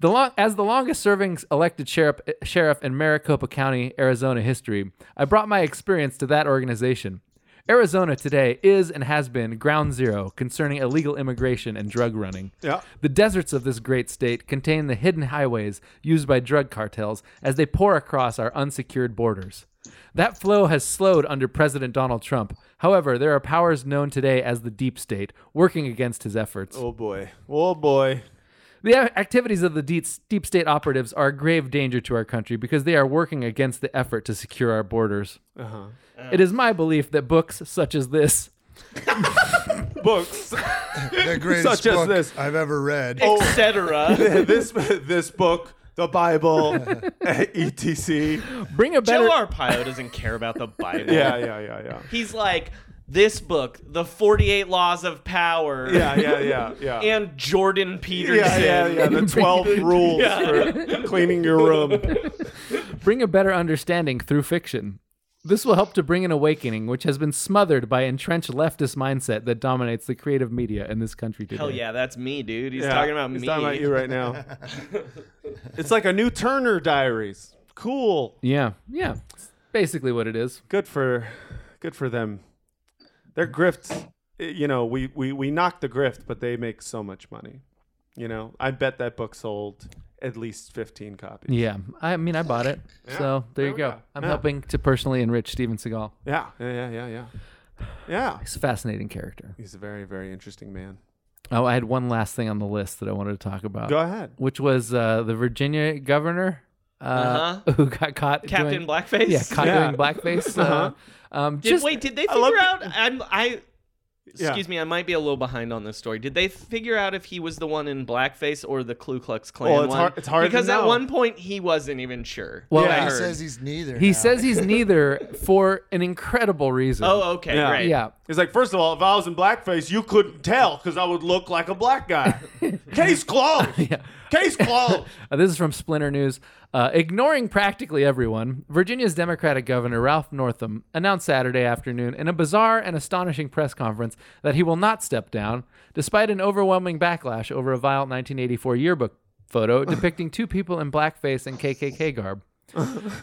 Speaker 1: The long, as the longest serving elected sheriff, eh, sheriff in Maricopa County, Arizona history, I brought my experience to that organization. Arizona today is and has been ground zero concerning illegal immigration and drug running.
Speaker 2: Yeah.
Speaker 1: The deserts of this great state contain the hidden highways used by drug cartels as they pour across our unsecured borders. That flow has slowed under President Donald Trump. However, there are powers known today as the deep state working against his efforts.
Speaker 2: Oh boy. Oh boy.
Speaker 1: The a- activities of the deep, deep state operatives are a grave danger to our country because they are working against the effort to secure our borders. It is my belief that books such as this,
Speaker 2: Books.
Speaker 4: The greatest
Speaker 2: Such as
Speaker 4: book
Speaker 2: this.
Speaker 4: I've ever read.
Speaker 3: Oh, Etc.
Speaker 2: this this book, the Bible, E etc.
Speaker 1: bring a
Speaker 3: Joe
Speaker 1: better.
Speaker 3: Arpaio doesn't care about the Bible.
Speaker 2: Yeah, yeah, yeah, yeah.
Speaker 3: He's like, this book, The 48 Laws of Power,
Speaker 2: Yeah, yeah, yeah, yeah.
Speaker 3: and Jordan Peterson.
Speaker 2: yeah, yeah, yeah. The 12 rules
Speaker 3: Yeah.
Speaker 2: for cleaning your room.
Speaker 1: bring a better understanding through fiction. This will help to bring an awakening, which has been smothered by entrenched leftist mindset that dominates the creative media in this country today.
Speaker 3: Hell yeah, that's me, dude. He's
Speaker 2: Yeah,
Speaker 3: talking about
Speaker 2: he's
Speaker 3: me.
Speaker 2: talking about you right now. it's like a new Turner Diaries. Cool.
Speaker 1: Yeah, yeah. It's basically what it is.
Speaker 2: Good for, good for them. Their grift, eh, you know, we we we knock the grift, but they make so much money. You know, I bet that book sold at least fifteen copies.
Speaker 1: Yeah, I mean, I bought it. so there, you
Speaker 2: we
Speaker 1: go.
Speaker 2: go.
Speaker 1: I'm
Speaker 2: Yeah.
Speaker 1: helping to personally enrich Steven Seagal.
Speaker 2: Yeah, yeah, yeah, yeah, yeah. Yeah.
Speaker 1: He's a fascinating character.
Speaker 2: He's a very, very interesting man.
Speaker 1: Oh, I had one last thing on the list that I wanted to talk about,
Speaker 2: Go ahead.
Speaker 1: which was uh, the Virginia governor uh,
Speaker 3: Uh-huh.
Speaker 1: who got caught
Speaker 3: Captain
Speaker 1: doing,
Speaker 3: Blackface.
Speaker 1: Yeah, caught
Speaker 2: Yeah. Uh-huh.
Speaker 1: doing blackface. Uh, um,
Speaker 3: Did,
Speaker 1: just,
Speaker 3: wait, did they
Speaker 2: love
Speaker 3: figure out? I'm, I.
Speaker 2: Yeah.
Speaker 3: Excuse me, I might be a little behind on this story. Did they figure out if he was the one in blackface or the Ku Klux Klan
Speaker 2: Well, it's
Speaker 3: one?
Speaker 2: hard- it's hard to
Speaker 3: because at
Speaker 2: know.
Speaker 3: one point he wasn't even sure.
Speaker 1: Well,
Speaker 2: Yeah.
Speaker 3: I
Speaker 4: He
Speaker 3: heard.
Speaker 4: says he's neither.
Speaker 1: He
Speaker 4: now.
Speaker 1: says he's neither for an incredible reason.
Speaker 3: "Oh, okay,
Speaker 2: Yeah.
Speaker 3: great."
Speaker 1: yeah.
Speaker 2: He's like, first of all, if I was in blackface, you couldn't tell because I would look like a black guy. Case closed.
Speaker 1: Yeah.
Speaker 2: Case closed.
Speaker 1: Uh, this is from Splinter News. Uh, ignoring practically everyone, Virginia's Democratic Governor Ralph Northam announced Saturday afternoon in a bizarre and astonishing press conference that he will not step down, despite an overwhelming backlash over a vile 1984 yearbook photo depicting two people in blackface and KKK garb.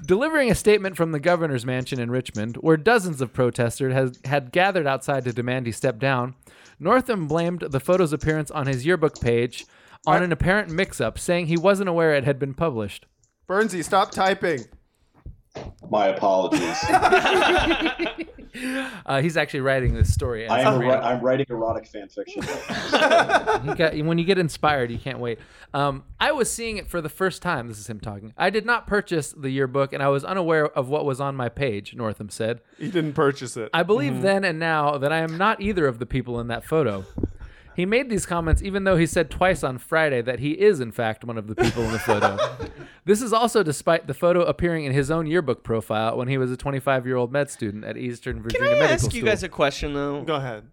Speaker 1: Delivering a statement from the governor's mansion in Richmond, where dozens of protesters has, had gathered outside to demand he step down, Northam blamed the photo's appearance on his yearbook page on an apparent mix up, saying he wasn't aware it had been published.
Speaker 2: Bernsey, stop typing.
Speaker 5: My apologies.
Speaker 1: Uh, he's actually writing this story. as
Speaker 5: I am
Speaker 1: we
Speaker 5: ri- I'm writing erotic fan fiction.
Speaker 1: You got- when you get inspired, you can't wait. Um, I was seeing it for the first time. This is him talking. I did not purchase the yearbook, and I was unaware of what was on my page, Northam said.
Speaker 2: He didn't purchase it.
Speaker 1: I believe then and now that I am not either of the people in that photo. He made these comments even though he said twice on Friday that he is, in fact, one of the people in the photo. this is also despite the photo appearing in his own yearbook profile when he was a 25 year old med student at Eastern Virginia
Speaker 3: Can I
Speaker 1: Medical
Speaker 3: ask
Speaker 1: School.
Speaker 3: you guys a question though?
Speaker 2: Go ahead.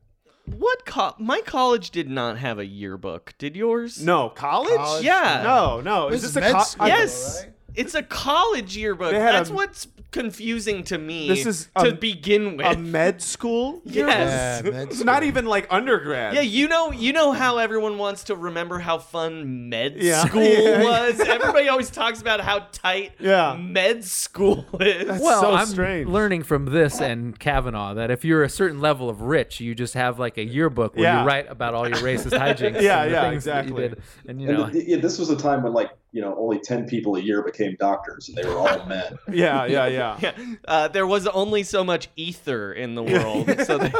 Speaker 3: What co- my college did not have a yearbook. Did yours?
Speaker 2: No, college?
Speaker 4: College?
Speaker 3: Yeah.
Speaker 2: No, no.
Speaker 4: This
Speaker 2: Is
Speaker 4: is
Speaker 2: this a
Speaker 4: med
Speaker 2: co-
Speaker 4: school,
Speaker 2: I-
Speaker 3: Yes. It's a college yearbook.
Speaker 2: They had
Speaker 3: That's
Speaker 2: a-
Speaker 3: what's confusing to me.
Speaker 2: This is
Speaker 3: to
Speaker 2: a-
Speaker 3: begin with.
Speaker 2: A med school?
Speaker 3: yes.
Speaker 4: Yeah, med
Speaker 2: It's not
Speaker 4: school.
Speaker 2: even like undergrad.
Speaker 3: Yeah, you know, you know how everyone wants to remember how fun med
Speaker 2: Yeah.
Speaker 3: school
Speaker 2: Yeah.
Speaker 3: was. Everybody always talks about how tight
Speaker 2: Yeah.
Speaker 3: med school is.
Speaker 2: That's
Speaker 1: Well,
Speaker 2: so
Speaker 1: I'm
Speaker 2: strange.
Speaker 1: learning from this and Kavanaugh that if you're a certain level of rich, you just have like a yearbook where
Speaker 2: Yeah.
Speaker 1: you write about all your racist hijinks.
Speaker 2: Yeah,
Speaker 1: and the
Speaker 2: yeah,
Speaker 1: things that you
Speaker 2: exactly.
Speaker 1: did. And you
Speaker 5: And
Speaker 1: know,
Speaker 5: th- yeah, this was a time when like you know only ten people a year became doctors, and they were all men.
Speaker 2: yeah, yeah, yeah.
Speaker 3: Yeah. Uh, there was only so much ether in the world, so they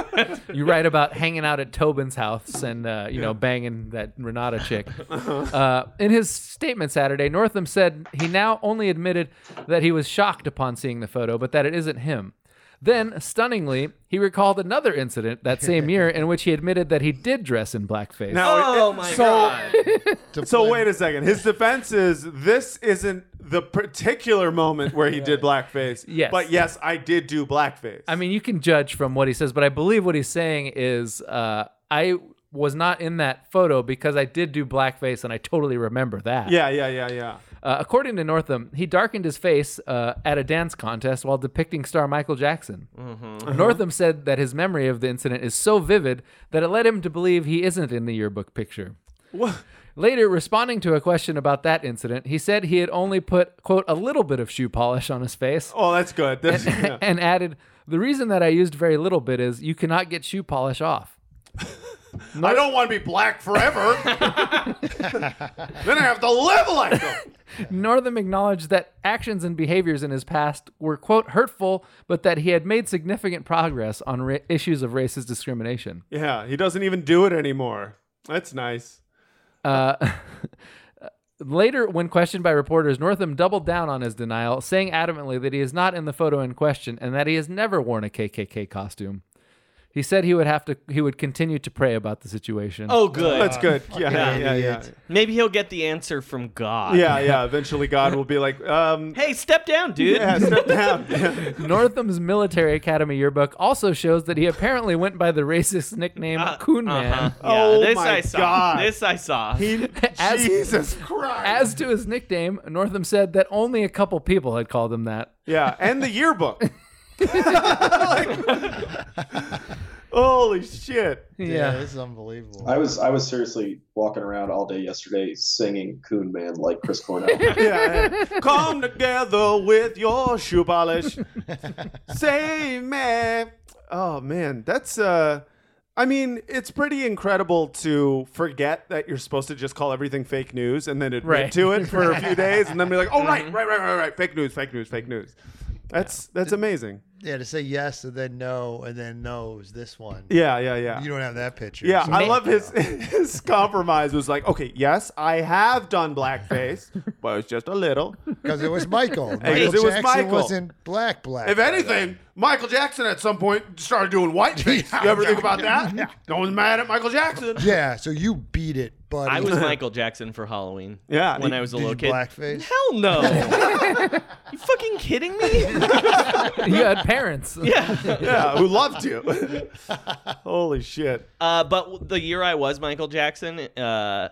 Speaker 1: you write about hanging out at Tobin's house and uh, you know banging that Renata chick. Uh, in his statement Saturday, Northam said he now only admitted that he was shocked upon seeing the photo, but that it isn't him. Then, stunningly, he recalled another incident that same year in which he admitted that he did dress in blackface.
Speaker 2: Now,
Speaker 3: Oh
Speaker 2: it-
Speaker 3: my
Speaker 2: so,
Speaker 3: God.
Speaker 4: To
Speaker 2: So
Speaker 4: blend-
Speaker 2: wait a second. His defense is this isn't the particular moment where he did blackface.
Speaker 1: Yes.
Speaker 2: But yes, I did do blackface.
Speaker 1: I mean, you can judge from what he says, but I believe what he's saying is uh, I was not in that photo because I did do blackface and I totally remember that.
Speaker 2: Yeah, yeah, yeah, yeah.
Speaker 1: Uh, according to Northam, he darkened his face uh, at a dance contest while depicting star Michael Jackson.
Speaker 2: Uh-huh.
Speaker 1: Northam said that his memory of the incident is so vivid that it led him to believe he isn't in the yearbook picture. Later, responding to a question about that incident, he said he had only put, quote, a little bit of shoe polish on his face
Speaker 2: Oh, that's good. That's, yeah.
Speaker 1: and added, "The reason that I used very little bit is you cannot get shoe polish off."
Speaker 2: I don't want to be black forever. then I have to live like them.
Speaker 1: Northam acknowledged that actions and behaviors in his past were quote hurtful, but that he had made significant progress on ra- issues of racist discrimination.
Speaker 2: Yeah, he doesn't even do it anymore. That's nice.
Speaker 1: Uh, later, when questioned by reporters, Northam doubled down on his denial, saying adamantly that he is not in the photo in question and that he has never worn a KKK costume. He said he would have to he would continue to pray about the situation.
Speaker 3: Oh, good.
Speaker 2: That's good. Yeah, yeah, yeah, yeah.
Speaker 4: idiot.
Speaker 3: Maybe he'll get the answer from God.
Speaker 2: Yeah, yeah. Eventually, God will be like, um,
Speaker 3: Hey, step down, dude.
Speaker 2: yeah, step down. Yeah.
Speaker 1: Northam's Military Academy yearbook also shows that he apparently went by the racist nickname
Speaker 3: Uh,
Speaker 1: Coon Man.
Speaker 2: Oh
Speaker 3: Uh-huh. this
Speaker 2: my
Speaker 3: I saw.
Speaker 2: God.
Speaker 3: This I saw.
Speaker 2: He-
Speaker 1: As-
Speaker 2: Jesus Christ.
Speaker 1: As to his nickname, Northam said that only a couple people had called him that.
Speaker 2: yeah, and the yearbook. Holy shit.
Speaker 4: yeah,
Speaker 1: Yeah.
Speaker 4: this is unbelievable.
Speaker 5: I was I was seriously walking around all day yesterday singing Coon Man like Chris Cornell.
Speaker 2: Yeah. Come together with your shoe polish. Save me. Oh man, that's uh I mean, it's pretty incredible to forget that you're supposed to just call everything fake news and then admit
Speaker 1: Right. Mm-hmm.
Speaker 2: to it for a few days and then be like, "Oh right, right, right, right, right, fake news, fake news, fake news." That's that's amazing.
Speaker 4: Yeah, to say yes and then no and then no is this one.
Speaker 2: Yeah, yeah, yeah.
Speaker 4: You don't have that picture.
Speaker 2: Yeah,
Speaker 4: So-
Speaker 2: I love his his compromise was like, okay, yes, I have done blackface, but it's just a little.
Speaker 4: Because it was Michael. Michael
Speaker 2: Because it was
Speaker 4: Jackson
Speaker 2: Michael.
Speaker 4: wasn't black black.
Speaker 2: If anything, Michael Jackson at some point started doing whiteface. you ever think about that? Yeah. No one's mad at Michael Jackson.
Speaker 4: yeah, so you beat it, buddy.
Speaker 3: I was Michael Jackson for Halloween.
Speaker 2: Yeah.
Speaker 3: When I was a
Speaker 4: Did you
Speaker 3: little kid.
Speaker 4: blackface?
Speaker 3: Hell no. you fucking kidding me?
Speaker 1: you had parents.
Speaker 3: yeah.
Speaker 2: Yeah, who loved you? Holy shit.
Speaker 3: Uh, but w- the year I was Michael Jackson, uh,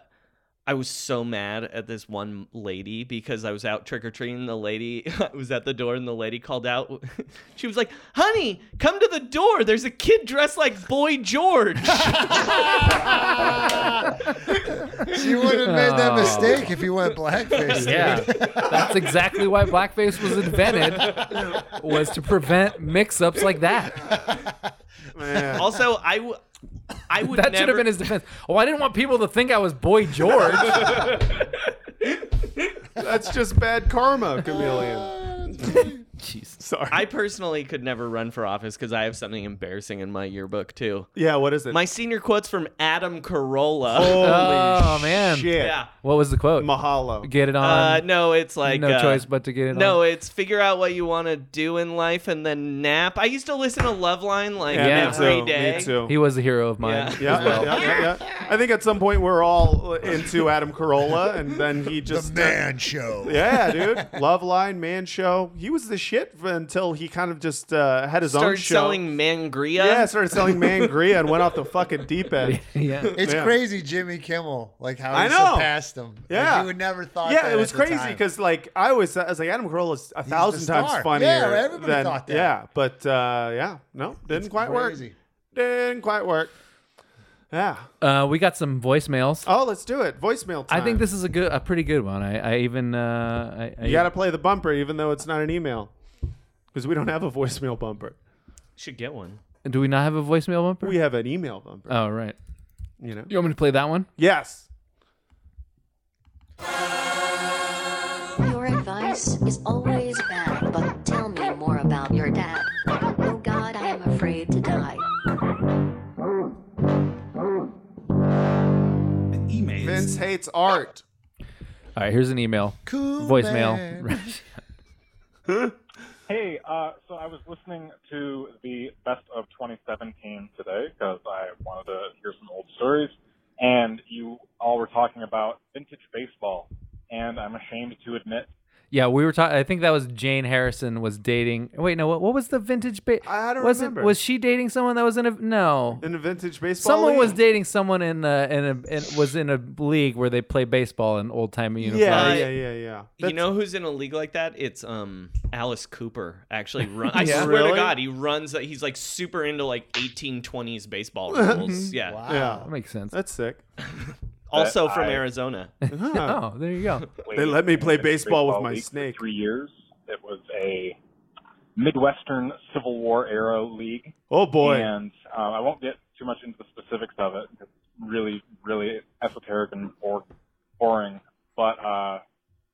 Speaker 3: I was so mad at this one lady because I was out trick or treating. The lady I was at the door, and the lady called out. She was like, "Honey, come to the door. There's a kid dressed like Boy George."
Speaker 4: you wouldn't have made that
Speaker 1: Oh.
Speaker 4: mistake if you went blackface.
Speaker 1: Yeah, that's exactly why blackface was invented, was to prevent mix-ups like that.
Speaker 2: Man.
Speaker 3: also, I, w- I would
Speaker 1: That
Speaker 3: never.
Speaker 1: should have been his defense. Oh, I didn't want people to think I was Boy George.
Speaker 2: That's just bad karma, chameleon.
Speaker 1: Jeez.
Speaker 2: Sorry.
Speaker 3: I personally could never run for office because I have something embarrassing in my yearbook too.
Speaker 2: yeah, what is it?
Speaker 3: My senior quote's from Adam Carolla.
Speaker 2: Holy
Speaker 1: Oh, man.
Speaker 2: shit.
Speaker 3: yeah.
Speaker 1: What was the quote?
Speaker 2: Mahalo.
Speaker 1: Get it on.
Speaker 3: Uh, no, it's like
Speaker 1: Um, no
Speaker 3: uh,
Speaker 1: choice but to get it
Speaker 3: No,
Speaker 1: on.
Speaker 3: it's figure out what you want to do in life and then nap. I used to listen to Loveline like
Speaker 2: yeah,
Speaker 1: Yeah.
Speaker 2: me
Speaker 3: every
Speaker 2: too.
Speaker 3: day.
Speaker 2: Me too.
Speaker 1: He was a hero of mine.
Speaker 2: Yeah,
Speaker 3: Yeah.
Speaker 2: yeah, yeah, yeah. I think at some point we're all into Adam Carolla, and then he
Speaker 4: The
Speaker 2: just uh,
Speaker 4: man show.
Speaker 2: Yeah, dude. Love Line, Man Show. He was the shit f- until he kind of just uh, had his own
Speaker 3: Started
Speaker 2: show.
Speaker 3: selling Mangria.
Speaker 2: yeah, started selling Mangria and went off the fucking deep end.
Speaker 1: yeah.
Speaker 4: It's
Speaker 2: Yeah.
Speaker 4: crazy, Jimmy Kimmel, like how
Speaker 2: I
Speaker 4: he
Speaker 2: know.
Speaker 4: surpassed him. Like,
Speaker 2: Yeah.
Speaker 4: you would never thought.
Speaker 2: Yeah,
Speaker 4: that
Speaker 2: it was
Speaker 4: at the
Speaker 2: crazy
Speaker 4: time.
Speaker 2: because like I always I was like Adam Carolla's a
Speaker 4: the
Speaker 2: thousand times
Speaker 4: star.
Speaker 2: funnier.
Speaker 4: Yeah, everybody
Speaker 2: than,
Speaker 4: thought that.
Speaker 2: Yeah, but uh, yeah, no, didn't quite
Speaker 4: crazy.
Speaker 2: work. Didn't quite work. Yeah.
Speaker 1: Uh, we got some voicemails.
Speaker 2: Oh, let's do it. Voicemail
Speaker 1: I
Speaker 2: time.
Speaker 1: think this is a good, a pretty good one. I, I even, uh, I, I,
Speaker 2: you got to play the bumper, even though it's not an email, because we don't have a voicemail bumper.
Speaker 3: Should get one.
Speaker 1: do we not have a voicemail bumper?
Speaker 2: We have an email bumper.
Speaker 1: oh, right.
Speaker 2: you know.
Speaker 1: You want me to play that one?
Speaker 2: Yes.
Speaker 8: Your advice is always bad, but tell me more about your dad. Oh god, I am afraid to die.
Speaker 2: Vince hates art.
Speaker 1: All right, here's an email.
Speaker 4: Cool man.
Speaker 1: Voicemail.
Speaker 9: Hey, uh, so I was listening to the best of 2017 today because I wanted to hear some old stories, and you all were talking about vintage baseball, and I'm ashamed to admit
Speaker 1: Yeah, we were talking. I think that was Jane Harrison was dating. Wait, no, what, what was the vintage? Ba-
Speaker 2: I don't
Speaker 1: was
Speaker 2: remember.
Speaker 1: It, was she dating someone that was in a no?
Speaker 2: In a vintage baseball.
Speaker 1: Someone
Speaker 2: league?
Speaker 1: was dating someone in a, in a in, was in a league where they play baseball in old time uniforms.
Speaker 2: Yeah,
Speaker 3: Uh,
Speaker 2: yeah, yeah, yeah.
Speaker 3: you know who's in a league like that? It's um Alice Cooper. Actually, run. I
Speaker 1: Yeah.
Speaker 3: swear
Speaker 2: Really?
Speaker 3: to God, he runs. uh, He's like super into like 1820s baseball rules. Yeah.
Speaker 4: Wow.
Speaker 2: Yeah,
Speaker 1: that makes sense.
Speaker 2: that's sick.
Speaker 3: Also
Speaker 2: Uh,
Speaker 3: from
Speaker 9: I-
Speaker 3: Arizona.
Speaker 2: Huh.
Speaker 1: Oh, there you go.
Speaker 9: played
Speaker 2: let me
Speaker 9: in
Speaker 2: play
Speaker 9: the
Speaker 2: baseball with my
Speaker 9: league for
Speaker 2: snake.
Speaker 9: three years. It was a Midwestern Civil War era league.
Speaker 2: Oh boy.
Speaker 9: And um, I won't get too much into the specifics of it. 'cause It's really, really esoteric and or- boring. But uh,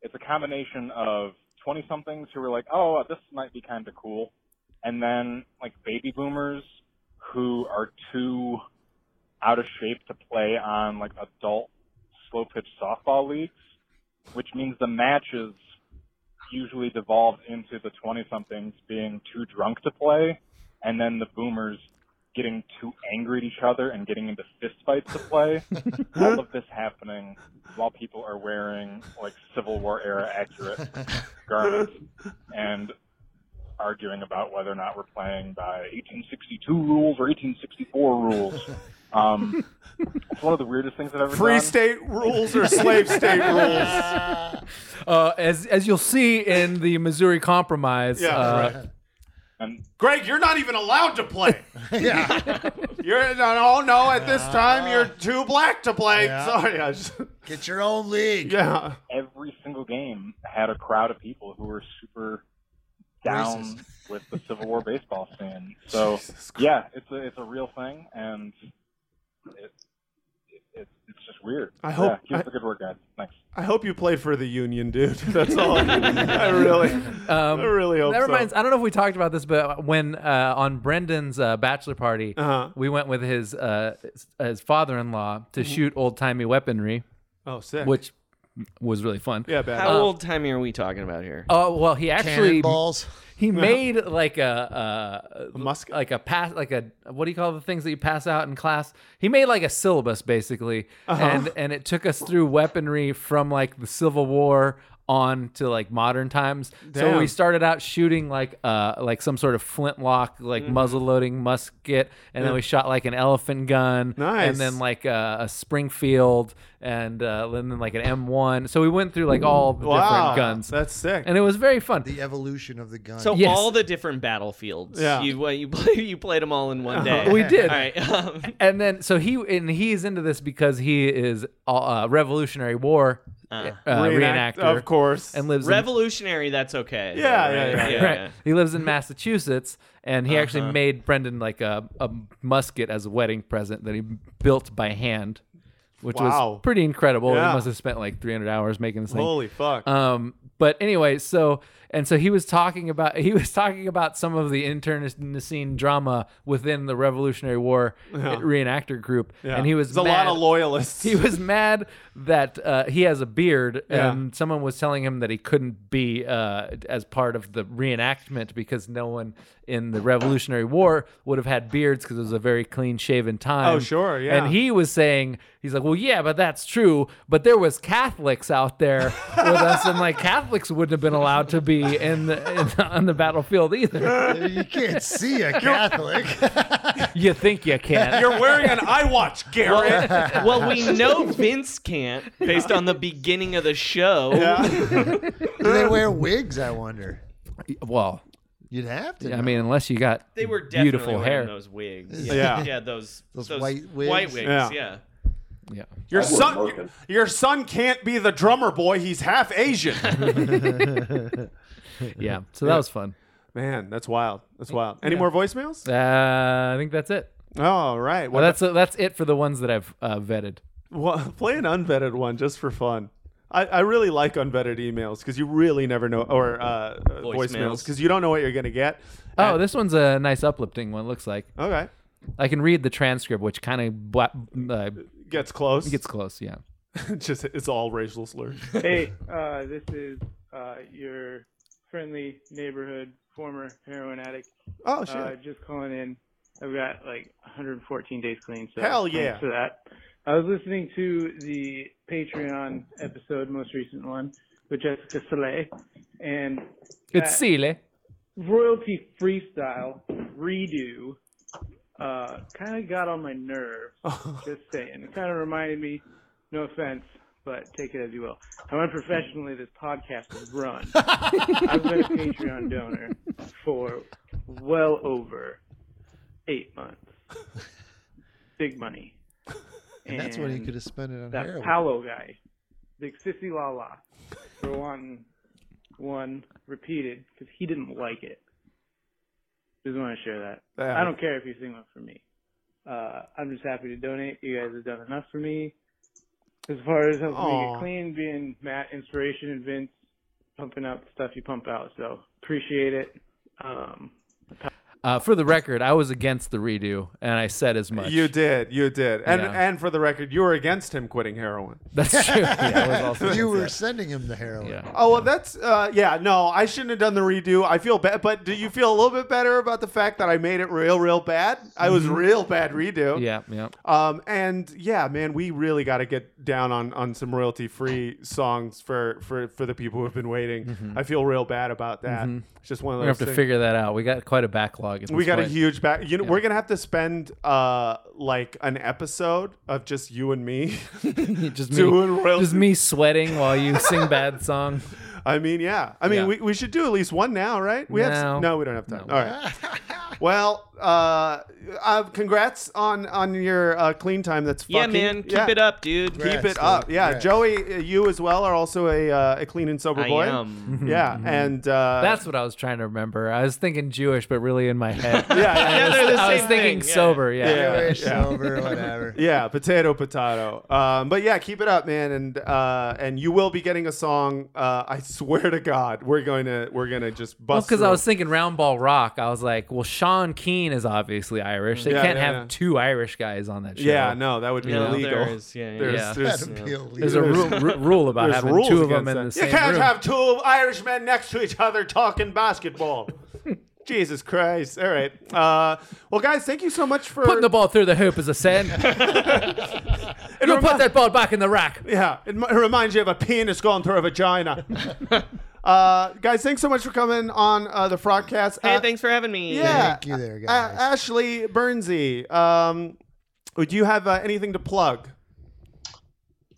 Speaker 9: it's a combination of 20 somethings who were like, oh, this might be kind of cool. And then, like, baby boomers who are too out of shape to play on, like, adult slow pitch softball leagues, which means the matches usually devolved into the 20 somethings being too drunk to play and then the boomers getting too angry at each other and getting into fistfights to play. All of this happening while people are wearing like Civil War era accurate garments and arguing about whether or not we're playing by 1862 rules or 1864 rules. Um, it's one of the weirdest things I've ever
Speaker 2: Free
Speaker 9: done.
Speaker 2: state rules or slave state rules?
Speaker 1: Uh, as as you'll see in the Missouri Compromise,
Speaker 2: Yeah,
Speaker 1: uh,
Speaker 9: And
Speaker 2: Greg, you're not even allowed to play.
Speaker 4: yeah.
Speaker 2: You're no, oh, no. At this time, you're too black to play.
Speaker 4: Yeah.
Speaker 2: Sorry, I just,
Speaker 4: Get your own league.
Speaker 2: yeah.
Speaker 9: every single game had a crowd of people who were super down with the Civil War baseball scene. So
Speaker 2: Jesus Christ.
Speaker 9: yeah, it's a it's a real thing, and it, it, it's it's just weird.
Speaker 2: I hope-
Speaker 9: Yeah, keep up
Speaker 2: I-
Speaker 9: the good work, guys. Thanks.
Speaker 2: I hope you play for the Union, dude. That's all. I, I really,
Speaker 1: Um,
Speaker 2: I really hope
Speaker 1: that
Speaker 2: so.
Speaker 1: reminds. I don't know if we talked about this, but when uh, on Brendan's uh, bachelor party,
Speaker 2: Uh-huh.
Speaker 1: we went with his uh, his- his father-in-law to
Speaker 2: Mm-hmm.
Speaker 1: shoot old-timey weaponry,
Speaker 2: Oh, sick.
Speaker 1: which was really fun.
Speaker 2: yeah, bad.
Speaker 3: How old timey are we talking about here?
Speaker 1: Oh well, he actually
Speaker 4: Cannonballs.
Speaker 1: he made like a, a
Speaker 2: musket.
Speaker 1: like a pass, like a what do you call the things that you pass out in class? He made like a syllabus basically,
Speaker 2: Uh-huh.
Speaker 1: and and it took us through weaponry from like the Civil War on to like modern times. So we
Speaker 2: Damn.
Speaker 1: started out shooting like uh like some sort of flintlock like
Speaker 2: Mm-hmm.
Speaker 1: muzzle loading musket, and then we shot like an elephant gun, and
Speaker 2: Nice.
Speaker 1: then like uh, a, a Springfield, and uh, and then like an M1. So we went through like all the
Speaker 2: wow,
Speaker 1: different guns.
Speaker 2: That's sick.
Speaker 1: and it was very fun.
Speaker 4: The evolution of the gun.
Speaker 3: So
Speaker 1: Yes.
Speaker 3: all the different battlefields.
Speaker 2: Uh, Yeah. Uh-huh.
Speaker 3: You well, you play, you played them all in one day.
Speaker 1: We did.
Speaker 3: All right. Um,
Speaker 1: and then so he and he's into this because he is a uh, Revolutionary War uh,
Speaker 2: Reenact-
Speaker 1: reenactor,
Speaker 2: of course.
Speaker 1: and lives
Speaker 3: revolutionary, that's okay. though,
Speaker 2: Yeah,
Speaker 3: right?
Speaker 2: yeah, yeah,
Speaker 1: in, right. He lives in Massachusetts, and he actually made Brendan like a, a musket as a wedding present that he built by hand, which
Speaker 2: Wow.
Speaker 1: was pretty incredible.
Speaker 2: Yeah.
Speaker 1: He must have spent like 300 hours making this thing.
Speaker 2: Holy fuck.
Speaker 1: Um, but anyway, so and so he was talking about he was talking about some of the internecine drama within the Revolutionary War reenactor group,
Speaker 2: Yeah.
Speaker 1: and he was
Speaker 2: There's a
Speaker 1: mad-
Speaker 2: lot of loyalists.
Speaker 1: He was mad that uh, he has a beard,
Speaker 2: Yeah.
Speaker 1: and someone was telling him that he couldn't be uh, as part of the reenactment because no one in the Revolutionary War would have had beards because it was a very clean-shaven time.
Speaker 2: Oh, sure, yeah.
Speaker 1: And he was saying, he's like, well, yeah, but that's true. But there was Catholics out there with us, and like Catholics wouldn't have been allowed to be in the, in the on the battlefield either.
Speaker 4: you can't see a Catholic.
Speaker 1: You think you can?
Speaker 2: You're wearing an eye watch, Garrett.
Speaker 3: yeah. Well, we know Vince can't based on the beginning of the show.
Speaker 2: yeah.
Speaker 4: Do they wear wigs? I wonder.
Speaker 1: well,
Speaker 4: You'd have to.
Speaker 1: I
Speaker 4: know.
Speaker 1: mean, unless you got
Speaker 3: They were definitely
Speaker 1: beautiful
Speaker 3: wearing
Speaker 1: hair.
Speaker 3: those wigs.
Speaker 4: Yeah.
Speaker 2: Yeah.
Speaker 3: Yeah, those,
Speaker 4: Those white wigs.
Speaker 3: White wigs,
Speaker 2: Yeah.
Speaker 3: yeah.
Speaker 1: Yeah.
Speaker 2: Your
Speaker 5: That wouldn't
Speaker 2: son,
Speaker 5: work.
Speaker 2: your, son can't be the drummer boy. He's half Asian.
Speaker 1: Yeah. So that was fun.
Speaker 2: Man, that's wild. That's wild. Any more voicemails?
Speaker 1: Uh, I think that's it.
Speaker 2: All right.
Speaker 1: Well,
Speaker 2: Well,
Speaker 1: that's that's it for the ones that I've uh, vetted.
Speaker 2: well, play an unvetted one just for fun. I, I really like unvetted emails because you really never know, or uh, voicemails
Speaker 3: Voicemails.
Speaker 2: because you don't know what you're going to get.
Speaker 1: Oh, this one's a nice uplifting one. Looks like
Speaker 2: Okay.
Speaker 1: I can read the transcript, which kind of bla- uh,
Speaker 2: Gets close.
Speaker 1: gets close. Yeah.
Speaker 2: just it's all racial slurs.
Speaker 10: Hey, uh, this is uh, your friendly neighborhood former heroin addict.
Speaker 2: Oh shit.
Speaker 10: Uh, just calling in. I've got like 114 days clean. So
Speaker 2: Hell
Speaker 10: thanks
Speaker 2: yeah.
Speaker 10: for that. I was listening to the Patreon episode, most recent one, with Jessica Soleil, and
Speaker 1: It's
Speaker 10: that
Speaker 1: Sealy.
Speaker 10: royalty freestyle redo uh, kind of got on my nerves.
Speaker 4: Oh.
Speaker 10: Just saying. It kind of reminded me, no offense, but take it as you will, how unprofessionally this podcast is run. I've been a Patreon donor for well over eight months. Big money.
Speaker 4: and that's what he
Speaker 10: And
Speaker 4: could have spent it on
Speaker 10: that
Speaker 4: heroin.
Speaker 10: Paolo guy, the Sissy La La, for wanting one repeated because he didn't like it. Just want to share that.
Speaker 2: Yeah.
Speaker 10: I don't care if you sing one for me. Uh, I'm just happy to donate. You guys have done enough for me. As far as helping me
Speaker 2: Aw.
Speaker 10: get clean, being Matt inspiration and Vince pumping out the stuff you pump out. So appreciate it. Um,
Speaker 1: Uh, for the record, I was against the redo, and I said as much.
Speaker 2: You did, you did, and
Speaker 1: Yeah.
Speaker 2: and for the record, you were against him quitting heroin.
Speaker 1: That's true. Yeah, I was also
Speaker 4: you were
Speaker 1: against
Speaker 4: sending him the heroin.
Speaker 1: that. Yeah.
Speaker 2: Oh well, that's uh, yeah. No, I shouldn't have done the redo. I feel bad, but do you feel a little bit better about the fact that I made it real, real bad? I was real bad redo.
Speaker 1: Mm-hmm. Yeah. Yeah.
Speaker 2: Um, and yeah, man, we really got to get down on on some royalty free songs for for for the people who have been waiting.
Speaker 1: Mm-hmm.
Speaker 2: I feel real bad about that. It's just one of
Speaker 1: We
Speaker 2: those.
Speaker 1: Mm-hmm. have to
Speaker 2: things.
Speaker 1: figure that out. We got quite a backlog. At
Speaker 2: We
Speaker 1: this
Speaker 2: got a
Speaker 1: point.
Speaker 2: huge back. You know, we're gonna have to spend uh like an episode of just you and me
Speaker 1: just me,
Speaker 2: doing royalty.
Speaker 1: just me sweating while you sing bad song.
Speaker 2: I mean, yeah. I mean,
Speaker 1: Yeah.
Speaker 2: we, we should do at least one now, right? We
Speaker 1: No.
Speaker 2: have no, we don't have time. All right. Well, uh, uh, congrats on on your uh, clean time. That's
Speaker 3: Yeah,
Speaker 2: fucking,
Speaker 3: man, keep
Speaker 2: yeah.
Speaker 3: it up, dude.
Speaker 2: Keep
Speaker 4: Congrats,
Speaker 2: it up.
Speaker 4: dude.
Speaker 2: Yeah,
Speaker 4: Congrats.
Speaker 2: Joey, uh, you as well are also a uh, a clean and sober
Speaker 3: I
Speaker 2: boy.
Speaker 3: am. Mm-hmm.
Speaker 2: Yeah, and uh,
Speaker 1: Mm-hmm. That's what I was trying to remember. I was thinking Jewish, but really in my head.
Speaker 2: yeah,
Speaker 1: I
Speaker 2: yeah,
Speaker 3: Yeah,
Speaker 1: was,
Speaker 3: they're the
Speaker 1: I was
Speaker 3: same
Speaker 1: thinking
Speaker 3: thing, yeah.
Speaker 1: sober. Yeah.
Speaker 2: Yeah.
Speaker 4: Irish, sober, whatever.
Speaker 2: yeah, potato, potato. Um, but yeah, keep it up, man, and uh, and you will be getting a song. Uh, I swear to God, we're going to we're gonna just
Speaker 1: Well,
Speaker 2: bust.
Speaker 1: because I
Speaker 2: through.
Speaker 1: was thinking round ball rock, I was like, well, Sean Keane is obviously Irish. They
Speaker 2: Yeah,
Speaker 1: can't
Speaker 2: yeah,
Speaker 1: have
Speaker 2: yeah.
Speaker 1: two Irish guys on that show.
Speaker 2: yeah, no, that would be
Speaker 3: You know,
Speaker 2: illegal.
Speaker 3: there is, yeah, yeah.
Speaker 2: There's,
Speaker 1: Yeah.
Speaker 2: there's,
Speaker 4: That'd be illegal.
Speaker 1: There's a ru- ru- rule about
Speaker 2: there's
Speaker 1: having
Speaker 2: rules
Speaker 1: two of them
Speaker 2: against
Speaker 1: in the same
Speaker 2: that. You can't
Speaker 1: room.
Speaker 2: have two Irishmen next to each other talking basketball. Jesus Christ! All right. Uh, well, guys, thank you so much for
Speaker 1: Putting the ball through the hoop is a sin. you put that ball back in the rack.
Speaker 2: Yeah, it, m- it reminds you of a penis going through a vagina. uh, guys, thanks so much for coming on uh, the Frogcast.
Speaker 3: Hey,
Speaker 2: Uh,
Speaker 3: thanks for having me.
Speaker 2: Yeah,
Speaker 4: Thank you there,
Speaker 2: A-
Speaker 4: guys.
Speaker 2: Ashley Bernsey, um, would you have uh, anything to plug?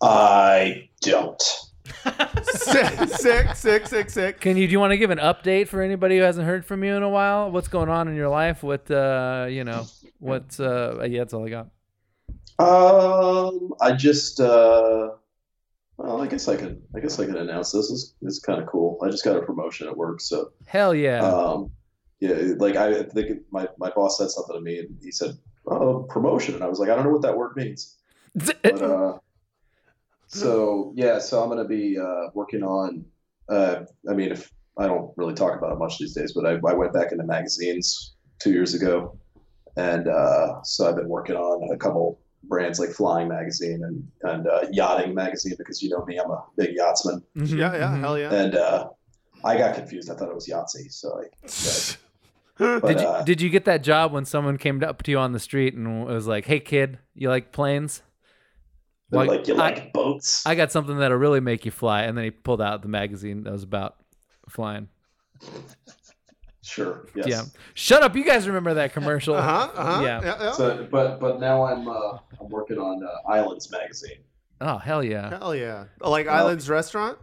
Speaker 5: I don't.
Speaker 2: sick, sick, sick, sick, sick.
Speaker 1: Can you? Do you want to give an update for anybody who hasn't heard from you in a while? What's going on in your life? What uh, you know? What's uh? Yeah, that's all I got.
Speaker 5: Um, I just uh, well, I guess I could. I guess I could announce this. is it's kind of cool. I just got a promotion at work, so
Speaker 1: Hell yeah!
Speaker 2: Uh,
Speaker 5: Um, yeah, like I think my, my boss said something to me and he said, Oh, promotion. And I was like, I don't know what that word means. But,
Speaker 1: Mm-hmm,
Speaker 5: uh, so, yeah, so I'm going to be uh, working on, uh, I mean, if I don't really talk about it much these days, but I, I went back into magazines two years ago. And uh, so I've been working on a couple brands like Flying Magazine and, and uh, Yachting Magazine because you know me, I'm a big yachtsman.
Speaker 1: Mhm,
Speaker 2: Yeah, yeah,
Speaker 1: mhm.
Speaker 2: hell yeah.
Speaker 5: And uh, I got confused. I thought it was Yahtzee. So I. but,
Speaker 1: Did
Speaker 5: uh,
Speaker 1: you, did you get that job when someone came up to you on the street and was like, "Hey kid, you like planes?
Speaker 5: They're
Speaker 1: Like,
Speaker 5: like, you
Speaker 1: I-
Speaker 5: like boats?
Speaker 1: I got something that'll really make you fly." And then he pulled out the magazine that was about flying.
Speaker 5: sure. Yes.
Speaker 1: Yeah. Shut up! You guys remember that commercial?
Speaker 2: Uh huh. Uh huh.
Speaker 1: Yeah.
Speaker 5: So, but but now I'm uh, I'm working on uh, Islands magazine.
Speaker 1: Oh hell yeah!
Speaker 2: Hell yeah. Like Islands Restaurant?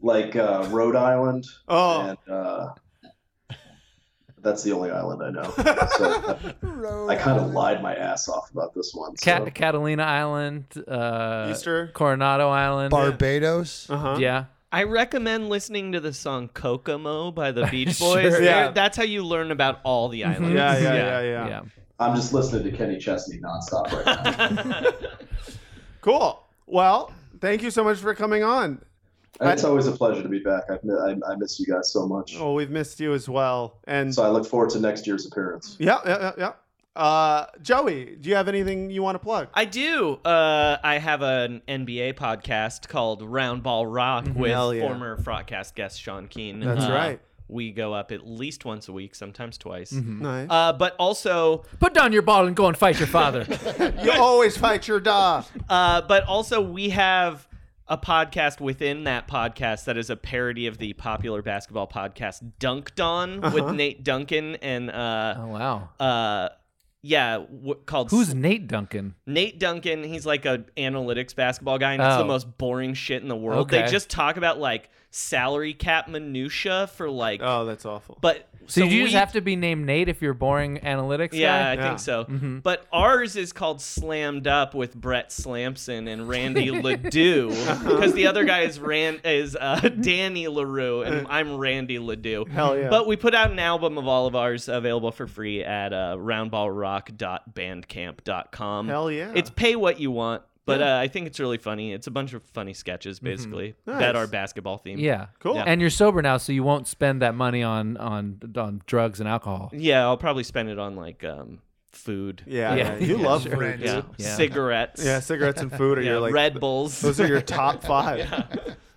Speaker 5: Like uh, Rhode Island.
Speaker 2: Oh.
Speaker 5: And, uh, that's the only island I know. So I, kind of lied my ass off about this one. So.
Speaker 1: Cat- Catalina Island, uh,
Speaker 2: Easter.
Speaker 1: Coronado Island.
Speaker 4: Barbados.
Speaker 2: Uh huh.
Speaker 1: yeah.
Speaker 3: I recommend listening to the song Kokomo by the Beach Boys.
Speaker 1: Sure.
Speaker 2: Yeah.
Speaker 3: There- That's how you learn about all the islands.
Speaker 2: Yeah, yeah, yeah, yeah.
Speaker 1: Mm-hmm. Yeah.
Speaker 5: I'm just listening to Kenny Chesney nonstop right now.
Speaker 2: Cool. Well, thank you so much for coming on.
Speaker 5: And it's always a pleasure to be back. I've, mi- I, I miss you guys so much.
Speaker 2: Oh, we've missed you as well. And
Speaker 5: So I look forward to next year's appearance.
Speaker 2: yeah, yeah, yeah. yeah. Uh, Joey, do you have anything you want to plug?
Speaker 3: I do. Uh, I have an NBA podcast called Round Ball Rock with
Speaker 2: Mm-hmm. Hell yeah.
Speaker 3: former Frogcast guest Sean Keane.
Speaker 2: That's
Speaker 3: Uh,
Speaker 2: right. Mm-hmm.
Speaker 3: We go up at least once a week, sometimes twice.
Speaker 2: Nice.
Speaker 3: Uh, but also,
Speaker 1: Mm-hmm. Put down your ball and go and fight your father.
Speaker 2: you always fight your da.
Speaker 3: Uh, but also, we have a podcast within that podcast that is a parody of the popular basketball podcast Dunked On
Speaker 2: Uh-huh.
Speaker 3: with Nate Duncan and uh,
Speaker 1: oh wow.
Speaker 3: uh, yeah, w- called
Speaker 1: Who's Nate Duncan?
Speaker 3: Nate Duncan, he's like a analytics basketball guy, and it's
Speaker 1: Oh.
Speaker 3: the most boring shit in the world.
Speaker 1: Okay.
Speaker 3: They just talk about like salary cap minutia for like,
Speaker 2: Oh, that's awful.
Speaker 3: but
Speaker 1: So, do you
Speaker 3: we,
Speaker 1: just have to be named Nate if you're boring analytics
Speaker 3: Yeah, I
Speaker 1: guy?
Speaker 2: Yeah.
Speaker 3: think so.
Speaker 1: Mm-hmm.
Speaker 3: But ours is called Slammed Up with Brett Slamson and Randy Ledoux
Speaker 1: Uh-huh.
Speaker 3: because the other guy is Ran is uh, Danny Larue
Speaker 1: Uh-huh.
Speaker 3: and I'm Randy Ledoux.
Speaker 2: Hell yeah.
Speaker 3: But we put out an album of all of ours available for free at uh, roundballrock.bandcamp.com.
Speaker 2: Hell yeah.
Speaker 3: It's pay what you want, but uh, I think it's really funny. It's a bunch of funny sketches basically
Speaker 2: Mm-hmm. Nice.
Speaker 3: that are basketball themed.
Speaker 1: Yeah.
Speaker 2: Cool.
Speaker 1: And you're sober now, so you won't spend that money on on on drugs and alcohol.
Speaker 3: Yeah, I'll probably spend it on like um, food.
Speaker 2: yeah,
Speaker 1: Yeah.
Speaker 2: yeah, you
Speaker 1: Yeah,
Speaker 2: love
Speaker 1: sure.
Speaker 2: food. dude.
Speaker 3: Yeah.
Speaker 1: Yeah.
Speaker 3: Cigarettes.
Speaker 2: Yeah, cigarettes and food are
Speaker 3: Yeah,
Speaker 2: your like
Speaker 3: Red Bulls.
Speaker 2: Those are your top five.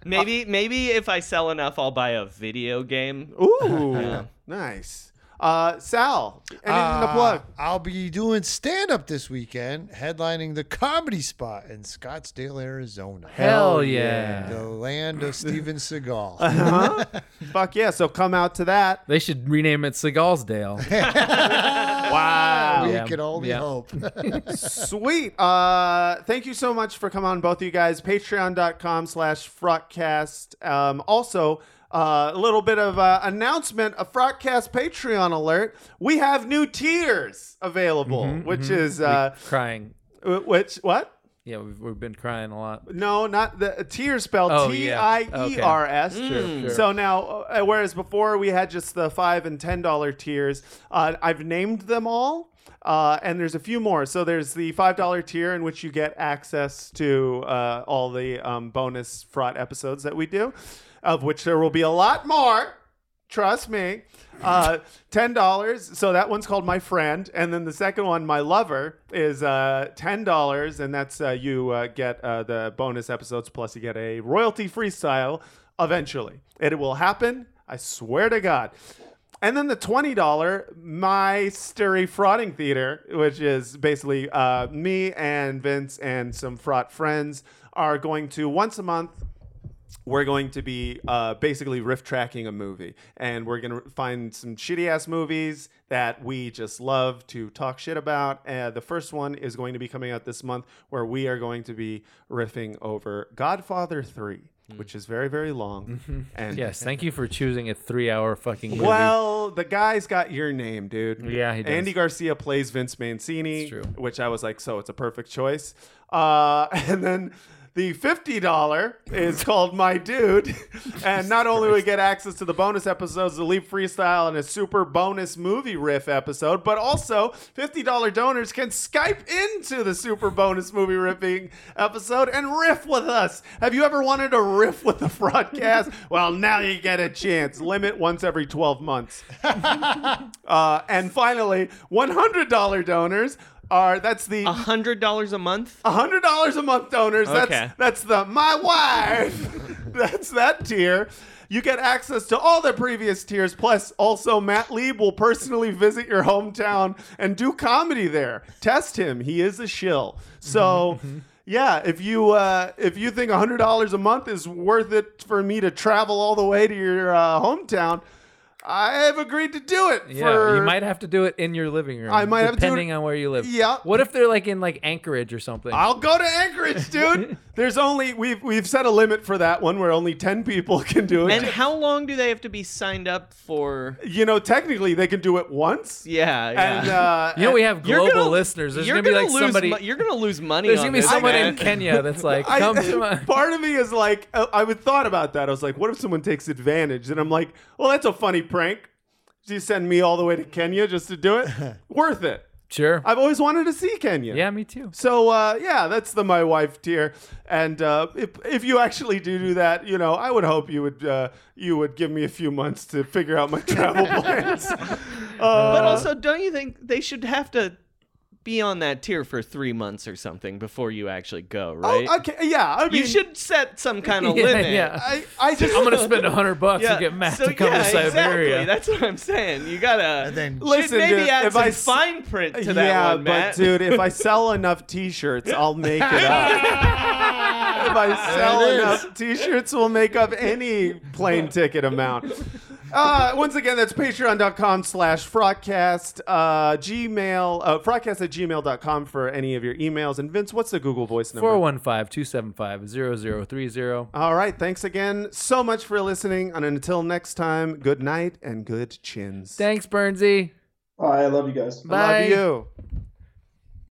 Speaker 3: maybe maybe if I sell enough, I'll buy a video game.
Speaker 2: Ooh, nice. Uh, Sal, anything to
Speaker 4: Uh,
Speaker 2: plug?
Speaker 4: I'll be doing stand up this weekend, headlining the comedy spot in Scottsdale, Arizona.
Speaker 1: Hell yeah.
Speaker 4: The land of Steven Seagal.
Speaker 2: Fuck yeah! So come out to that.
Speaker 1: They should rename it Seagalsdale.
Speaker 2: Wow.
Speaker 4: We
Speaker 1: Yeah.
Speaker 4: can only
Speaker 1: Yeah.
Speaker 4: hope.
Speaker 2: Sweet. Uh, thank you so much for coming on, both of you guys. Patreon.com slash Frotcast. Um, also, uh, a little bit of uh, announcement, a Frotcast Patreon alert. We have new tiers available,
Speaker 1: Mm-hmm,
Speaker 2: which is, uh,
Speaker 1: crying.
Speaker 2: w- which, what?
Speaker 1: Yeah, we've, we've been crying a lot.
Speaker 2: No, not the tears spelled
Speaker 1: Oh,
Speaker 2: T
Speaker 1: yeah.
Speaker 2: I E R S.
Speaker 1: Okay. Sure, Mm. sure.
Speaker 2: So now, uh, whereas before we had just the five and ten dollar tiers, uh, I've named them all. Uh, and there's a few more. So there's the five dollar tier in which you get access to uh, all the um, bonus fraud episodes that we do, of which there will be a lot more. Trust me. Uh, ten dollars. So that one's called my friend, and then the second one, my lover, is uh, ten dollars, and that's uh, you uh, get uh, the bonus episodes plus you get a royalty freestyle. Eventually, it will happen. I swear to God. And then the twenty dollar my stirry frauding theater, which is basically uh, me and Vince and some fraud friends are going to once a month we're going to be uh, basically riff tracking a movie, and we're gonna find some shitty ass movies that we just love to talk shit about. Uh, the first one is going to be coming out this month, where we are going to be riffing over Godfather Three, which is very very long. And
Speaker 1: Hmm. Mm-hmm. Yes, thank you for choosing a three-hour fucking movie.
Speaker 2: well, the guy's got your name, dude.
Speaker 1: Yeah, he does.
Speaker 2: Andy Garcia plays Vince Mancini,
Speaker 1: It's true.
Speaker 2: which I was like, so it's a perfect choice. Uh, and then the fifty dollar is called My Dude, and not only we get access to the bonus episodes, the Leap Freestyle, and a super bonus movie riff episode, but also fifty dollar donors can Skype into the super bonus movie riffing episode and riff with us. Have you ever wanted to riff with the broadcast? well, now you get a chance. Limit once every twelve months. Uh, and finally, $100 donors are that's the
Speaker 1: Uh-huh.
Speaker 3: hundred dollars a month.
Speaker 2: $100 a month donors.
Speaker 3: Okay.
Speaker 2: That's that's the my wife. that's that tier. You get access to all the previous tiers. Plus, also Matt Lieb will personally visit your hometown and do comedy there. Test him; he is a shill. So, yeah, if you uh, if you think hundred dollars a month is worth it for me to travel all the way to your uh, hometown, I have agreed to do it.
Speaker 1: Yeah,
Speaker 2: for,
Speaker 1: you might have to do it in your living room.
Speaker 2: I might have to do it-
Speaker 1: depending on where you live.
Speaker 2: Yeah.
Speaker 1: What if they're like in like Anchorage or something?
Speaker 2: I'll go to Anchorage, dude. There's only we've we've set a limit for that one where only ten people can do it.
Speaker 3: And how long do they have to be signed up for?
Speaker 2: you know, technically they can do it once.
Speaker 3: Yeah, yeah.
Speaker 2: And uh,
Speaker 1: you know we have
Speaker 3: You're
Speaker 1: global
Speaker 3: gonna-
Speaker 1: listeners. There's
Speaker 3: you're
Speaker 1: gonna, be like
Speaker 3: lose
Speaker 1: somebody.
Speaker 3: mo- you're gonna lose money.
Speaker 1: there's
Speaker 3: on
Speaker 1: gonna be
Speaker 3: this,
Speaker 1: someone
Speaker 3: man.
Speaker 1: in Kenya that's like,
Speaker 2: I-
Speaker 1: come to my.
Speaker 2: part of me is like, uh, I, I would thought about that. I was like, what if someone takes advantage? And I'm like, well, that's a funny prank. Do you send me all the way to Kenya just to do it? Worth it.
Speaker 1: Sure.
Speaker 2: I've always wanted to see Kenya.
Speaker 1: yeah, me too.
Speaker 2: So uh, yeah, that's the my wife tier. And uh, if if you actually do do that, you know, I would hope you would uh, you would give me a few months to figure out my travel plans. Uh,
Speaker 3: But also, don't you think they should have to be on that tier for three months or something before you actually go? Right?
Speaker 2: oh, okay, yeah, I mean,
Speaker 3: you should set some kind of
Speaker 1: Yeah,
Speaker 3: limit.
Speaker 1: yeah.
Speaker 2: I, I just
Speaker 1: I'm gonna spend a hundred bucks
Speaker 3: Yeah,
Speaker 1: to get Matt
Speaker 3: so,
Speaker 1: to come
Speaker 3: yeah,
Speaker 1: to Siberia.
Speaker 3: Exactly. That's what I'm saying. You gotta
Speaker 4: And then-
Speaker 3: should
Speaker 2: Listen,
Speaker 3: maybe
Speaker 2: dude,
Speaker 3: add
Speaker 2: if
Speaker 3: some
Speaker 2: I s-
Speaker 3: fine print to that
Speaker 2: yeah,
Speaker 3: one, Matt.
Speaker 2: but dude, if I sell enough T-shirts, I'll make it up. if I sell
Speaker 4: There it
Speaker 2: enough T-shirts, we'll make up any plane ticket amount. Uh, once again, that's patreon.com slash frogcast, uh, gmail, uh, frogcast at gmail.com for any of your emails. And Vince, what's the Google voice number?
Speaker 1: 415-275-0030.
Speaker 2: All right. Thanks again so much for listening. And until next time, good night and good chins.
Speaker 1: Thanks, Bernsey.
Speaker 5: All right, I love you guys.
Speaker 1: Bye.
Speaker 2: Love you.